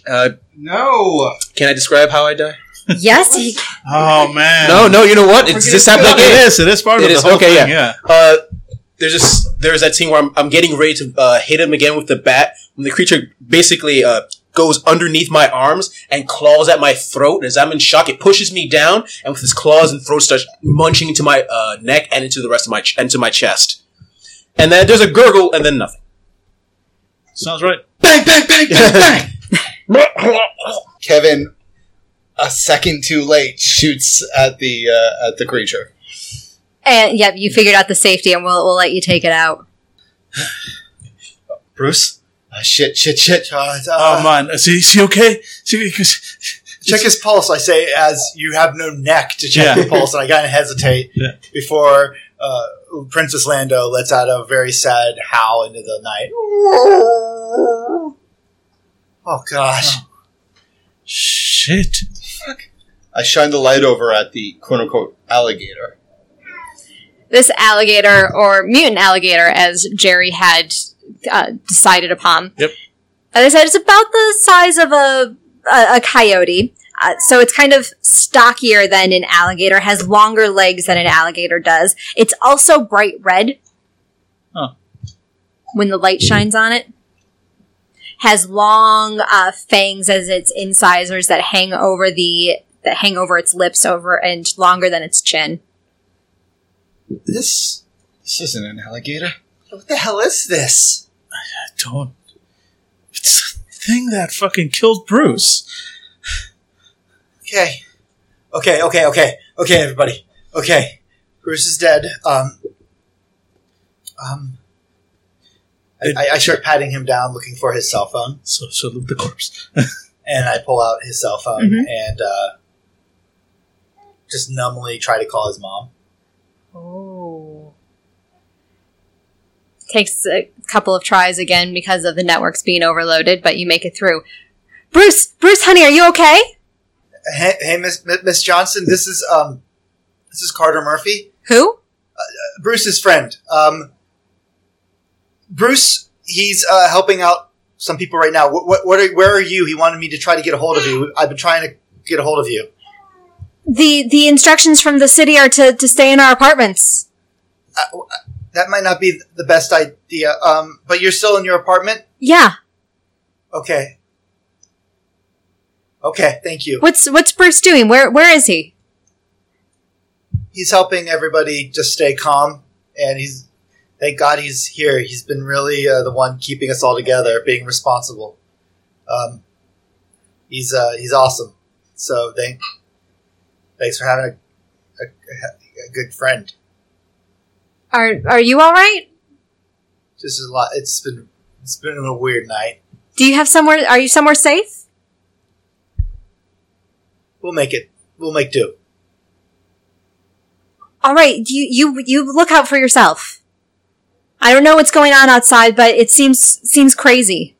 S8: Uh,
S4: No.
S8: can I describe how I die?
S6: Yes, he,
S5: Oh man.
S8: No, no. You know what? It's this happened
S5: Look,
S8: again.
S5: it is. It is part
S8: It
S5: of
S8: is,
S5: the whole
S8: okay,
S5: thing.
S8: yeah.
S5: Yeah.
S8: Uh, there's just there's that scene where I'm, I'm getting ready to uh, hit him again with the bat when the creature basically uh, goes underneath my arms and claws at my throat. And as I'm in shock, it pushes me down and with its claws and throat starts munching into my uh, neck and into the rest of my ch- into my chest. And then there's a gurgle and then nothing.
S5: Sounds right.
S4: Bang, bang, bang,
S5: (laughs)
S4: bang, bang. (coughs) Kevin, a second too late, shoots at the uh, at the creature.
S2: (laughs) And yep, you figured out the safety, and we'll we'll let you take it out.
S4: Bruce, uh, shit, shit, shit.
S3: Uh,
S5: Oh man. Is he, is he okay? See,
S3: check his pulse. I say, as you have no neck to check
S5: Yeah.
S3: the pulse, and I kind of hesitate
S5: Yeah.
S3: before uh, Princess Lando lets out a very sad howl into the night. Oh gosh!
S5: shit.
S4: I shine the light over at the quote unquote alligator.
S2: This alligator or mutant alligator, as Jerry had uh, decided upon.
S5: Yep.
S2: As I said, it's about the size of a a, a coyote. Uh, so it's kind of stockier than an alligator, has longer legs than an alligator does. It's also bright red.
S5: Huh.
S2: When the light shines on it. Has long uh, fangs as its incisors that hang over the that hang over its lips over and longer than its chin.
S4: This this isn't an alligator.
S3: What the hell is this?
S5: Don't. It's the thing that fucking killed Bruce.
S3: Okay, okay, okay, okay, okay, everybody. Okay, Bruce is dead. Um, um, I, I, I start patting him down, looking for his cell phone.
S5: So, so look the corpse.
S3: and I pull out his cell phone and uh, just numbly try to call his mom.
S2: Oh. Takes a couple of tries again because of the networks being overloaded, but you make it through. Bruce, Bruce, honey, are you okay?
S3: Hey, hey Miss Mi- Miss Johnson, this is um, this is Carter Murphy,
S2: Who?
S3: Bruce's friend. Um, Bruce, he's uh, helping out some people right now. What, what, what are, where are you? He wanted me to try to get a hold of you. I've been trying to get a hold of you.
S2: The the instructions from the city are to, to stay in our apartments.
S3: That might not be the best idea. Um, but you're still in your apartment.
S2: Yeah.
S3: Okay. Okay, thank you.
S2: What's what's Bruce doing? Where where is he?
S3: he's helping everybody just stay calm and he's thank god he's here he's been really uh, the one keeping us all together being responsible um, he's uh, he's awesome so thank thanks for having a, a, a good friend
S2: Are are you all right?
S3: just a lot it's been it's been a weird night
S2: Do you have somewhere? Are you somewhere safe?
S3: we'll make it we'll make do
S2: All right. You you you look out for yourself. I don't know what's going on outside, but it seems seems crazy.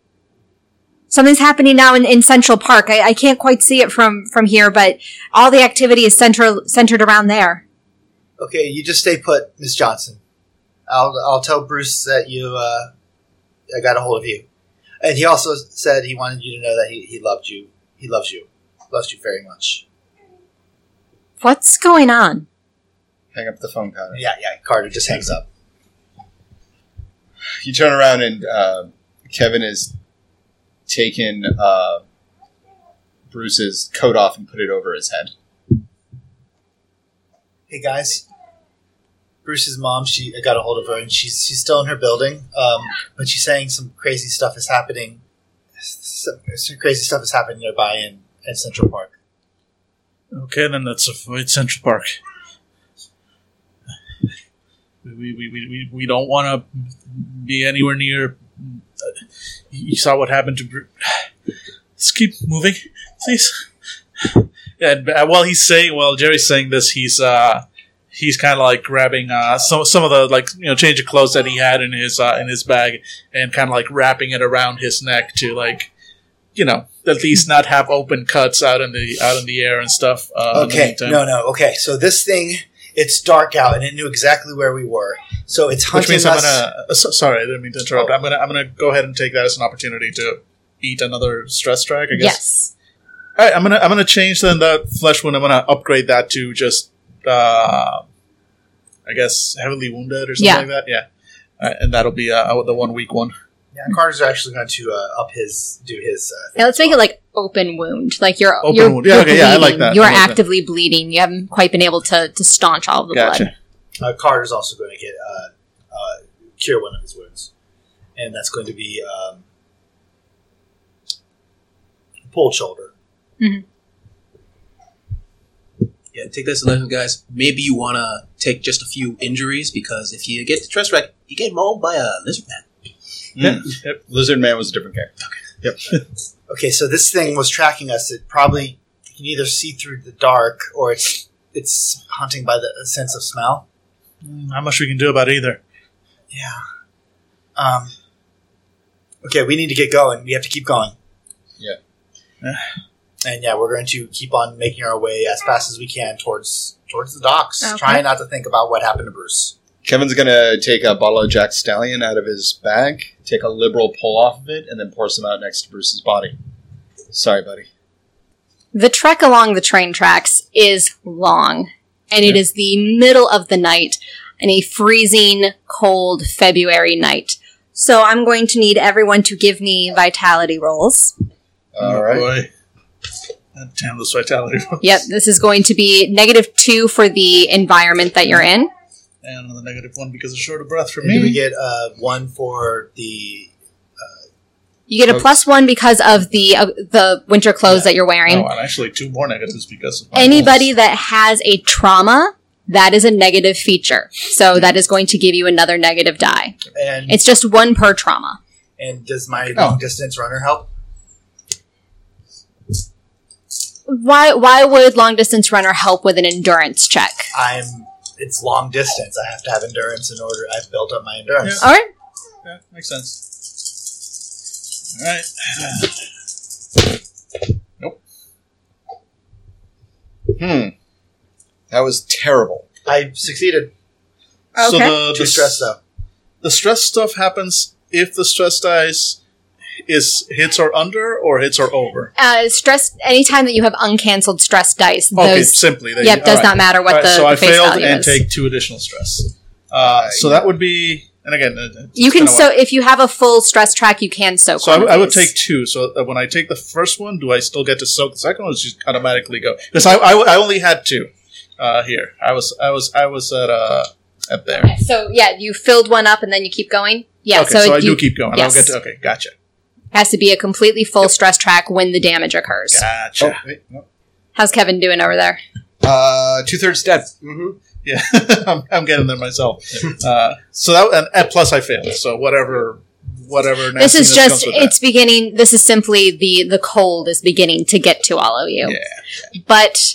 S2: Something's happening now in, in Central Park. I, I can't quite see it from from here, but all the activity is central centered around there.
S3: okay you just stay put miss johnson i'll i'll tell bruce that you uh, i got a hold of you and he also said he wanted you to know that he, he loved you he loves you loves you very much
S2: What's going on?
S4: Hang up the phone, Connor.
S3: yeah yeah carter just hangs up
S4: You turn around and uh, Kevin has taken uh, Bruce's coat off and put it over his head.
S3: hey guys bruce's mom she i got a hold of her and she's she's still in her building um, but she's saying some crazy stuff is happening some, some crazy stuff is happening nearby in, in central park
S5: Okay, then let's avoid Central Park. We, we, we, we, we don't want to be anywhere near. uh, You saw what happened to. Bru- (sighs) Let's keep moving, please. And uh, while he's saying, while Jerry's saying this, he's uh, he's kind of like grabbing uh, some some of the like you know change of clothes that he had in his uh, in his bag and kind of like wrapping it around his neck to like you know at least not have open cuts out in the out in the air and stuff. Uh, in the
S3: Okay,
S5: meantime.
S3: no, no, okay. So this thing, it's dark out, and it knew exactly where we were. So it's
S5: Which
S3: hunting
S5: means
S3: us.
S5: I'm gonna. uh, so- sorry, I didn't mean to
S2: Oh.
S5: interrupt. I'm gonna. I'm gonna go ahead and take that as an opportunity to eat another stress track. I guess.
S2: Yes.
S5: All right, I'm gonna. I'm gonna change then that flesh wound. I'm gonna upgrade that to just. Uh, I guess heavily wounded or something
S2: Yeah.
S5: like that. Yeah. All right, and that'll be uh, the one week one.
S3: yeah, Carter's actually going to uh, up his, do his. Uh,
S2: Now let's make it like open wound. Like you're
S5: Open
S2: you're,
S5: wound. Yeah,
S2: you're
S5: okay, yeah, I like
S2: bleeding.
S5: that.
S2: You're
S5: I like that.
S2: actively bleeding. You haven't quite been able to to staunch all of the
S5: Gotcha.
S2: blood.
S3: uh, Carter's also going to get uh, uh, cure one of his wounds, and that's going to be um, pulled shoulder.
S1: Yeah, take this lesson, guys. Maybe you want to take just a few injuries because if you get the stress rack, you get mauled by a lizard man.
S4: Lizard Man was a different character.
S3: Okay, so this thing was tracking us. It probably can either see through the dark or it's it's hunting by the sense of smell.
S5: Hmm. Not much we can do about it either.
S3: Yeah. Um. Okay, we need to get going. We have to keep going.
S4: Yeah.
S3: (sighs) And yeah, we're going to keep on making our way as fast as we can towards towards the docks, trying not to think about what happened to Bruce.
S4: Kevin's gonna take a bottle of Jack Stallion out of his bag, take a liberal pull off of it, and then pour some out next to Bruce's body. Sorry, buddy.
S2: The trek along the train tracks is long, and it is the middle of the night and a freezing cold February night.
S6: So I'm going to need everyone to give me vitality rolls.
S4: All right.
S5: Oh, Boy. That damn those vitality. rolls.
S2: Yep, this is going to be negative two for the environment that you're in.
S5: (laughs) And another negative one because it's short of breath for
S3: And do we
S5: me.
S3: get uh, one for the?
S2: You get a
S4: Okay.
S2: plus one because of the uh, the winter clothes that you're wearing.
S5: Oh, and actually two more negatives because of my
S2: Anybody that has a trauma, that is a negative feature. So that is going to give you another negative die.
S3: And
S2: It's just one per trauma.
S3: and does my
S5: Oh.
S3: long distance runner help?
S2: Why why would long distance runner help with an endurance check?
S3: I'm. It's long distance. I have to have endurance in order. I've built up my endurance.
S2: All right.
S5: goals. Yeah, makes sense. All right.
S4: Hmm. That was terrible.
S3: I succeeded.
S5: So
S6: Okay.
S5: the,
S3: Too
S5: the
S3: stressed
S5: stress
S3: though.
S5: the stress stuff happens if the stress dice is hits or under or hits or over.
S2: Uh, stress anytime that you have uncancelled stress dice,
S5: Okay,
S2: those
S5: simply. There you
S2: yep,
S5: go.
S2: does
S5: All right.
S2: not matter what
S5: All right,
S2: the,
S5: so I
S2: the face
S5: failed
S2: value
S5: and
S2: is.
S5: take two additional stress. Uh, so that would be, and again, it- it's
S2: you can
S5: been a
S2: so
S5: while.
S2: if you have a full stress track, you can soak.
S5: So I,
S2: one
S5: w-
S2: of
S5: I would
S2: these.
S5: take two. So that when I take the first one, do I still get to soak the second one, or does it just automatically go? Because I, I, I only had two uh, here. I was I was I was at uh at there.
S2: Okay, So yeah, you filled one up and then you keep going. Yeah,
S5: okay,
S2: so,
S5: so, I
S2: you
S5: do keep going.
S2: yes.
S5: I'll get to okay. Gotcha.
S2: has to be a completely full stress track when the damage occurs.
S5: Gotcha.
S4: Oh, wait, no.
S2: How's Kevin doing over there?
S4: Uh, two thirds dead.
S5: Yeah, (laughs) I'm, I'm getting there myself. Uh, so that and, and plus I failed. So whatever, whatever.
S2: this is
S5: nastiness
S2: just
S5: comes with
S2: it's beginning this is simply the the cold is beginning to get to all of you but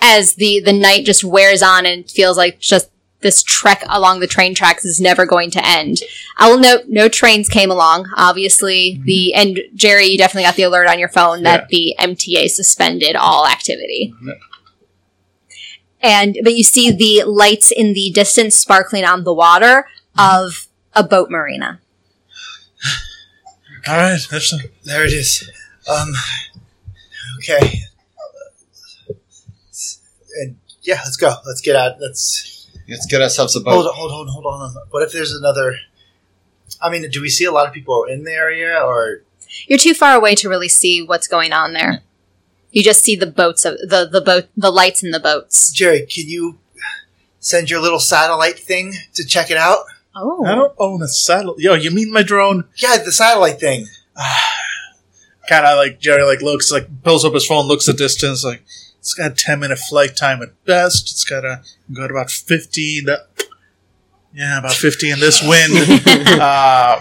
S2: as the the night just wears on and feels like just this trek along the train tracks is never going to end i will note no trains came along obviously the and jerry you definitely got the alert on your phone that the mta suspended all activity
S5: Yeah.
S2: and but you see the lights in the distance sparkling on the water of a boat marina
S5: that. All right, that's
S3: There it is. Um, okay. And yeah, let's go. Let's get out. Let's
S4: Let's get ourselves a boat.
S3: hold on, hold on, hold on. What if there's another? I mean, do we see a lot of people in the area, or
S2: You're too far away to really see what's going on there. You just see the boats of the the boat the lights in the boats.
S3: Jerry? Can you send your little satellite thing to check it out?
S5: I
S2: Oh.
S5: don't own a saddle. Yo, you mean my drone?
S3: Yeah, the satellite thing.
S5: Kind of like Jerry, like looks like pulls up his phone, looks the distance, like it's got a ten minute flight time at best. It's got a got about fifty. in The, yeah, about fifty in this wind.
S4: (laughs)
S5: uh,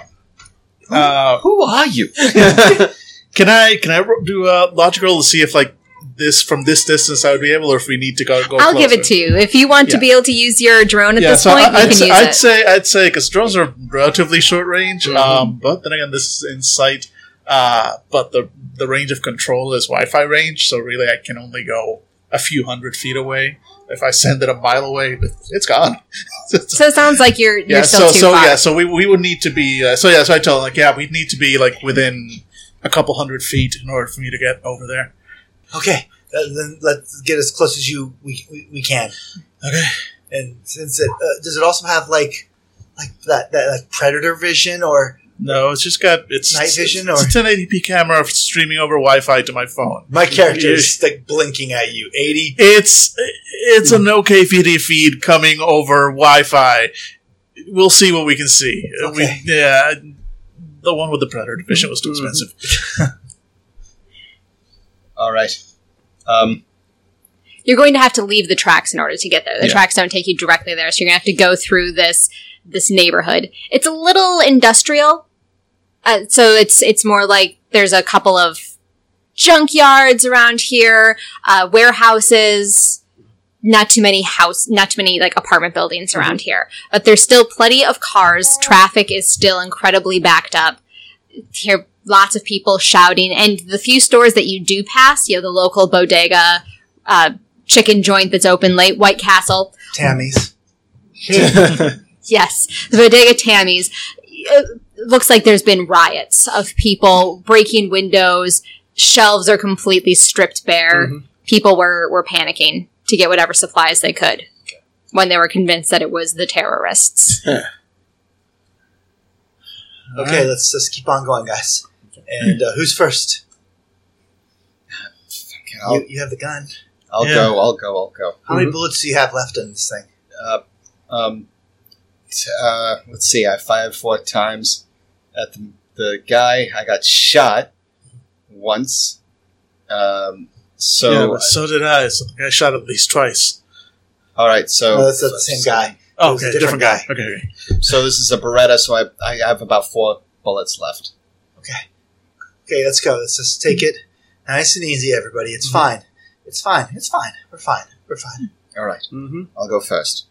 S5: uh,
S4: Who are you?
S5: (laughs) Can I can I ro- do a logical to see if like this from this distance I would be able, or if we need to go? go
S2: I'll give
S5: closer?
S2: it to you. If you want to
S5: Yeah.
S2: be able to use your drone at this point,
S5: I-
S2: you
S5: I'd,
S2: can
S5: say,
S2: use
S5: I'd
S2: it. Mm-hmm.
S5: say I'd say because drones are relatively short range. Um, but then again, this is in sight. Uh, but the the range of control is Wi-Fi range, so really I can only go a few hundred feet away. If I send it a mile away, it's gone. (laughs)
S2: So it sounds like you're you're
S5: yeah.
S2: still
S5: So
S2: too
S5: so
S2: far.
S5: yeah. So we we would need to be. Uh, so yeah. So I tell him like yeah, we'd need to be like within a couple hundred feet in order for me to get over there.
S3: Okay, uh, then let's get as close as you we, we, we can.
S5: Okay.
S3: And since it uh, does it also have like like that that like predator vision or
S5: No, it's just got it's
S3: Night vision
S5: It's, it's a 1080p camera streaming over Wi-Fi to my phone.
S3: my character is like blinking at you eighty.
S5: It's it's an okay video feed coming over Wi-Fi. We'll see what we can see. Uh, we-
S3: Okay.
S5: yeah, the one with the predator vision was too expensive.
S4: All right. Um,
S2: you're going to have to leave the tracks in order to get there. The
S4: Yeah.
S2: tracks don't take you directly there, so you're going to have to go through this this neighborhood. It's a little industrial, uh, so it's it's more like there's a couple of junkyards around here, uh, warehouses. Not too many house, not too many like apartment buildings around here, but there's still plenty of cars. Traffic is still incredibly backed up. Hear lots of people shouting, and the few stores that you do pass, you know, the local bodega, uh, chicken joint that's open late, White Castle.
S3: Tammy's.
S2: Yes, the Bodega Tammy's. It looks like there's been riots of people breaking windows. Shelves are completely stripped bare. People were, were panicking to get whatever supplies they could when they were convinced that it was the terrorists.
S3: Okay, let's let's keep on going, guys. And uh, who's first?
S4: I'll,
S3: You, you have the gun.
S4: I'll
S5: Yeah.
S4: go. I'll go. I'll go.
S3: How many bullets do you have left on this thing?
S4: Um, t- uh, let's see. I fired four times at the, the guy. I got shot once. Um, so
S5: yeah, but so did I. So I shot at least twice.
S4: all right. So
S3: no, that's not the same guy.
S5: Oh,
S3: was
S5: okay,
S3: a different
S5: different, guy. Okay, okay.
S4: So this is a Beretta. So I, I have about four bullets left.
S3: Okay, let's go. Let's just take it nice and easy, everybody. It's fine. It's fine. It's fine. We're fine. We're fine.
S4: All right.
S8: Mm-hmm.
S4: I'll go first.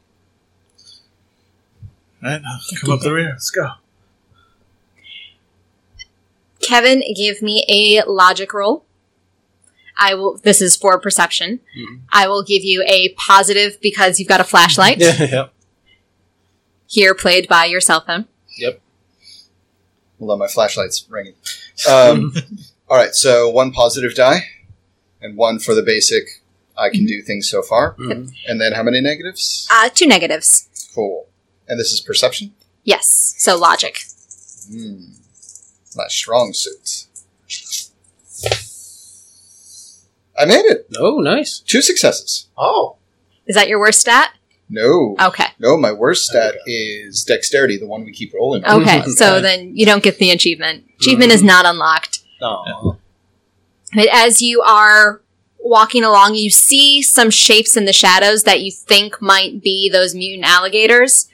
S5: All right, now come up the rear. Let's go.
S2: Kevin, give me a logic roll. I will. This is for perception. I will give you a positive because you've got a flashlight
S8: (laughs) Yeah, (laughs) yeah.
S2: here, played by your cell phone.
S4: Hold on, my flashlight's ringing. Um, all right, so one positive die, and one for the basic. I can do things so far,
S8: Mhm.
S4: and then how many negatives?
S2: Uh, two negatives.
S4: Cool. And this is perception.
S2: Yes. So logic.
S4: Hmm. My strong suit. I made it.
S8: Oh, nice.
S4: Two successes.
S3: Oh,
S2: Is that your worst stat?
S4: No.
S2: Okay.
S4: No, my worst stat is dexterity, the one we keep rolling. on. (laughs)
S2: Okay.
S8: Mhm.
S2: So then you don't get the achievement. Achievement is not unlocked.
S4: Aw.
S2: But as you are walking along, you see some shapes in the shadows that you think might be those mutant alligators,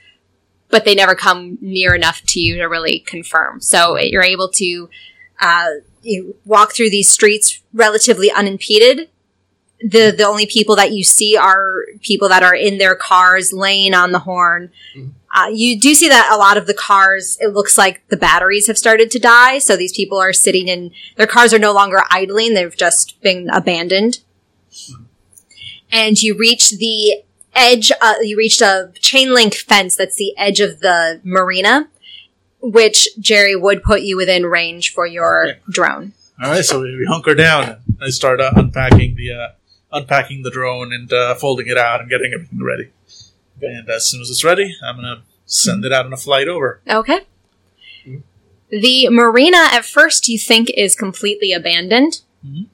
S2: but they never come near enough to you to really confirm. So you're able to uh, you walk through these streets relatively unimpeded. The, the only people that you see are people that are in their cars laying on the horn. Uh, you do see that a lot of the cars, it looks like the batteries have started to die. So these people are sitting in their cars are no longer idling, they've just been abandoned. And you reach the edge, uh, you reached a chain link fence that's the edge of the marina, which Jerry would put you within range for your drone.
S5: All right, so we, we hunker down. And I start uh, unpacking the uh, unpacking the drone and uh, folding it out and getting everything ready. And as soon as it's ready, I'm gonna send it out on a flight over.
S2: Okay.
S5: Hmm?
S2: The marina, at first, you think is completely abandoned,
S5: Mhm.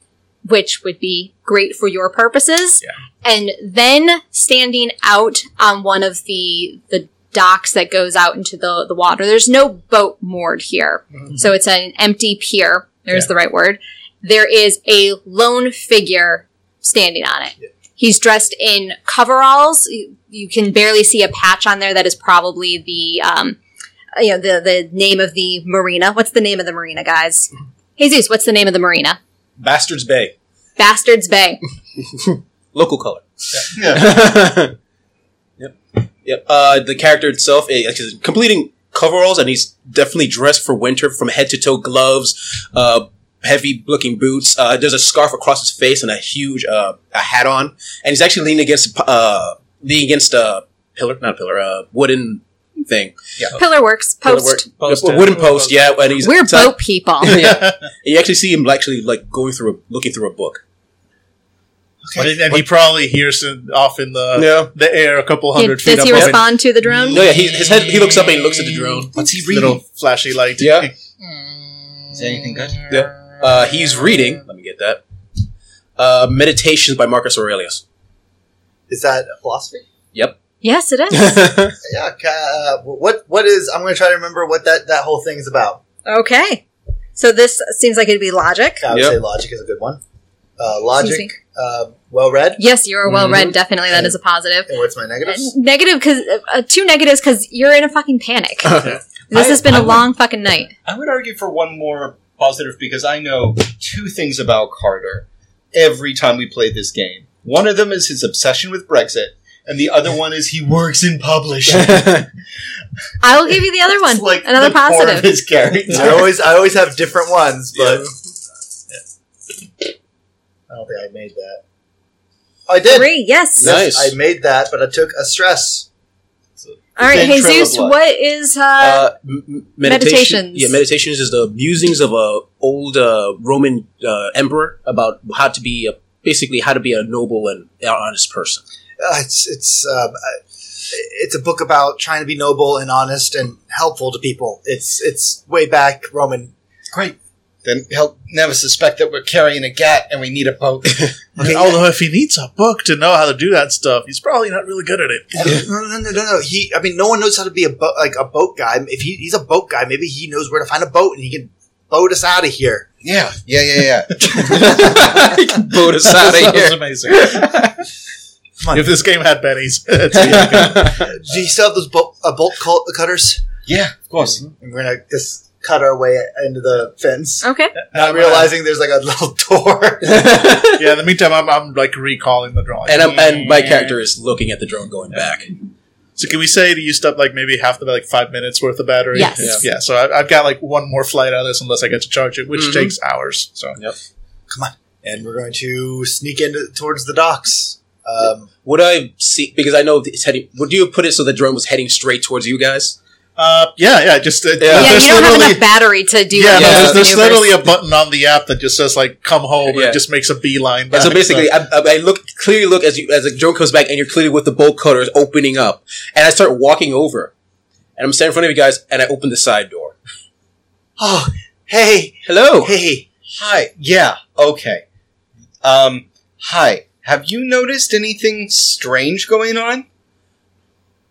S2: which would be great for your purposes.
S5: Yeah.
S2: And then standing out on one of the the docks that goes out into the the water. There's no boat moored here, so it's an empty pier. There's
S5: Hmm. Yeah.
S2: the right word. There is a lone figure standing on it. He's dressed in coveralls. You, you can barely see a patch on there that is probably the um, you know the the name of the marina. What's the name of the marina, guys? Jesus, what's the name of the marina?
S8: Bastards Bay.
S2: Bastards Bay.
S8: Local color.
S4: Yeah.
S8: (laughs) yep. Yep. Uh, the character itself, eh, like, is completing coveralls, and he's definitely dressed for winter from head to toe, gloves, uh, heavy looking boots. Uh, there's a scarf across his face and a huge uh, a hat on, and he's actually leaning against uh, leaning against a pillar, not a pillar, a wooden thing,
S2: Pillar works.
S8: Pillar
S2: Post.
S8: work- a wooden post. Yeah, and he's
S2: We're
S8: tied-
S2: boat people.
S8: (laughs) yeah. And you actually see him actually like going through a, looking through a book.
S5: And, and he probably hears it off in the
S8: Yeah.
S5: the air a couple
S2: Yeah,
S5: hundred feet
S2: Does
S5: up.
S2: he
S5: above
S2: respond to the drone?
S8: No, yeah. He, his head. He looks up and he looks at the drone.
S4: What's he
S5: it. Little flashy light.
S8: Yeah.
S7: Is there anything good?
S8: Uh, he's reading. Let me get that. Uh, Meditations by Marcus Aurelius.
S3: Is that a philosophy?
S2: Yes, it
S8: (laughs)
S2: is.
S8: That's
S3: Yeah. ca- Uh, what what is? I'm going to try to remember what that that whole thing is about.
S2: okay. So this seems like it'd be logic.
S3: I would
S8: Yep.
S3: say logic is a good one. Uh,
S2: Excuse
S3: logic, uh, well read.
S2: Yes, you are well read. Definitely, that is a positive.
S3: And what's my negatives?
S2: Negative because uh, two negatives because you're in a fucking panic. This has
S4: I-
S2: been
S4: I
S2: a
S4: would-
S2: long fucking night.
S4: I would argue for one more positive because I know two things about Carter every time we play this game. One of them is his obsession with Brexit, and the other one is he works in (laughs) publishing.
S2: I will give you the other one.
S4: It's like
S2: Another
S4: the core of
S2: positive.
S4: his character.
S3: I always I always have different ones, but I don't think I made that. Oh, I did.
S2: Three. Yes.
S8: No.
S3: Yes,
S8: Nice.
S3: I made that, but I took a stress.
S2: All right,
S4: Ventrilo
S2: Jesus.
S4: blood.
S2: What is uh,
S8: uh, m- m- meditation,
S2: Meditations.
S8: Yeah, meditations is the musings of a old uh, Roman uh, emperor about how to be a, basically how to be a noble and honest person.
S3: Uh, it's it's um, uh, it's a book about trying to be noble and honest and helpful to people. It's it's way back Roman.
S4: Great. Then he'll never suspect that we're carrying a gat and we need a (laughs) boat.
S5: And Although if he needs a book to know how to do that stuff, he's probably not really good at it.
S3: No, no, no, no, no. He, I mean, no one knows how to be a boat like a boat guy. If he, he's a boat guy, maybe he knows where to find a boat and he can boat us out of here.
S4: yeah, yeah, yeah, yeah.
S8: Boat us out of
S5: That was
S8: here.
S5: amazing. If this game had pennies, (laughs) it's
S8: (laughs)
S3: Do you still have those bolt, uh, bolt cul- cutters?
S4: Yeah, of course.
S3: Mm-hmm. And we're gonna just cut our way into the fence,
S2: okay?
S3: not realizing there's like a little (laughs) door.
S5: yeah. In the meantime, I'm, I'm like recalling the drawing.
S8: (laughs) And I'm, and my character is looking at the drone going back.
S5: So can we say to used up like maybe half the like five minutes worth of battery?
S2: Yes.
S5: Yeah. so I, I've got like one more flight out of this unless I get to charge it, which
S8: Mhm.
S5: takes hours. So
S3: and we're going to sneak into towards the docks. Um,
S8: Would I see because I know it's heading? Would you put it so the drone was heading straight towards you guys?
S5: uh, yeah, yeah. Just uh,
S2: Yeah,
S8: Yeah.
S5: there's
S2: you don't have
S5: literally-
S2: enough battery to do.
S5: Yeah,
S2: all
S5: no,
S8: Yeah.
S5: there's,
S2: those
S5: there's
S2: maneuvers.
S5: literally a button on the app that just says like "come home" and
S8: Yeah.
S5: it just makes a beeline.
S8: And
S5: Back,
S8: so basically, I, I I look clearly look as you as the drone comes back, and you're clearly with the bolt cutters opening up, and I start walking over, and I'm standing in front of you guys, and I open the side door.
S3: oh, hey,
S8: Hello.
S3: hey,
S4: Hi. Yeah. Okay. Um. Hi. Have you noticed anything strange going on?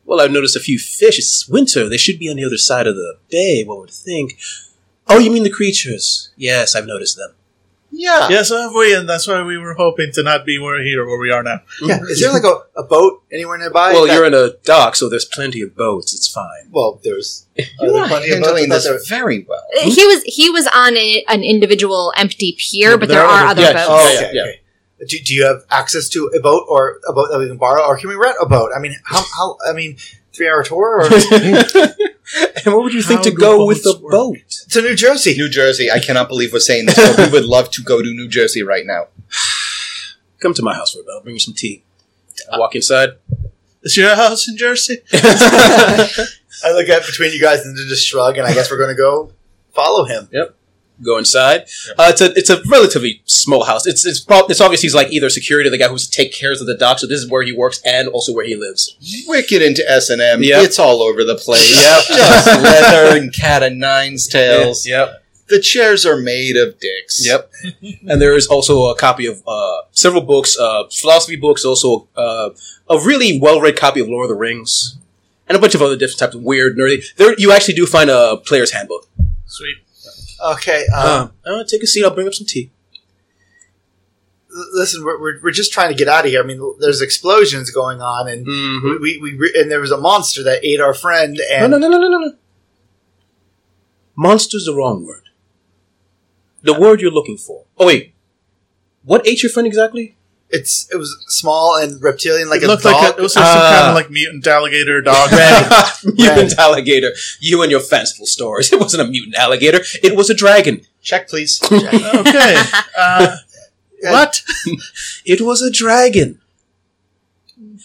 S8: Well, I've noticed a few fish. It's winter. They should be on the other side of the bay. One would think. Oh, you mean the creatures? Yes, I've noticed them.
S4: Yeah.
S5: yes, have we, and that's why we were hoping to not be where here where we are now.
S3: yeah, is there like a, a boat anywhere nearby?
S8: Well,
S3: That-
S8: you're in a dock, so there's plenty of boats.
S5: (laughs)
S8: It's fine.
S3: well, there's uh,
S8: (laughs)
S4: You
S3: there
S4: are
S3: plenty of
S4: handling
S3: boats?
S4: this
S3: I thought
S4: very well.
S2: he was he was on a, an individual empty pier, but there, are other boats.
S3: Oh,
S8: Yeah,
S3: okay.
S8: yeah.
S3: okay. Do, do you have access to a boat or a boat that we can borrow, or can we rent a boat? I mean, how? how I mean, three hour tour or,
S8: (laughs) And what would you think
S5: How
S8: to
S5: do
S8: go with
S5: boats
S8: the
S5: work?
S8: boat?
S3: to New Jersey?
S4: New Jersey. I cannot believe we're saying this, but we would love to go to New Jersey right now.
S8: Come to my house for a bit. I'll bring you some tea. I walk inside.
S5: Is your house in
S8: (laughs)
S5: Jersey?
S3: (laughs) I look at between you guys and just shrug, and I guess we're going to go follow him.
S8: go inside. Uh, it's a it's a relatively small house. It's it's prob- it's obviously he's like either security, the guy who's take cares of the dock. So this is where he works and also where he lives.
S4: Wicked into S and M.
S8: Yep.
S4: It's all over the place.
S8: Yep.
S4: (laughs) Just leather and cat of nines tails.
S8: Yep,
S4: The chairs are made of dicks.
S8: yep. and there is also a copy of uh, several books, uh, philosophy books, also uh, a really well read copy of Lord of the Rings, and a bunch of other different types of weird nerdy. There you actually do find a player's handbook.
S5: Sweet.
S3: Okay, um,
S8: Um, uh, take a seat. I'll bring up some tea.
S3: l- listen, we're, we're we're just trying to get out of here. I mean, there's explosions going on, and
S8: Mm-hmm.
S3: we, we, we re- and there was a monster that ate our friend,
S8: No,
S3: and
S8: no, no, no, no, no, no. Monster's the wrong word. The word you're looking for. Oh, wait. What ate your friend exactly?
S3: It's it was small and reptilian, like
S5: it
S3: a
S5: looked
S3: dog.
S5: like a, it was some
S8: Ah.
S5: kind of like mutant alligator
S8: (laughs)
S5: dog.
S8: mutant alligator. You and your fanciful stories. (laughs) It wasn't a mutant alligator. It was a dragon.
S4: Check, please.
S5: (laughs) okay. Uh, what?
S8: It was a dragon.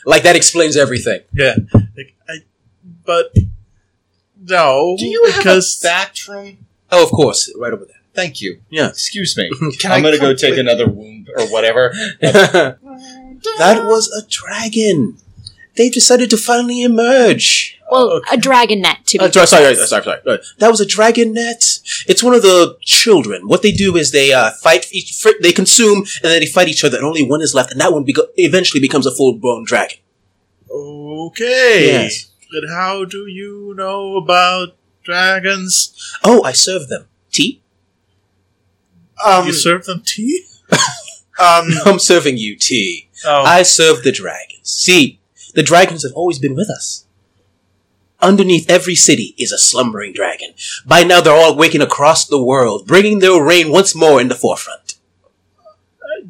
S8: Like that explains everything.
S5: Yeah. Like, I, but no,
S4: Do you have
S5: because
S4: a spectrum?
S8: Oh, of course, right over
S4: Thank you.
S8: Yeah.
S4: Excuse
S8: (laughs)
S4: me.
S3: Can I
S4: I'm going to go
S3: come
S4: take
S3: with-
S4: another wound or whatever.
S8: there. that was a dragon. They've decided to finally emerge.
S2: Well, a dragonette to be.
S8: Uh, sorry, sorry, sorry, sorry, sorry. That was a dragonette. It's one of the children. What they do is they uh, fight, each, fr- they consume, and then they fight each other, and only one is left, and that one beco- eventually becomes a full blown dragon.
S5: okay.
S8: Yes.
S5: Then how do you know about dragons?
S8: Oh, I serve them. Tea?
S3: Um,
S5: you serve them tea? (laughs)
S3: um,
S8: I'm serving you tea.
S5: Oh,
S8: I serve the dragons. See, the dragons have always been with us. Underneath every city is a slumbering dragon. By now, they're all waking across the world, bringing their reign once more in the forefront.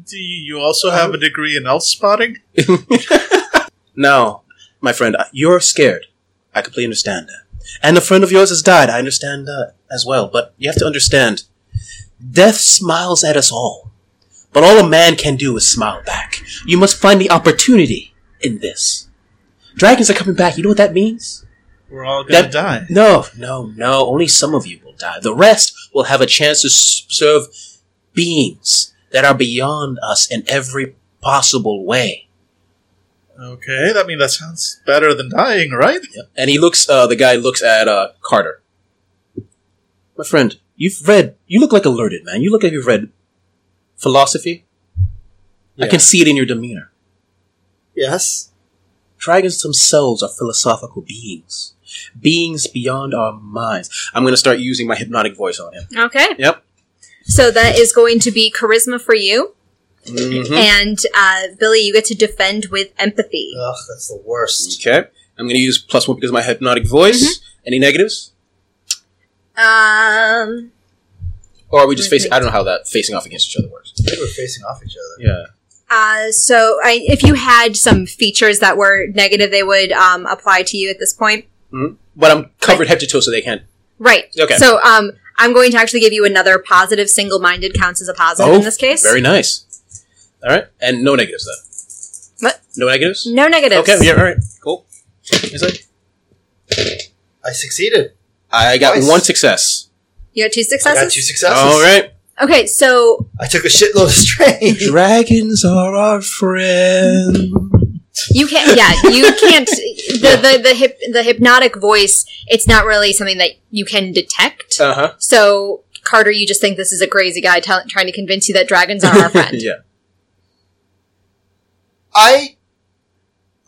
S5: do you you also have a degree in elf spotting?
S8: Now, my friend, I- you're scared. I completely understand that. And a friend of yours has died. I understand that as well. But you have to understand, death smiles at us all. But all a man can do is smile back. You must find the opportunity in this. Dragons are coming back. You know what that means?
S5: We're all gonna
S8: That-
S5: die.
S8: No, no, no. Only some of you will die. The rest will have a chance to s- serve beings that are beyond us in every possible way.
S5: Okay, that mean that sounds better than dying, right?
S8: And he looks. Uh, the guy looks at uh, Carter. My friend, you've read. You look like a learned man. You look like you've read philosophy. I can see it in your demeanor.
S3: yes.
S8: Dragons themselves are philosophical beings, beings beyond our minds. I'm going to start using my hypnotic voice on him.
S2: Okay.
S8: Yep.
S2: So that is going to be charisma for you, and uh, Billy, you get to defend with empathy.
S3: Ugh, that's the worst.
S8: Okay. I'm going to use plus one because of my hypnotic voice. Mm-hmm. Any negatives?
S2: Um,
S8: Or are we just
S2: Okay.
S8: facing? I don't know how that facing off against each other works.
S3: They were facing off each other.
S8: Yeah.
S2: uh, so I, if you had some features that were negative, they would um, apply to you at this point,
S8: But I'm covered head to toe, so they can't.
S2: right?
S8: Okay.
S2: So um, I'm going to actually give you another positive. Single-minded counts as a positive
S8: Oh,
S2: in this case.
S8: Very nice. All right, and no negatives then.
S2: What?
S8: No negatives.
S2: no negatives.
S8: Okay. Yeah. All right. Cool. Is it?
S3: I succeeded.
S8: I got
S3: Twice.
S8: one success.
S2: You got two
S3: I
S2: successes.
S3: got two successes.
S8: All right.
S2: Okay, so
S3: I took a shitload of strain.
S8: Dragons are our friend.
S2: you can't. Yeah,
S8: (laughs)
S2: you can't. The the the, hip, the hypnotic voice. It's not really something that you can detect.
S8: Uh huh.
S2: So, Carter, you just think this is a crazy guy tell trying to convince you that dragons are
S8: (laughs)
S2: our friend.
S8: Yeah.
S3: I,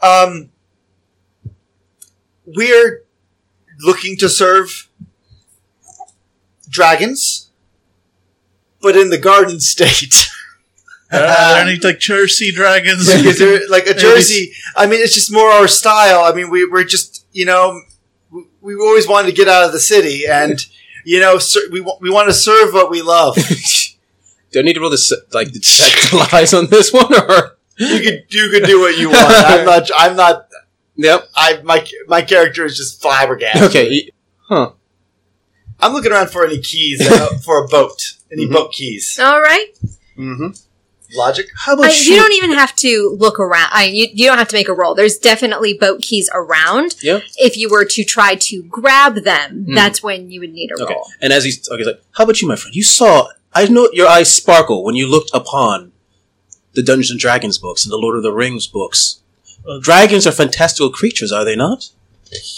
S3: um, we're looking to serve dragons, but in the garden state. (laughs)
S5: Uh, are there any like Jersey dragons?
S3: like, is there, like a
S5: Maybe.
S3: jersey? I mean, it's just more our style. I mean, we, we're just, you know, we, we always wanted to get out of the city and, you know, ser- we, wa- we want to serve what we love.
S8: Do I need to roll this like detect (laughs) lies on this one or?
S3: you could, you could do what you want. I'm not, I'm not,
S8: Yep.
S3: I, my, my character is just flabbergasted.
S8: Okay. he-
S3: I'm looking around for any keys
S8: (laughs)
S3: uh, for a boat. Any
S8: Mhm.
S3: boat keys?
S2: All right.
S3: Logic.
S8: How about
S2: I,
S8: you?
S2: you don't even have to look around. I, you, you don't have to make a roll. There's definitely boat keys around.
S8: Yeah.
S2: If you were to try to grab them,
S8: Hmm.
S2: that's when you would need a
S8: Okay.
S2: roll.
S8: And as he's okay, he's like, how about you, my friend? You saw. I know your eyes sparkle when you looked upon the Dungeons and Dragons books and the Lord of the Rings books. Dragons are fantastical creatures, are they not?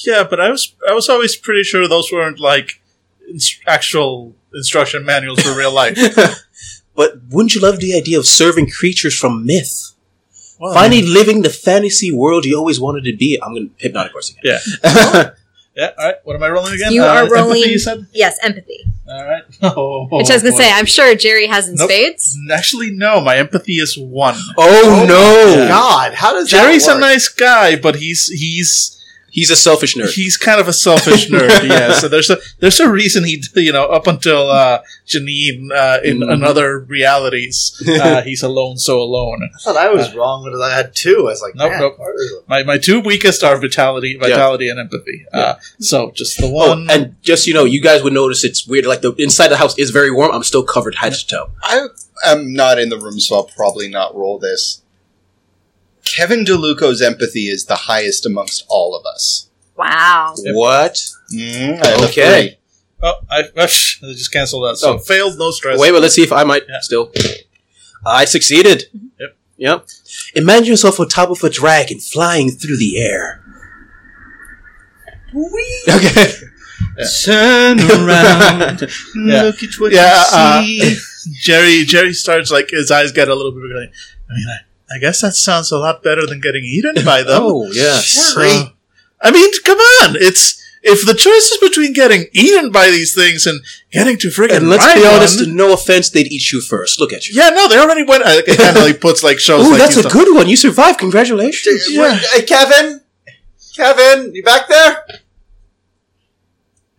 S5: Yeah, but I was I was always pretty sure those weren't like inst- actual instruction manuals for real life.
S8: But wouldn't you love the idea of serving creatures from myth?
S5: Well,
S8: Finally living the fantasy world you always wanted to be. I'm going to hypnotic horse again.
S5: Yeah.
S8: Yeah.
S5: Yeah. All right. What am I rolling again? Uh,
S2: You are
S5: empathy,
S2: rolling-
S5: you said.
S2: Yes, empathy.
S5: All right. (laughs) Oh,
S2: Which I was going to say, I'm sure Jerry has in
S5: Nope.
S2: spades.
S5: Actually, no. My empathy is one.
S8: oh,
S3: Oh
S8: no.
S3: God, how does
S5: Jerry's
S3: that
S5: a
S3: work?
S5: nice guy, but he's he's
S8: He's a selfish nerd.
S5: He's kind of a selfish
S8: (laughs)
S5: nerd, yeah. So there's a there's a reason he, you know, up until uh, Janine uh, in
S8: Mhm.
S5: another realities, uh, he's alone, so alone.
S3: I thought I was wrong when I had two. I was like,
S5: Nope,
S3: man,
S5: nope. My my two weakest are vitality, vitality, and empathy. Uh, so just the one.
S8: Oh, and just so you know, you guys would notice it's weird. Like the inside the house is very warm. I'm still covered head to toe.
S4: I am not in the room, so I'll probably not roll this. Kevin DeLuco's empathy is the highest amongst all of us.
S2: Wow.
S8: What?
S4: Mm, I have a
S8: Okay.
S4: three.
S5: oh, I, I (laughs) just canceled out. So
S8: Oh.
S5: failed, no stress.
S8: Wait, but let's see if I might
S5: Yeah.
S8: still. I succeeded.
S5: Yep.
S8: Yep.
S1: Imagine yourself on top of a dragon flying through the air.
S8: Okay.
S5: Turn around, look at what yeah,
S4: you (laughs)
S5: uh, Jerry, Jerry starts like his eyes get a little bit bigger. Like, I mean, I, I guess that sounds a lot better than getting eaten by them.
S8: (laughs) Oh yeah.
S5: So- I mean, come on! It's if the choice is between getting eaten by these things and getting to friggin'
S8: And let's
S5: ride
S8: be
S5: one-
S8: honest. No offense, they'd eat you first. Look at you.
S5: yeah, no, they already went. Uh, it kind of
S8: (laughs)
S5: like puts like shows.
S8: Ooh,
S5: like
S8: that's
S5: you
S8: a
S5: stuff.
S8: good one. You survived. Congratulations.
S5: Yeah.
S3: Hey, Kevin, Kevin, you back there?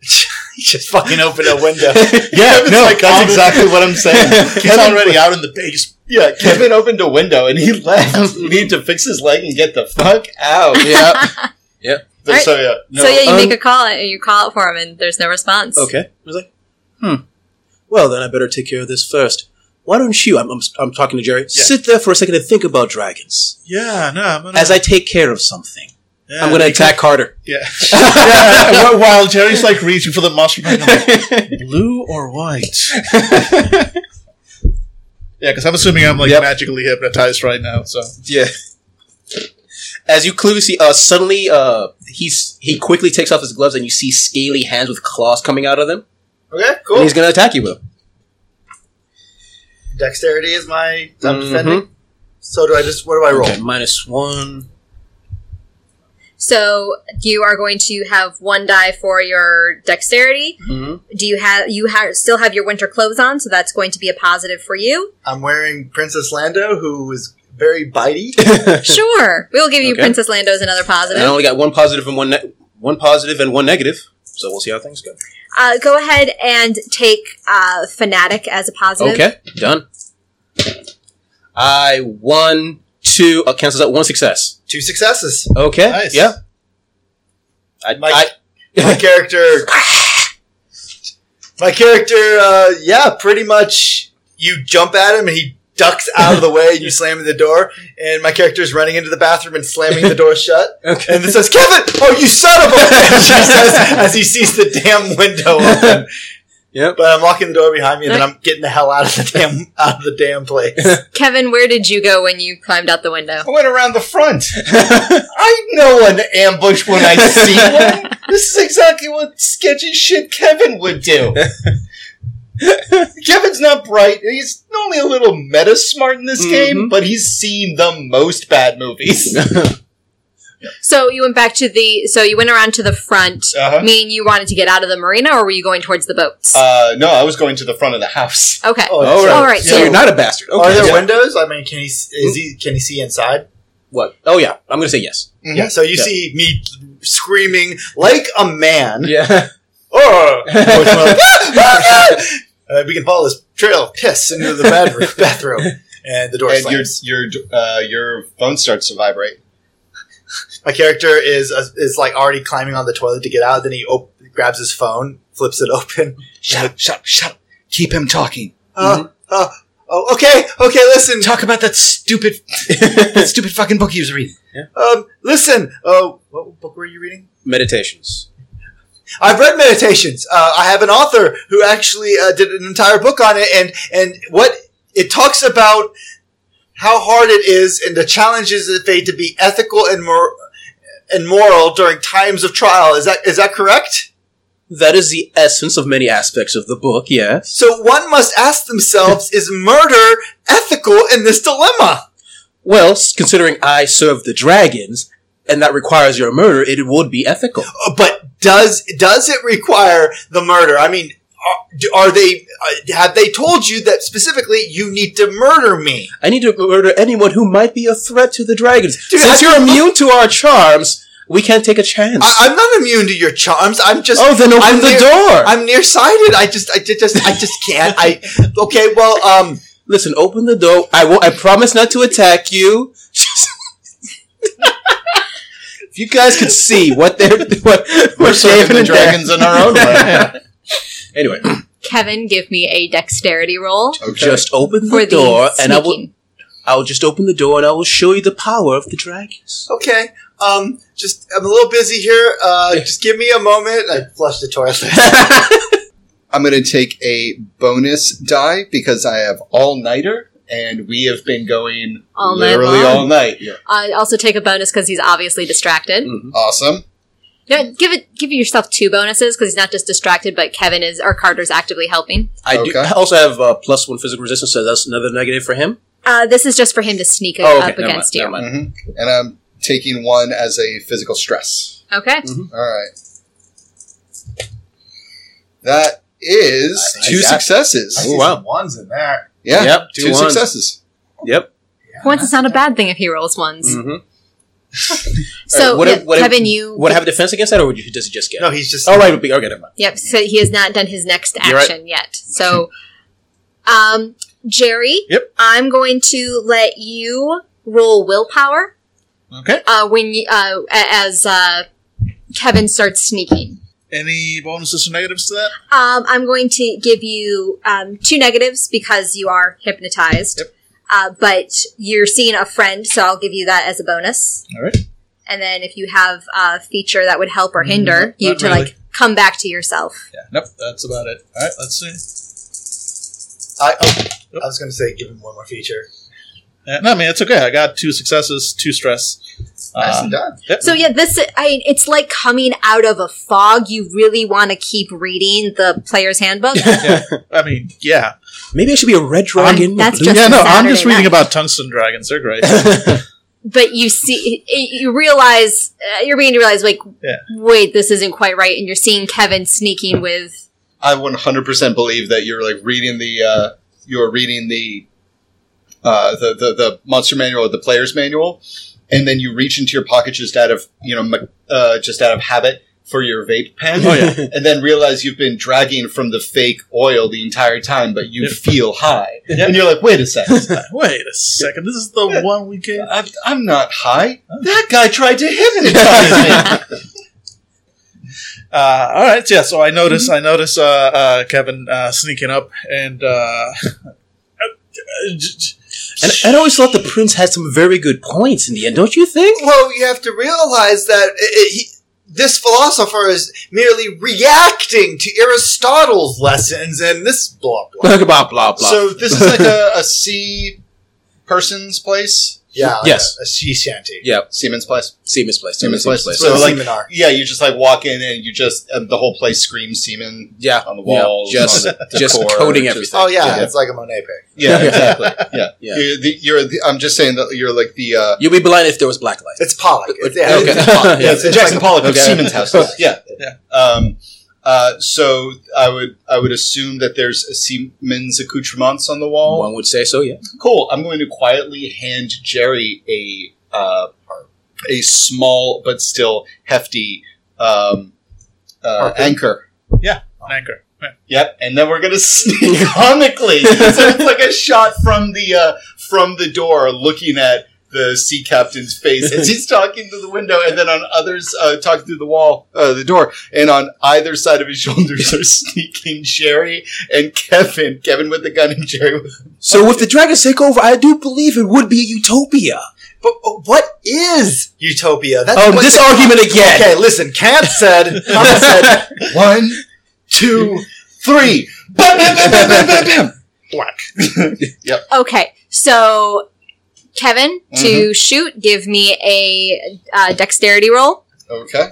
S3: (laughs) he just fucking opened a
S8: (laughs)
S3: window.
S5: (laughs) Yeah, no,
S4: That's exactly what
S5: (laughs)
S4: I'm saying.
S5: He's already out in the base.
S4: Yeah, Kevin opened a window and he
S5: (laughs)
S4: left. We need to fix his leg and get the fuck out.
S8: (laughs) Yeah.
S5: (laughs)
S4: But So yeah, no,
S2: so yeah, you
S8: um,
S2: make a call and you call it for him, and there's no response.
S8: Okay. I was like, hmm. Well, then I better take care of this first. Why don't you? I'm, I'm, I'm talking to Jerry. Sit there for a second and think about dragons.
S5: Yeah, no, I'm gonna,
S8: As I take care of something,
S5: yeah,
S8: I'm going to attack Carter.
S5: Yeah. yeah, while Jerry's like reaching for the mustard, I'm like, blue or white? yeah, because I'm assuming I'm like magically hypnotized right now. So
S8: Yeah. As you clearly see, uh, suddenly uh, he's he quickly takes off his gloves and you see scaly hands with claws coming out of them.
S3: (laughs) okay,
S8: And
S3: cool.
S8: he's going to attack you with them.
S3: Dexterity is my. I'm
S8: Mhm.
S3: defending. So do I just? What do I roll?
S8: Okay, minus one.
S2: So you are going to have one die for your dexterity.
S8: Mhm.
S2: Do you have you ha- still have your winter clothes on? So that's going to be a positive for
S8: (laughs)
S2: you.
S3: I'm wearing Princess Lando, who is very
S8: (laughs)
S3: bitey.
S2: sure, we will give you
S8: Okay.
S2: Princess Lando's another
S8: And I
S2: positive.
S8: only got one positive and one ne- one positive and one negative. So we'll see how things go.
S2: Uh, go ahead and take uh, fanatic as a positive.
S8: Okay, done. I won two. Uh, cancels out one success.
S3: Two successes.
S8: Okay.
S5: Nice.
S8: Yeah. I,
S3: My-
S8: I, (laughs)
S3: my character my character uh, yeah pretty much you jump at him and he ducks out of the way and you slam in the door and my character is running into the bathroom and slamming the door shut
S8: okay.
S3: and then says kevin oh you son
S8: (laughs)
S3: of a bitch he says as he sees the damn window open
S8: (laughs) Yep.
S3: but i'm locking the door behind me and then i'm getting the hell out of the damn out of the damn place
S2: Kevin, where did you go when you climbed out the window?
S4: I went around the
S8: (laughs)
S4: front. I know an ambush when I
S8: (laughs)
S4: see one. This is exactly what sketchy shit Kevin would
S8: (laughs)
S4: do. Kevin's not bright. He's only a little meta smart in
S8: Mm-hmm.
S4: this game, but he's seen the most bad
S8: (laughs)
S4: movies.
S2: So you went back to the. So you went around to the front.
S4: Uh-huh.
S2: Mean you wanted to get out of the marina, or were you going towards the boats?
S4: Uh, no, I was going to the front of the house.
S2: okay.
S3: oh,
S8: All right.
S2: All right,
S8: So
S2: so-
S8: you're not a bastard. Okay.
S3: are there
S8: Yeah.
S3: windows i mean can he s- is he can he see inside
S8: What? Oh yeah. I'm gonna say yes.
S4: Mm-hmm.
S3: yeah so you
S8: Yeah.
S3: see me screaming like a man
S8: Yeah.
S3: Oh, which
S7: (laughs)
S3: one? Oh, God! Uh, we can follow this trail of piss into the
S7: (laughs)
S3: bedroom, bathroom, and the door
S4: And your
S3: slams.
S4: your uh, your phone starts to vibrate.
S3: My character is uh, is like already climbing on the toilet to get out. Then he op- grabs his phone, flips it open.
S7: Shut up, shut up, shut up. Keep him
S5: (laughs)
S7: talking.
S3: Uh, uh, oh, okay, okay. Listen,
S7: Talk about that stupid, that stupid fucking book he was reading.
S3: um, listen. Uh, what book were you reading?
S8: Meditations.
S3: I've read Meditations. Uh, I have an author who actually uh, did an entire book on it, and and what it talks about how hard it is and the challenges that they to be ethical and mor- and moral during times of trial. Is that is that correct?
S8: That is the essence of many aspects of the book. Yeah.
S3: So one must ask themselves: Is murder ethical in this dilemma?
S8: Well, s- considering I serve the dragons, and that requires your murder, it would be ethical.
S3: Uh, But does does it require the murder? I mean. are- do- Are they? uh, Have they told you that specifically you need to murder me?
S8: I need to murder anyone who might be a threat to the dragons.
S3: Dude,
S8: Since
S3: I-
S8: you're immune to our charms, We can't take a chance.
S3: I, I'm not immune to your charms. I'm just.
S8: oh, then open
S3: I'm
S8: the
S3: near-
S8: door.
S3: (laughs) I'm nearsighted. I just, I ju- just, I just can't. I okay. Well, um,
S8: Listen, open the door. I won't. I promise not to attack you. (laughs) if you guys could see what they're (laughs) what
S4: We're
S8: what
S4: serving
S8: David
S4: the
S8: and Dan-
S4: dragons in our own way.
S8: (laughs) Anyway,
S2: Kevin, give me a dexterity roll
S8: just open the
S2: for the
S8: door, and I
S2: sneaking.
S8: will. I will just open the door, and I will show you the power of the dragons.
S3: okay. Um, just, I'm a little busy here. Uh, just give me a moment. I flush the (laughs) toilet.
S8: Oh,
S4: I'm going to take a bonus die because I have all nighter, and we have been going
S2: All night
S4: literally
S2: long.
S4: all night. Yeah.
S2: I Uh, also take a bonus because he's obviously distracted.
S8: Mm.
S4: Awesome.
S2: No, give it. Give yourself two bonuses because he's not just distracted, but Kevin is or Carter's actively helping.
S8: I do.
S4: Okay.
S8: I also have uh, plus one physical resistance, so that's another negative for him.
S2: Uh, this is just for him to sneak
S8: Oh, okay,
S2: up
S8: never
S2: against
S8: mind,
S2: you.
S8: never mind.
S4: hmm And I'm taking one as a physical stress.
S2: Okay.
S8: Mm-hmm.
S4: All right. That is
S8: I- I
S4: two
S8: got-
S4: successes.
S8: Oh, wow.
S3: One's in there.
S4: Yeah.
S8: Yep,
S4: Two,
S8: two ones.
S4: successes.
S8: Yep.
S2: Once it's not a bad thing if he rolls ones.
S8: hmm
S2: (laughs) So
S8: Alright, what
S2: yeah,
S8: if- what if-
S2: Kevin, you
S8: Would I have defense against that, or would you, does he just get?
S3: No, he's just.
S8: All right, okay, never mind.
S2: Yep. So he has not done his next
S8: You're right.
S2: action yet. So, um, Jerry.
S8: Yep.
S2: I'm going to let you roll willpower.
S5: Okay.
S2: Uh, when you, uh, a- as uh, Kevin starts sneaking.
S5: Any bonuses or negatives to that?
S2: Um, I'm going to give you um, two negatives because you are hypnotized. Uh, but you're seeing a friend, so I'll give you that as a bonus.
S5: All right. Mm,
S2: And then if you have a feature that would help or hinder
S5: not-
S2: you
S5: not
S2: to
S5: really.
S2: like come back to yourself.
S5: Yeah. Nope. That's about it. All right. Let's see.
S3: I, oh, I was going to say, give him one more feature.
S5: Yeah, no, I mean it's okay. I got two successes, two stress.
S4: Nice
S5: Uh,
S4: and done.
S5: yep.
S2: So yeah, this I, it's like coming out of a fog. You really want to keep reading the player's handbook. (laughs)
S5: I mean, yeah,
S8: Maybe I should be a red dragon.
S2: that's
S8: blue
S2: just-
S5: yeah.
S2: a
S5: No, I'm
S2: Saturday
S5: just reading
S2: night.
S5: about tungsten dragons. They're (laughs) great.
S2: but you see you realize uh, you're beginning to realize like
S5: Yeah.
S2: wait this isn't quite right and you're seeing kevin sneaking with
S4: I 100% believe that you're like reading the uh, you're reading the, uh, the the the monster manual or the player's manual, and then you reach into your pocket just out of you know me- uh, just out of habit for your vape pen.
S5: Oh, yeah.
S4: (laughs) and then realize you've been dragging from the fake oil the entire time, but you
S5: Yep.
S4: feel high,
S5: Yep.
S4: and you're like, wait a
S5: (laughs)
S4: second.
S5: Wait a second. This is the
S4: Yeah.
S5: one we gave.
S4: I'm, I'm not high. That guy tried to (laughs) hypnotize me.
S5: Uh, all right. Yeah. So I notice. I notice uh, uh, Kevin uh, sneaking up, and uh, (laughs)
S8: And and I always thought the prince had some very good points in the end, don't you think?
S3: Well, you have to realize that i i he, this philosopher is merely reacting to Aristotle's lessons and this blah
S8: (laughs)
S3: blah.
S8: (laughs) blah blah blah.
S4: so this is like a, a sea person's place,
S3: Yeah. like
S8: Yes.
S3: A, a sea shanty.
S8: yeah,
S4: seaman's place.
S8: see misplaced.
S4: Seaman's place.
S3: So
S4: So
S3: like,
S4: like-
S3: seminar.
S4: Yeah, you just like walk in and you just and the whole place screams semen
S8: yeah,
S4: on the Uh, walls,
S8: Yeah, just
S4: on the
S8: (laughs) just
S4: decor,
S8: coding
S4: just-
S8: everything.
S3: Oh yeah,
S4: Yeah.
S3: it's like a Monet pig.
S4: Yeah, exactly. Yeah,
S8: Yeah.
S4: You're, the, you're the, I'm just saying that you're like the uh,
S8: You'd be blind if there was black light.
S3: It's Pollock. It's, yeah,
S8: Okay.
S3: it's Pollock.
S8: (laughs) Yeah,
S4: yeah, it's the Jackson Pollock of
S8: okay.
S4: Siemens houses. Yeah,
S5: Yeah.
S4: Um, uh, so I would I would assume that there's a Siemens accoutrements on the wall.
S8: One would say so. Yeah.
S4: Cool. I'm going to quietly hand Jerry a uh, a small but still hefty um, uh, anchor.
S5: an anchor.
S4: Yep, and then we're gonna (laughs) sneak
S8: (laughs)
S4: comically. so it's like a shot from the uh, from the door, looking at the sea captain's face as
S8: (laughs)
S4: he's talking to the window, and then on others uh, talking through the wall, uh, the door, and on either side of his (laughs) shoulders are sneaking Jerry and Kevin. Kevin with the gun and Jerry. With-
S8: So if the dragons take over, I do believe it would be a utopia.
S3: But uh, what is utopia? That's
S8: Oh,
S3: what
S8: this
S3: the-
S8: argument again.
S3: Okay, listen. Kant
S4: (laughs)
S3: said. Kant said.
S4: One, two, three.
S8: (laughs)
S4: Bam, bam, bam, bam, bam, bam, bam.
S2: okay so kevin to shoot give me a uh, dexterity roll
S4: Okay.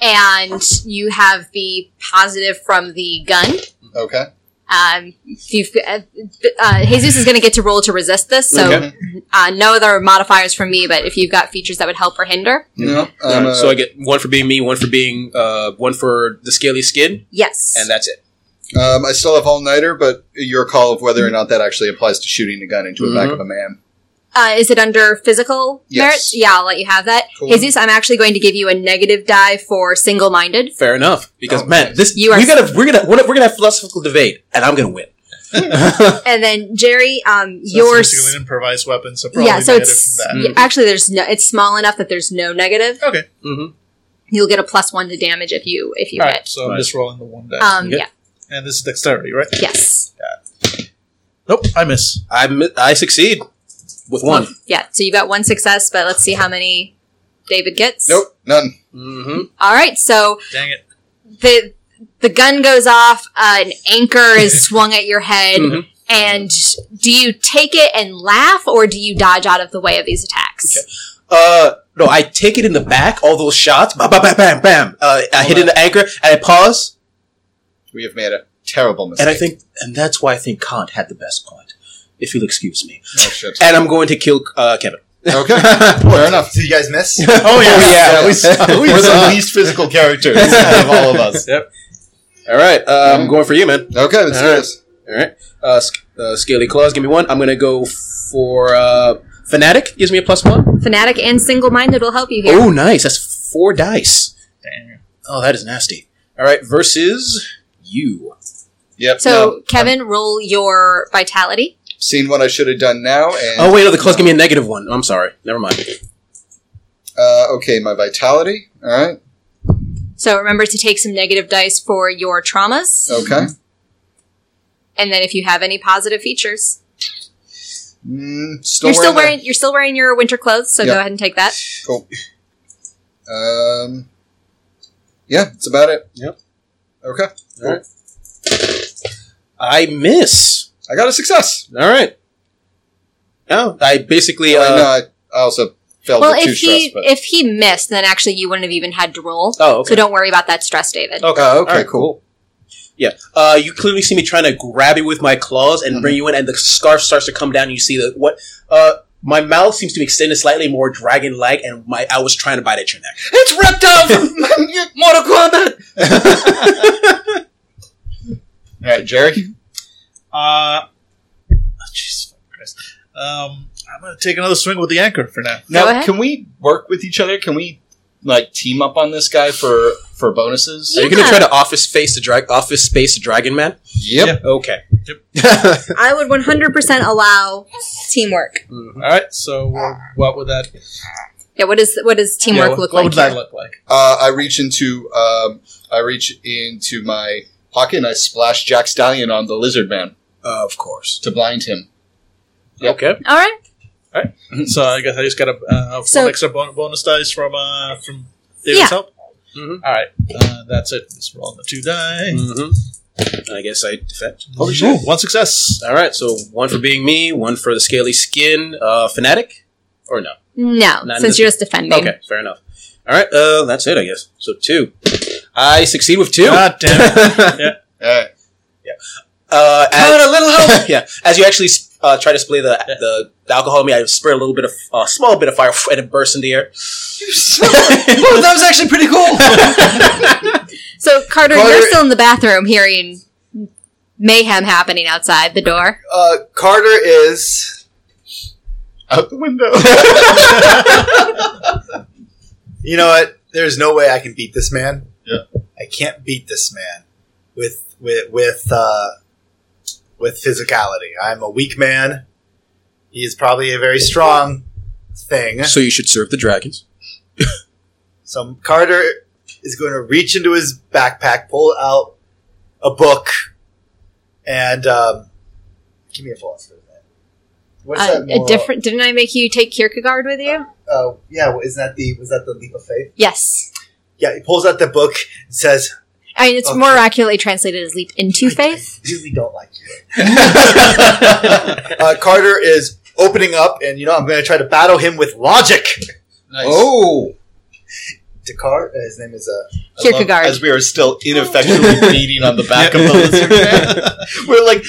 S2: and you have the positive from the gun
S4: Okay.
S2: um, if you, uh, uh, Jesus is going to get to roll to resist this, so
S4: Okay.
S2: uh, no other modifiers from me. But if you've got features that would help or hinder,
S4: No, I'm, uh,
S8: so I get one for being me, one for being uh, one for the scaly skin,
S2: yes,
S8: and uh, that's it.
S4: Um, I still have all nighter, but your call of whether or not that actually applies to shooting a gun into the back
S8: Mhm.
S4: of a man.
S2: Uh, is it under physical
S4: Yes.
S2: merits? Yeah, I'll let you have that.
S4: Cool.
S2: Jesus, I'm actually going to give you a negative die for single-minded.
S8: Fair enough, because
S4: Oh,
S8: man,
S4: nice.
S8: this
S2: You are-
S8: we gotta we're gonna we're gonna have philosophical debate, and I'm gonna win.
S2: And then Jerry, um,
S5: So
S2: yours.
S5: It's basically an improvised weapon, so probably
S2: yeah, so
S5: negative
S2: it's
S5: from that. Mm-hmm.
S2: yeah, actually there's no. It's small enough that there's no negative. Mm-hmm.
S5: Okay.
S8: Mhm.
S2: You'll get a plus one to damage if you if you
S5: All right,
S2: hit.
S5: so I'm just rolling the one die,
S2: Um,
S8: Okay.
S2: yeah.
S5: and this is dexterity, right?
S2: Yes.
S5: Nope, I miss.
S8: I mi- I succeed with one.
S2: Yeah. So you got one success, but let's see how many David gets.
S4: Nope, none.
S8: Mm-hmm.
S2: All right. So
S5: Dang it!
S2: the the gun goes off, uh, an anchor is (laughs) swung at your head,
S8: Mhm.
S2: and do you take it and laugh, or do you dodge out of the way of these attacks?
S8: Uh, no, I take it in the back. All those shots, bam, bam, bam, bam. bam. Uh, I hit in the anchor, and I pause,
S4: We have made a terrible mistake.
S8: and I think, and that's why I think Kant had the best part, if you'll excuse me.
S4: Oh,
S8: (laughs)
S4: shit.
S8: And I'm going to kill uh, Kevin.
S4: okay, fair enough.
S3: Did you guys
S4: (laughs)
S3: miss?
S4: Oh
S8: (laughs)
S4: yeah, we suck.
S8: we
S4: We're the
S8: suck.
S4: least (laughs) physical characters out of all of us.
S8: All right, uh, I'm going for you, man.
S4: Okay, let's
S8: All
S4: do
S8: right.
S4: this.
S8: All right, uh, sc- uh, scaly claws, give me one. I'm gonna go for uh, fanatic. Gives me a plus one.
S2: Fanatic and single minded will help you here.
S8: Oh, nice. That's four dice. Oh, that is nasty. All right, versus you.
S4: Yep.
S2: so,
S4: no.
S2: Kevin, roll your vitality.
S4: seen what I should have done now, and
S8: Oh wait, no, the claws give me a negative one. I'm sorry. Never mind.
S4: uh, okay, my vitality. All right.
S2: So, remember to take some negative dice for your traumas,
S4: Okay.
S2: and then if you have any positive features,
S4: Mm, still
S2: you're still wearing you're still wearing your winter clothes. So,
S4: Yep.
S2: go ahead and take that.
S4: that. Um. Yeah, that's about it. Yep. Okay.
S8: I miss.
S4: I got a success.
S8: All right. Oh, I basically.
S4: I
S8: Uh,
S4: know. I, I also failed
S2: Well,
S4: with two
S2: if he
S4: stress, but
S2: if he missed, then actually you wouldn't have even had to roll.
S8: oh, okay.
S2: So, don't worry about that stress, David.
S4: okay, okay,
S8: Alright,
S4: cool.
S8: Yeah. Uh, you clearly see me trying to grab you with my claws and
S5: Mm-hmm.
S8: bring you in, and the scarf starts to come down. And you see that what? Uh, my mouth seems to be extended slightly more dragon like, and my I was trying to bite at your neck.
S4: It's ripped out from Mortal Kombat. All right, Jerry.
S5: Uh, oh, Jesus fucking Christ. Um, I'm gonna take another swing with the anchor for now.
S4: Now,
S2: ahead.
S4: can we work with each other? Can we like team up on this guy for for bonuses?
S8: Are you going to try to office face the drag office space the
S5: (laughs)
S8: dragon man?
S4: Yep.
S8: Okay. Mm-hmm.
S2: I would 100% allow teamwork.
S8: Mm-hmm.
S11: All right. So uh, what would that
S2: Yeah, what is what does
S11: yeah,
S2: teamwork look
S11: what
S2: like?
S11: Would that look like?
S4: Uh, I reach into um, I reach into my pocket and I splash Jack Stallion on the lizard man
S8: Uh, of course.
S4: to blind him.
S11: Okay.
S2: All right.
S5: So I guess I just got a uh,
S2: So-
S5: one extra bon- bonus dice from uh, from David's
S2: Yeah.
S5: help.
S8: Mhm.
S5: All right, uh, that's it. Let's roll the two die.
S8: Mm-hmm. I guess I defect.
S5: Holy shit! One success.
S8: All right, so one for being me, one for the scaly skin uh, fanatic, or no?
S2: No,
S8: Not in
S2: since
S8: this-
S2: you're just defending.
S8: Okay, fair enough. All right, uh, that's it, I guess. So two. I succeed with two.
S5: God damn it!
S8: (laughs)
S4: All right.
S8: Uh, a little help. (laughs) yeah, as you actually uh, try to spray the, the the alcohol in me, I spray a little bit of a small bit of fire, (laughs) and it bursts in the air.
S12: Oh, that was actually pretty cool.
S2: So Carter,
S3: Carter-
S2: you're still in the bathroom hearing mayhem happening outside the door.
S3: Uh, Carter is
S4: Out the window.
S3: (laughs) You know what? There's no way I can beat this man.
S5: Yeah.
S3: I can't beat this man with with with uh, with physicality. I'm a weak man. He is probably a very strong thing.
S8: So you should serve the dragons.
S3: So Carter is going to reach into his backpack, pull out a book, and um, give me a pause for that. What's
S2: Uh,
S3: that?
S2: a
S3: moral-
S2: different didn't I make you take Kierkegaard with you?
S3: Uh, yeah, isn't that the was that the leap of faith?
S2: Yes.
S3: Yeah, he pulls out the book and says,
S2: I mean, it's
S3: Okay.
S2: more accurately translated as leap into faith.
S3: really don't like you. (laughs) uh, Carter is opening up, and you know I'm going to try to battle him with logic.
S4: Nice.
S5: (laughs)
S4: Oh,
S3: Descartes, uh, his name is uh,
S4: I love-
S2: Kierkegaard.
S4: as we are still ineffectually beating on the back of the lizard (laughs) man. We're like,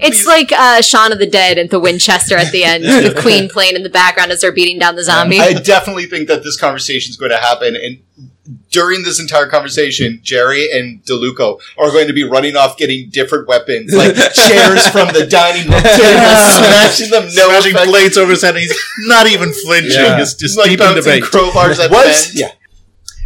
S2: It's like uh, Shaun of the Dead and the Winchester at the end,
S8: (laughs)
S2: with Queen playing in the background as they're beating down the zombie.
S4: I definitely think that this conversation is going to happen, and during this entire conversation, Jerry and DeLuco are going to be running off getting different weapons,
S5: (laughs)
S4: like chairs
S8: (laughs)
S4: from the dining room table, smashing them. No
S5: smashing (laughs)
S4: effect.
S5: plates over his head. and He's not even flinching.
S8: Yeah.
S5: It's just
S4: like
S5: deep in
S4: bouncing
S5: debate.
S4: crowbars at
S3: What?
S4: the end.
S8: Yeah.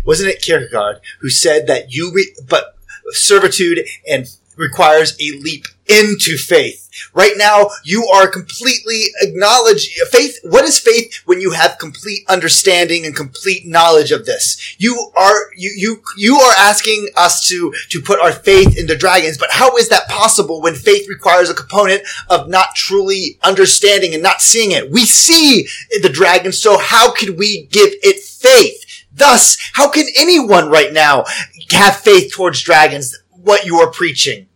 S3: Wasn't it Kierkegaard who said that you re- but servitude and requires a leap into faith? Right now, you are completely acknowledge faith. What is faith when you have complete understanding and complete knowledge of this? You are you you you are asking us to to put our faith into dragons, but how is that possible when faith requires a component of not truly understanding and not seeing it? We see the dragon, so how could we give it faith? Thus, how can anyone right now have faith towards dragons? What you are preaching.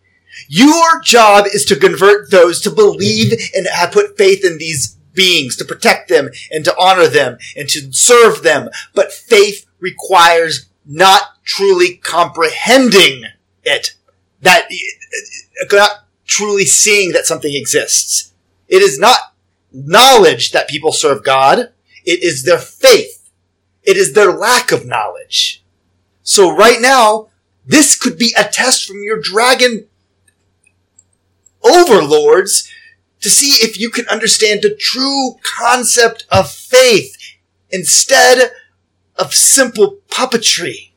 S3: Your job is to convert those to believe and have put faith in these beings, to protect them and to honor them and to serve them. But faith requires not truly comprehending it. That, not truly seeing that something exists. It is not knowledge that people serve God. It is their faith. It is their lack of knowledge. So right now, this could be a test from your dragon overlords to see if you can understand the true concept of faith instead of simple puppetry.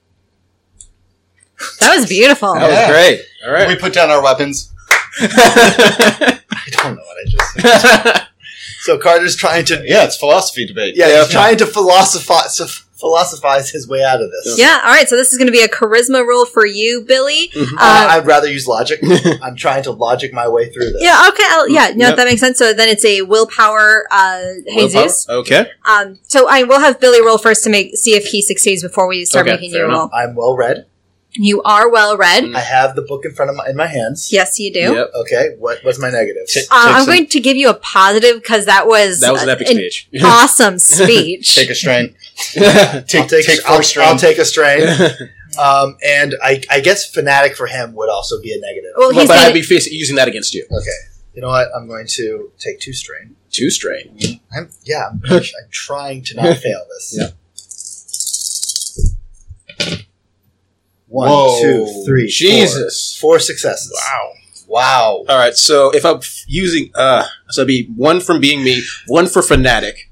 S2: That was beautiful.
S8: That was great. All
S4: Can We
S8: right.
S4: put down our weapons.
S3: (laughs) I don't know what I just said. So Carter's trying to
S4: Yeah, it's philosophy debate.
S3: yeah, he's trying to philosophize philosophize his way out of this.
S2: Yeah, all right. So this is going to be a charisma roll for you, Billy.
S8: Mm-hmm.
S3: Uh,
S2: Uh,
S3: I'd rather use logic. I'm trying to logic my way through this.
S2: yeah, okay. I'll, yeah, no,
S8: Yep.
S2: that makes sense. So then it's a willpower, uh, Jesus.
S8: Okay.
S2: Um, so I will have Billy roll first to make see if he succeeds before we start
S8: Okay,
S2: making
S8: fair
S2: your roll.
S8: enough.
S3: I'm well read.
S2: You are well read.
S8: Mm.
S3: I have the book in front of my, in my hands.
S2: Yes, you do.
S8: Yep.
S3: Okay, what was my negative?
S8: Take-
S2: Uh,
S8: take
S2: I'm
S8: some-
S2: going to give you a positive because that was
S8: That was an epic
S2: an
S8: (laughs) speech.
S2: awesome speech.
S4: Take a strain.
S3: I'll
S4: Take,
S3: take,
S4: take 4
S3: I'll,
S4: strain.
S3: I'll take a
S8: (laughs)
S3: strain. um, and I, I guess fanatic for him would also be a negative.
S4: Oh.
S2: well,
S8: But
S2: he's
S8: I'd
S2: gonna,
S8: be facing, using that against you.
S3: Okay, you know what? I'm going to take two strain.
S8: Two strain.
S3: I'm yeah. I'm,
S8: (laughs)
S3: I'm trying to not fail this.
S8: Yeah.
S3: One, two, three,
S8: Jesus.
S3: four. Four successes.
S4: Wow. (laughs) Wow.
S8: All right. So if I'm f- using, uh, so it'd be one from being me, one for fanatic.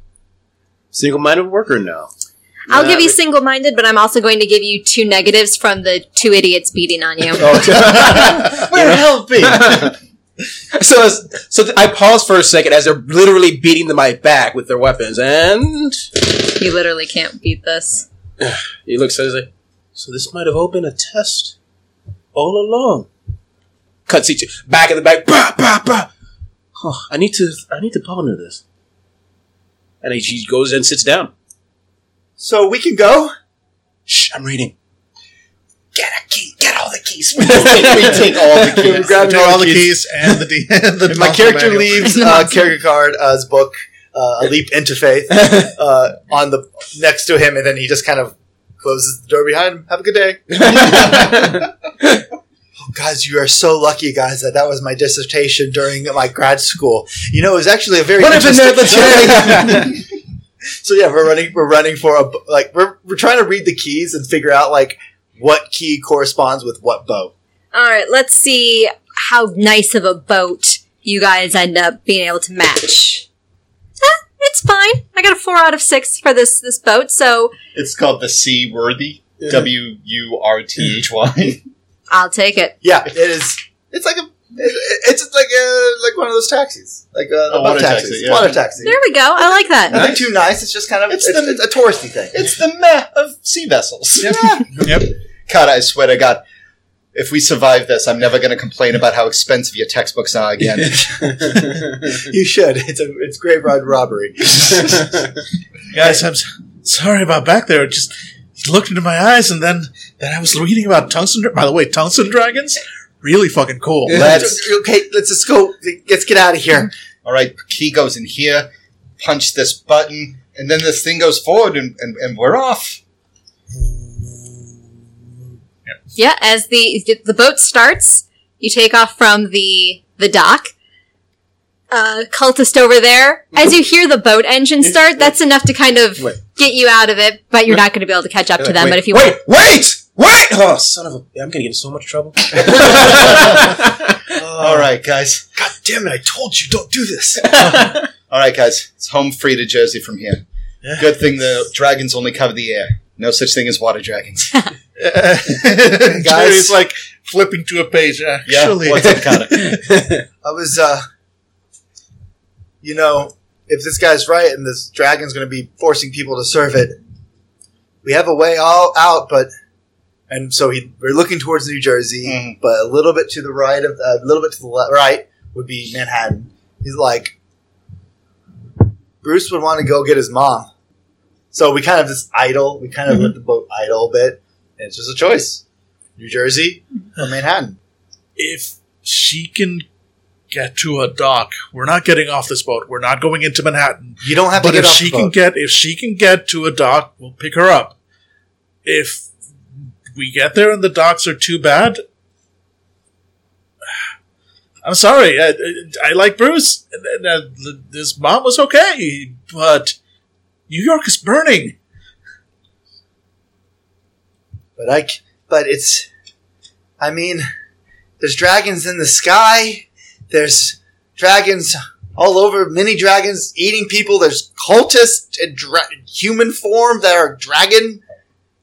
S8: Single-minded worker no. (laughs)
S2: I'll
S8: Nah,
S2: give you
S8: we-
S2: single-minded, but I'm also going to give you two negatives from the two idiots beating on you.
S8: Oh.
S3: Where the hell
S8: (laughs)
S3: be?
S8: (laughs) so, as- so th- I pause for a second as they're literally beating to my back with their weapons, and
S2: (laughs) you literally can't beat this.
S8: he looks at us like, "So this might have all been a test all along." Cuts each back in the back. Bah, bah, bah. Huh, I need to. I need to ponder this. And he, she goes and sits down.
S3: So we can go.
S8: Shh, I'm reading.
S3: Get a key. Get all the (laughs) keys.
S4: we take all the
S3: (laughs)
S5: We
S4: keys.
S5: grabbed all the keys and the, D- and the
S3: my
S5: Dolphin
S3: character (laughs)
S5: manual.
S3: leaves uh, Kierkegaard's uh, book, uh, A Leap into Faith, (laughs) uh, on the next to him, and then he just kind of closes the door behind him. Have a good day. Oh, guys, you are so lucky, guys, that that was my dissertation during my grad school. You know, it was actually a very interesting- (laughs) so yeah, we're running. We're running for a b- like we're we're trying to read the keys and figure out like what key corresponds with what bow.
S2: All right, let's see how nice of a boat you guys end up being able to match. Ah, it's fine. I got a four out of six for this this boat, so
S4: It's called the C Worthy. W U R T H Y.
S2: I'll take it.
S3: Yeah, it is. It's like a. it- It's like a, like one of those taxis, like uh, the
S4: A
S3: water
S4: water
S3: taxis,
S4: taxi, yeah.
S3: water taxi.
S2: There we go. I like that.
S3: Nothing too nice. It's just kind of it's,
S4: It's
S3: it's,
S4: the-
S3: a touristy thing.
S4: It's the meh of sea vessels.
S5: (laughs) Yep.
S4: God, I swear to God, if we survive this, I'm never going to complain about how expensive your textbooks are again.
S3: you should. It's a it's graveyard
S4: (laughs)
S3: robbery.
S5: Guys, I'm s- sorry about back there. It just it looked into my eyes, and then then I was reading about tungsten. dra- By the way, tungsten dragons really fucking cool. (laughs)
S4: Let's-
S3: okay, let's just go. Let's get out of here.
S4: All right, key goes in here, punch this button, and then this thing goes forward, and, and, and we're off.
S2: Yeah, as the the boat starts, you take off from the the dock. Uh, cultist over there. As you hear the boat engine start, that's enough to kind of
S8: Wait.
S2: get you out of it, but you're not going to be able to catch up to them.
S8: Wait,
S2: But if you
S8: wait, wait, wait! Oh, son of a! I'm gonna get in so much trouble.
S4: All right, guys.
S3: God damn it! I told you don't do
S8: (laughs)
S3: this.
S4: All right, guys. It's home free to Jersey from here. Good thing the dragons only cover the air. No such thing as water dragons.
S3: (laughs)
S5: Jerry's like flipping to a page.
S4: Yeah,
S5: Actually,
S4: what's up, Connor?
S3: I was, uh, you know, if this guy's right and this dragon's going to be forcing people to serve it, we have a way all out, but. And so he, we're looking towards New Jersey,
S5: Mm-hmm.
S4: Mhm.
S3: but a little bit to the right of, a little bit to the le- right would be Manhattan. He's like, Bruce would want to go get his mom. So we kind of just idle. We kind of
S5: Mm-hmm.
S3: let the boat idle a bit. And it's just a choice New Jersey or Manhattan.
S5: (laughs) if she can get to a dock, we're not getting off this boat. We're not going into Manhattan.
S3: You don't have
S5: But
S3: to get
S5: if
S3: off
S5: she
S3: the
S5: can
S3: boat.
S5: get if she can get to a dock, we'll pick her up. If we get there and the docks are too bad, (sighs) I'm sorry. I, I- I like Bruce. And, and, uh, his mom was okay, but New York is burning.
S3: But I, c- but it's, I mean, there's dragons in the sky. There's dragons all over, mini dragons eating people. There's cultists in dra- human form that are dragon.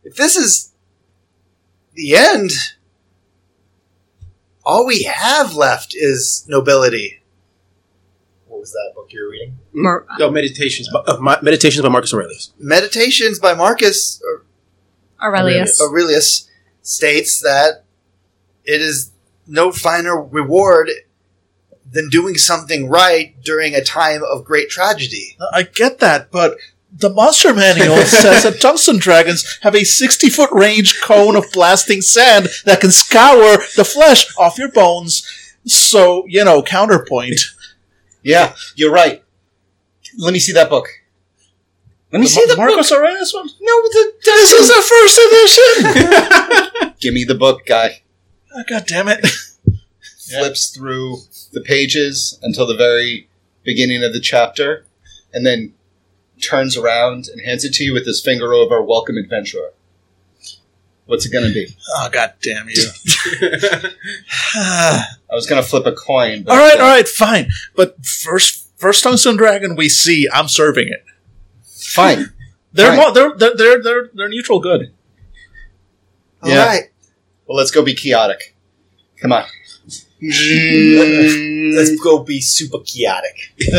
S3: If this is the end, all we have left is nobility. What was that book you were reading?
S2: Mar-
S8: No, meditations. By, uh, my, meditations by Marcus Aurelius.
S3: Meditations by Marcus or
S2: Aurelius,
S3: Aurelius states that it is no finer reward than doing something right during a time of great tragedy.
S5: I get that, but the monster
S4: (laughs)
S5: manual says that Dungeons and Dragons have a 60 foot range cone of blasting sand that can scour the flesh off your bones. So, you know, counterpoint.
S4: Yeah, you're right. Let me see that book. Let me see
S5: Mar-
S4: the book.
S5: Marcus Aurelius one?
S4: No, the, this is the first
S5: (laughs)
S4: edition. Give me the book, guy.
S5: Oh, God damn it.
S4: Flips through the pages until the very beginning of the chapter, and then turns around and hands it to you with his finger over. Welcome, adventurer. What's it gonna be?
S5: Oh, God
S4: (laughs)
S5: damn you. (sighs)
S4: I was gonna flip a coin. But
S5: all right, all right, fine. But first, first Dungeons and Dragon we see, I'm serving it.
S4: fine.
S5: They're,
S4: Right.
S5: mo- they're, they're, they're, they're, they're neutral good.
S3: All
S4: Yeah.
S3: right,
S4: Well, let's go be chaotic. Come on.
S3: let's go be super chaotic.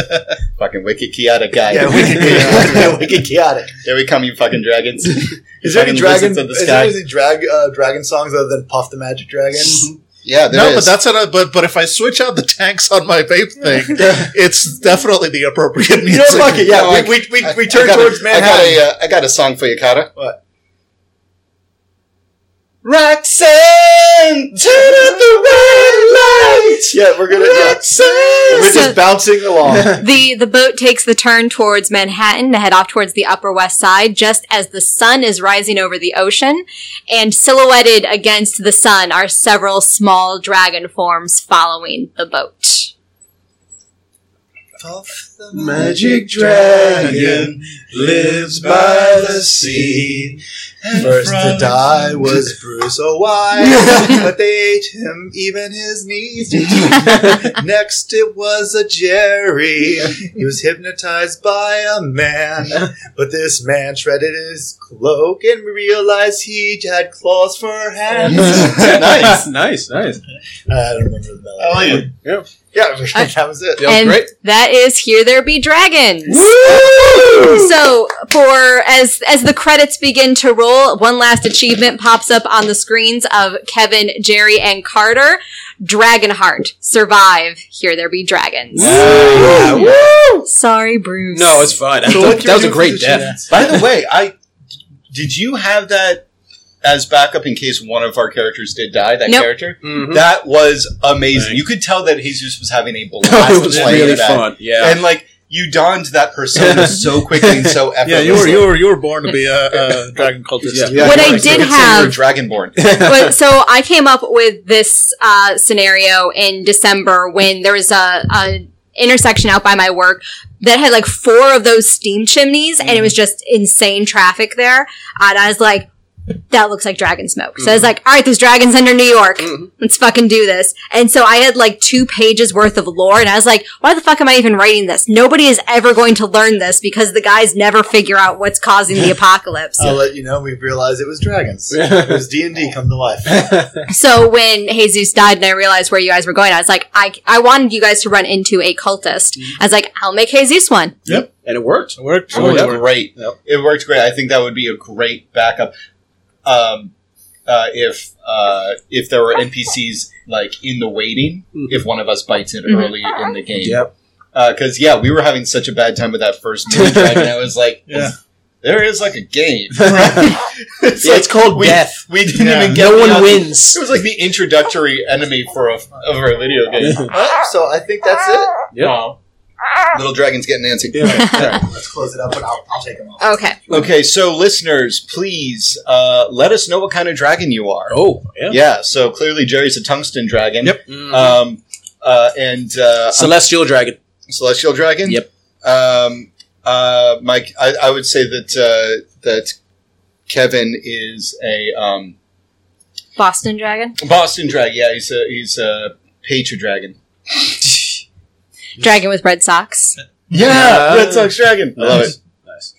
S4: (laughs) Fucking wicked chaotic guy.
S3: (laughs) Yeah,
S4: (laughs)
S3: we can chaotic. yeah, we can chaotic.
S4: Here we come, you fucking dragons.
S3: Is there any
S4: Fucking
S3: dragon?
S4: wizards of the
S3: is there
S4: sky.
S3: any drag, uh, dragon songs other than Puff the Magic Dragon?
S4: Yeah, there
S5: no,
S4: is.
S5: but that's what I, but but if I switch out the tanks on my vape thing, it's definitely the appropriate
S3: you
S5: music.
S3: know, fuck it. Yeah,
S4: No, I-
S3: we, we, we,
S4: I-
S3: we
S4: I
S3: turn
S4: got a-
S3: towards Manhattan.
S4: I got, a, uh, I got a song for you, Kata.
S3: What?
S4: Roxanne, turn up the red light.
S3: yeah, we're gonna. Yeah. We're just bouncing along.
S2: the the boat takes the turn towards Manhattan to head off towards the Upper West Side, just as the sun is rising over the ocean, and silhouetted against the sun are several small dragon forms following the boat.
S4: (laughs)
S8: Magic dragon lives by the (laughs) sea.
S3: First to die was Bruce O'Why, but they ate him, even his knees. Next it was a Jerry. He was hypnotized by a man, but this man shredded his cloak and realized he had claws for hands.
S8: (laughs) nice, nice, nice.
S3: I don't remember the melody.
S8: Yeah.
S3: Yeah, (laughs) that was it.
S8: Yeah,
S2: and
S8: great.
S2: that is here there be dragons. So for as as the credits begin to roll, one last achievement pops up on the screens of Kevin, Jerry, and Carter. Dragonheart, survive. Here there be dragons. Sorry, Bruce.
S8: No, it's fine.
S3: So what
S8: that,
S3: can
S8: that
S3: we
S8: was
S3: do for
S8: a great
S3: the
S8: death.
S4: (laughs) By the way, I did you have that as backup in case one of our characters did die? That
S2: Nope.
S4: character
S8: Mhm.
S4: that was amazing.
S8: Thanks.
S4: You could tell that Jesus was having a blast
S8: it was
S4: playing
S8: really
S4: that.
S8: fun. Yeah.
S4: And like you donned that persona so quickly and so effortlessly.
S5: Yeah, you were you were you were born to be a, a dragon cultist.
S8: Yeah.
S4: Yeah,
S2: What
S4: you
S2: I
S4: were.
S2: did
S4: So you were
S2: have-
S4: Dragonborn.
S2: but, so I came up with this uh, scenario in December when there was a, a intersection out by my work that had like four of those steam chimneys and it was just insane traffic there. And I was like, that looks like dragon smoke. So I was like, all right, there's dragons under New York. Let's fucking do this. And so I had like two pages worth of lore and I was like, why the fuck am I even writing this? Nobody is ever going to learn this because the guys never figure out what's causing the apocalypse.
S3: I'll let you know. We realized it was dragons. it was D and D come to life.
S2: So when Jesus died and I realized where you guys were going, I was like, I, I wanted you guys to run into a cultist. I was like, I'll make Jesus one.
S8: and it worked.
S5: It worked.
S7: Oh,
S4: It worked great. It worked great. I think that would be a great backup. Um, uh, if uh, if there were NPCs like in the waiting,
S7: Mm-hmm.
S4: if one of us bites it early in the game,
S8: Yep.
S4: Because yeah, we were having such a bad time with that first
S7: (laughs)
S4: moon dragon. I was like,
S5: Yeah.
S4: there is like a game. it's,
S7: Yeah, it's called
S4: we,
S7: death.
S4: We didn't even get
S7: No
S4: the-
S7: one wins.
S4: It was like the introductory enemy for a for a
S7: (laughs)
S4: video game.
S3: Oh, so I think that's it.
S8: Yeah.
S4: Little dragons getting antsy.
S3: Let's close it up, and I'll, I'll take them off.
S2: Okay.
S4: Okay, so listeners, please uh, let us know what kind of dragon you are.
S8: Oh, yeah.
S4: Yeah, so clearly Jerry's a tungsten dragon.
S8: Yep.
S4: Um, uh, and uh,
S7: Celestial dragon.
S4: celestial dragon.
S7: Yep.
S4: Um, uh, Mike, I, I would say that uh, that Kevin is a um,
S2: Boston Dragon.
S4: Boston dragon. Yeah, he's a he's a patron dragon.
S2: Dragon with red socks.
S4: Yeah, Red Sox dragon. I love it.
S8: Nice.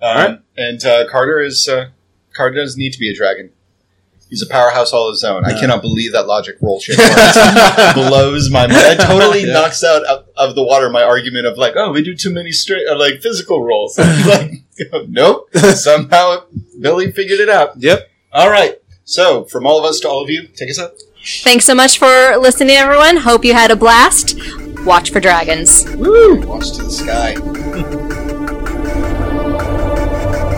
S4: Um,
S8: All right.
S4: And uh, Carter is uh, Carter doesn't need to be a dragon. He's a powerhouse all his own. I cannot believe that logic roll shit (laughs) blows my mind. That totally
S8: Yeah.
S4: knocks out of, of the water my argument of like, oh, we do too many straight uh, like physical rolls. (laughs) like, (laughs) nope. Somehow Billy figured it out.
S8: Yep.
S4: All right. So from all of us to all of you, take us up.
S2: Thanks so much for listening, everyone. Hope you had a blast. Watch for dragons.
S4: Watch to the sky.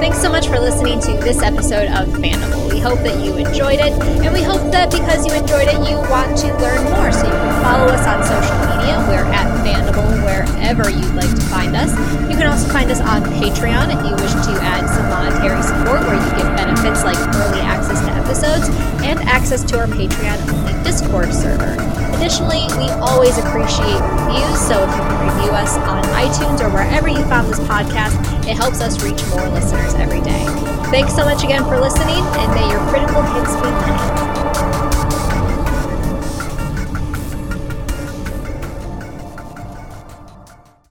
S2: Thanks so much for listening to this episode of Fandible. We hope that you enjoyed it, and we hope that because you enjoyed it, you want to learn more. So you can follow us on social media. We're at Fandible wherever you'd like to find us. You can also find us on Patreon if you wish to add some monetary support, where you get benefits like early access to episodes and access to our Patreon-only Discord server. Additionally, we always appreciate reviews, so if you can review us on iTunes or wherever you found this podcast, it helps us reach more listeners every day. Thanks so much again for listening, and may your critical hits be many.